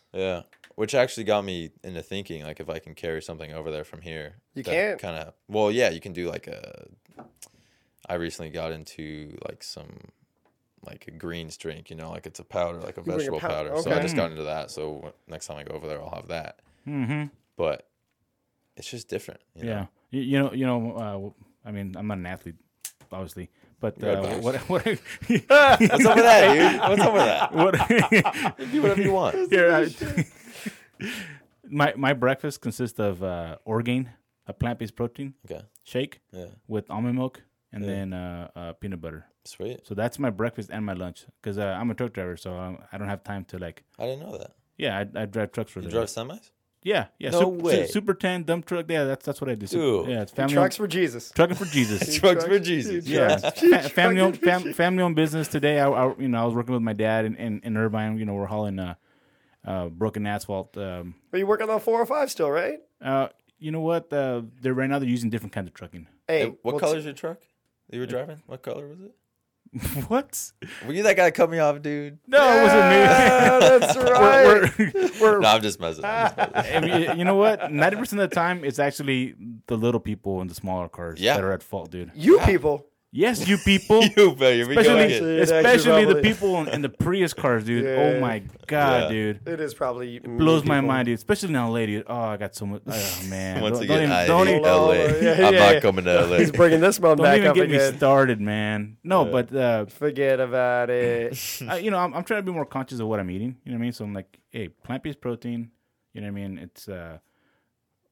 D: which actually got me into thinking like if I can carry something over there from here,
A: You can't.
D: Kind of. Well, yeah, you can do like a. I recently got into like some like a greens drink, you know, like it's a powder, like a
A: bring a
D: vegetable
A: pow-
D: powder. So
A: okay.
D: I just got into that. So w- next time I go over there, I'll have that.
E: Mm-hmm.
D: But it's just different. You
E: Yeah.
D: Know?
E: You, you know, you know. Uh, I mean, I'm not an athlete, obviously, but
D: You're a
E: uh,
D: boss.
E: what, what, what,
D: What's up with that, dude? What's up with that?
E: what
D: Do whatever you want.
E: here, I- my my breakfast consists of uh, orgain, a plant based protein
D: Okay.
E: shake
D: Yeah.
E: with almond milk, and then uh, uh, peanut butter.
D: Sweet.
E: So that's my breakfast and my lunch because uh, I'm a truck driver, so I, I don't have time to like.
D: I didn't know that.
E: Yeah, I, I drive trucks for
D: You
E: the
D: drove semis?
E: Yeah, yeah.
D: No
E: sup- su-
D: way.
E: super ten dump truck. Yeah, that's that's what I do. Sup-
D: Dude.
E: yeah, it's family
A: Trucks for Jesus.
E: trucking for Jesus.
D: Drugs for Jesus.
E: Yeah, fa- family owned fam- family owned business. Today, I, I you know I was working with my dad in, in, in Irvine. You know we're hauling uh, uh, broken asphalt. Um,
A: Are you working on 405 still, right?
E: uh, you know what? Uh, they're right now they're using different kinds of trucking.
A: Hey,
D: Hey, what
A: well,
D: color's your truck that you were driving? What color was it?
E: what?
D: Were you that guy that cut me off, dude?
E: No, it wasn't
A: Yeah, that's right.
E: me. We're- we're-
D: No, I'm just messing. I'm just messing.
E: I mean, you know what? Ninety percent of the time, it's actually the little people in the smaller cars
D: Yeah.
E: that are at fault, dude.
A: you people.
E: Yes, you people.
D: you better be going.
E: Especially,
A: Actually,
D: in.
A: it actually
E: especially the
A: probably-
E: people in, in the Prius cars, dude. Oh
A: Yeah.
E: my god,
D: Yeah.
E: dude.
A: It is probably it
E: blows my mind, dude. Especially in LA, dude. Oh, I got so much. Oh man.
D: Once
E: don't,
D: again, I
E: don't
D: hate
E: even, don't,
D: LA.
A: Yeah,
D: I'm
A: yeah, yeah.
D: not coming to LA.
A: He's bringing this one
E: don't
A: back
E: even
A: up
E: get
A: again.
E: me started, man. No, but uh,
A: Forget about it.
E: I, you know, I'm, I'm trying to be more conscious of what I'm eating. You know what I mean? So I'm like, hey, plant based protein. You know what I mean? It's uh,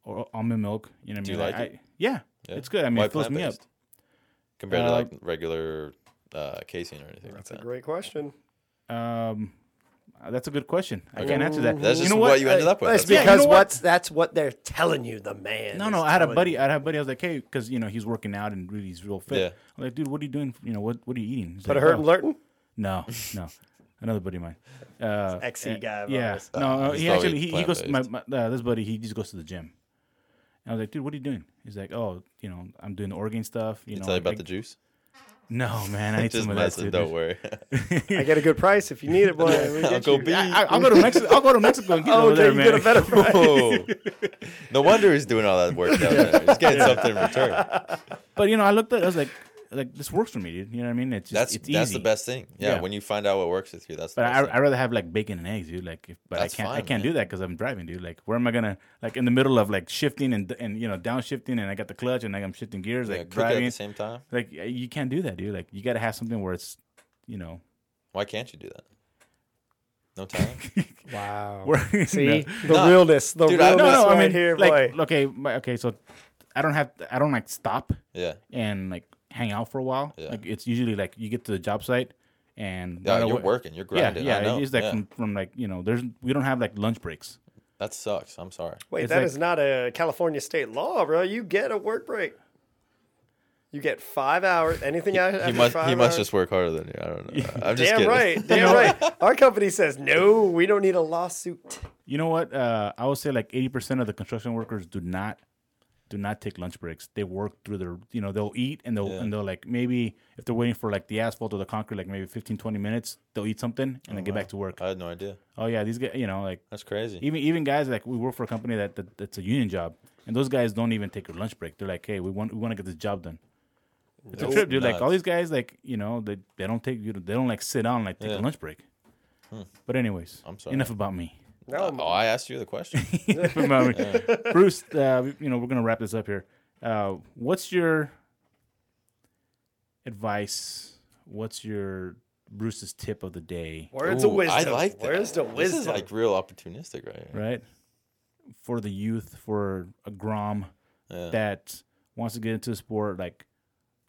E: or almond milk. You know what I
D: Do you
E: mean?
D: like
E: I-
D: it?
E: I- yeah,
D: Yeah.
E: it's good. I mean,
D: Why
E: it fills me up.
D: plant-based? compared
E: Uh,
D: to like regular uh, casein or anything
A: That's a
D: like that.
A: great question.
E: Um, uh, that's a good question. I can't answer that.
D: That's
E: you
D: just
E: know
D: what,
E: what?
D: you ended up with.
A: That's
D: That's it.
E: Yeah, you know
A: because
E: what?
A: what's that's what they're telling you. The man.
E: No,
A: is
E: no. I had a
A: telling
E: buddy.
A: you.
E: I had a buddy. I was like, hey, because you know he's working out and really he's real fit.
D: Yeah.
E: I'm like, dude, what are you doing? You know, what what are you eating? He's
A: But I
E: like,
A: heard
E: "Oh."
A: him lurting.
E: No, no. Another buddy of mine. Uh,
A: XE
E: eh,
A: guy of
E: Yeah.
A: ours.
E: No, uh,
D: he's
E: he
D: probably
E: actually he, he goes. My,
D: plant-based.
E: my, uh, this buddy he just goes to the gym. And I was like, dude, what are you doing? He's like, oh, you know, I'm doing the organ stuff. You know,
D: Tell you about
E: I-
D: the juice.
E: No, man, I need
D: Just
E: some of that.
D: messing.
E: Dude.
D: Don't worry.
A: I get a good price if you need it, boy. We get
D: Uncle
A: you.
D: B.
E: I, I'll go to Mexico. I'll go to Mexico and get it
A: Oh,
E: over there,
A: you
E: man.
A: get a better price.
D: Whoa. No wonder he's doing all that work down there. He's getting something in return.
E: But you know, I looked at. it, I was like, like this works for me, dude. You know what I mean? It's just,
D: That's
E: it's
D: that's
E: easy.
D: the best thing. Yeah,
E: Yeah.
D: when you find out what works with you, that's the
E: But I
D: best
E: I rather have like bacon and eggs, dude. Like, if, but
D: That's
E: I can't I
D: fine,
E: can't
D: man.
E: do that because I'm driving, dude. Like, where am I gonna like in the middle of like shifting and and you know downshifting and I got the clutch and like I'm shifting gears
D: thing. Yeah,
E: like
D: cook it at
E: driving.
D: the same time.
E: Like y- you can't do that, dude. Like you got to have something where it's, you know,
D: Why can't you do that? No time.
A: Wow.
E: where
A: See the
D: No.
A: realness, the
D: Dude, I-
A: realness
E: no, no, no.
A: right
E: I mean,
A: here,
E: like
A: boy.
E: okay, my- okay. So I don't have I don't like stop
D: Yeah.
E: and like hang out for a while.
D: Yeah.
E: Like it's usually like you get to the job site and
D: Yeah,
E: right
D: you're
E: away-
D: working. You're
E: Yeah,
D: grinding.
E: yeah.
D: I know.
E: It's like
D: yeah.
E: from, from like you know, there's we don't have like lunch breaks.
D: That sucks. I'm sorry.
A: Wait,
E: it's
A: that
E: like-
A: is not a California state law, bro. You get a work break. You get five hours. Anything out after
D: He must.
A: five
D: He must
A: hours.
D: just work harder than you. I don't know. I'm just
A: Damn
D: kidding.
A: right, damn right. Our company says no. We don't need a lawsuit.
E: You know what? Uh, I would say like eighty percent of the construction workers do not do not take lunch breaks. They work through their you know, they'll eat and they'll
D: Yeah.
E: and they'll like maybe if they're waiting for like the asphalt or the concrete, like maybe 15, 20 minutes, they'll eat something and
D: Oh,
E: then get back to work.
D: I had no idea.
E: oh yeah, these guys you know, like
D: That's crazy.
E: even even guys like we work for a company that, that that's a union job and those guys don't even take a lunch break. They're like, Hey, we want we want to get this job done. It's a
D: That's
E: trip, dude. Like all
D: nuts.
E: these guys, like you know, they, they don't take you know, they don't like sit down and, like take
D: Yeah. Hmm.
E: a lunch break. But anyways,
D: I'm sorry.
E: enough about me.
A: No,
D: Oh, I asked you the question.
E: But, um, Bruce, uh, you know, we're going to wrap this up here. Uh, what's your advice? What's your Bruce's tip of the day,
A: words of
D: Ooh,
A: wisdom.
D: I like that.
A: Where's the
D: This
A: wisdom?
D: is like real opportunistic, right? here.
E: right? For the youth, for a Grom
D: Yeah.
E: that wants to get into the sport, like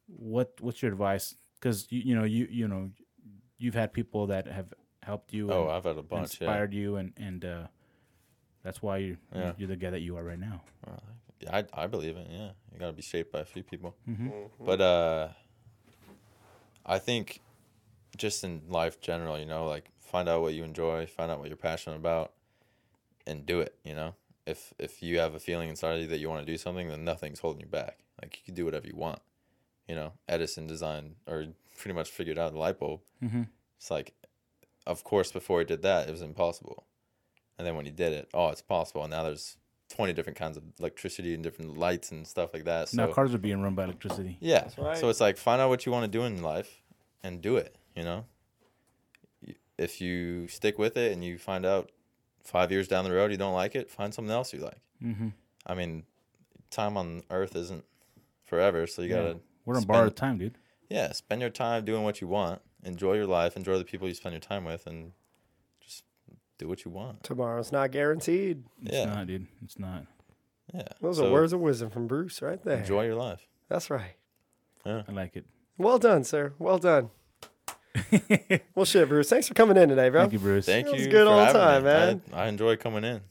E: what what's your advice? Because you, you know you you know you've had people that have helped you,
D: Oh,
E: and
D: I've had a bunch. Yeah.
E: inspired you, and and uh, that's why you
D: Yeah.
E: you're the guy that you are right now.
D: I, I believe it. Yeah, you gotta be shaped by a few people. But uh, I think just in life general, you know, like find out what you enjoy, find out what you're passionate about, and do it. You know, if if you have a feeling inside of you that you want to do something, then nothing's holding you back. Like you can do whatever you want. You know, Edison designed or pretty much figured out the light bulb.
E: Mhm.
D: It's like, of course, before he did that, it was impossible, and then when he did it, oh, it's possible. And now there's 20 different kinds of electricity and different lights and stuff like that. So
E: now cars are being run by electricity.
D: yeah.
A: right.
D: So it's like find out what you want to do in life and do it, you know? Y- If you stick with it and you find out 5 years down the road you don't like it, find something else you like.
E: Mm-hmm.
D: I mean, time on earth isn't forever, so you got to
E: We're on
D: spend-
E: borrowed time, dude.
D: yeah, spend your time doing what you want. Enjoy your life. Enjoy the people you spend your time with, and just do what you want.
A: Tomorrow's not guaranteed.
E: It's
D: yeah,
E: not, dude. It's not.
D: yeah.
A: Those
D: So
A: are words of wisdom from Bruce right there.
D: Enjoy your life.
A: That's right.
E: I like it.
A: Well done, sir. Well done. well, shit, Bruce. Thanks for coming in today, bro.
E: Thank you, Bruce.
D: Thank
A: was
D: you.
A: good
D: for
A: all the
D: having
A: time,
D: me. I-
A: man.
D: I, enjoy coming in.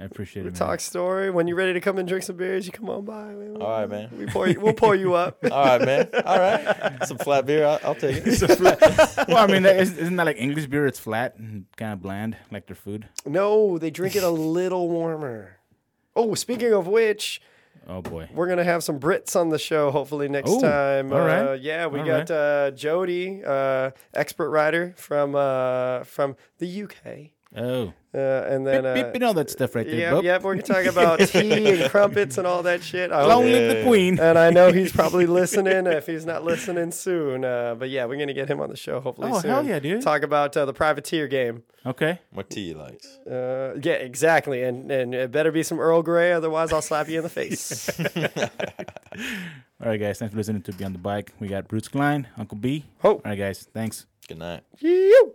E: I appreciate
A: We
E: it.
A: talk story. When you're ready to come and drink some beers, you come on by. We, we,
D: All right, man.
A: we pour you, we'll pour you up.
D: All right, man. All right. Some flat beer. I'll, I'll take it.
E: Man. well, I mean, that, isn't isn't that like English beer? It's flat and kind of bland, like their food.
A: no, they drink it a little warmer. Oh, speaking of which,
E: Oh boy.
A: we're gonna have some Brits on the show hopefully next
E: Oh,
A: time.
E: all
A: Uh,
E: right.
A: yeah, we
E: All
A: got
E: right.
A: uh, Jody, uh, expert rider from uh, from the UK,
E: Oh.
A: uh, and then
E: beep, beep,
A: uh,
E: and all that stuff right there.
A: yeah,
E: bub.
A: yeah, we're gonna talk about tea and crumpets and all that shit. I
E: Long
A: hope-
E: live the queen.
A: and uh, I know he's probably listening if he's not listening soon. Uh, but yeah, we're gonna get him on the show hopefully
E: Oh,
A: soon.
E: hell yeah, dude.
A: Talk about uh, the privateer game.
E: Okay.
D: What tea you likes?
A: Uh, yeah, exactly. And and it better be some Earl Grey, otherwise I'll slap you in the face.
E: All right, guys. Thanks for listening to Beyond the Bike. We got Bruce Klein, Uncle B.
A: Oh.
E: All right, guys. Thanks.
D: Good night.
A: Yeew.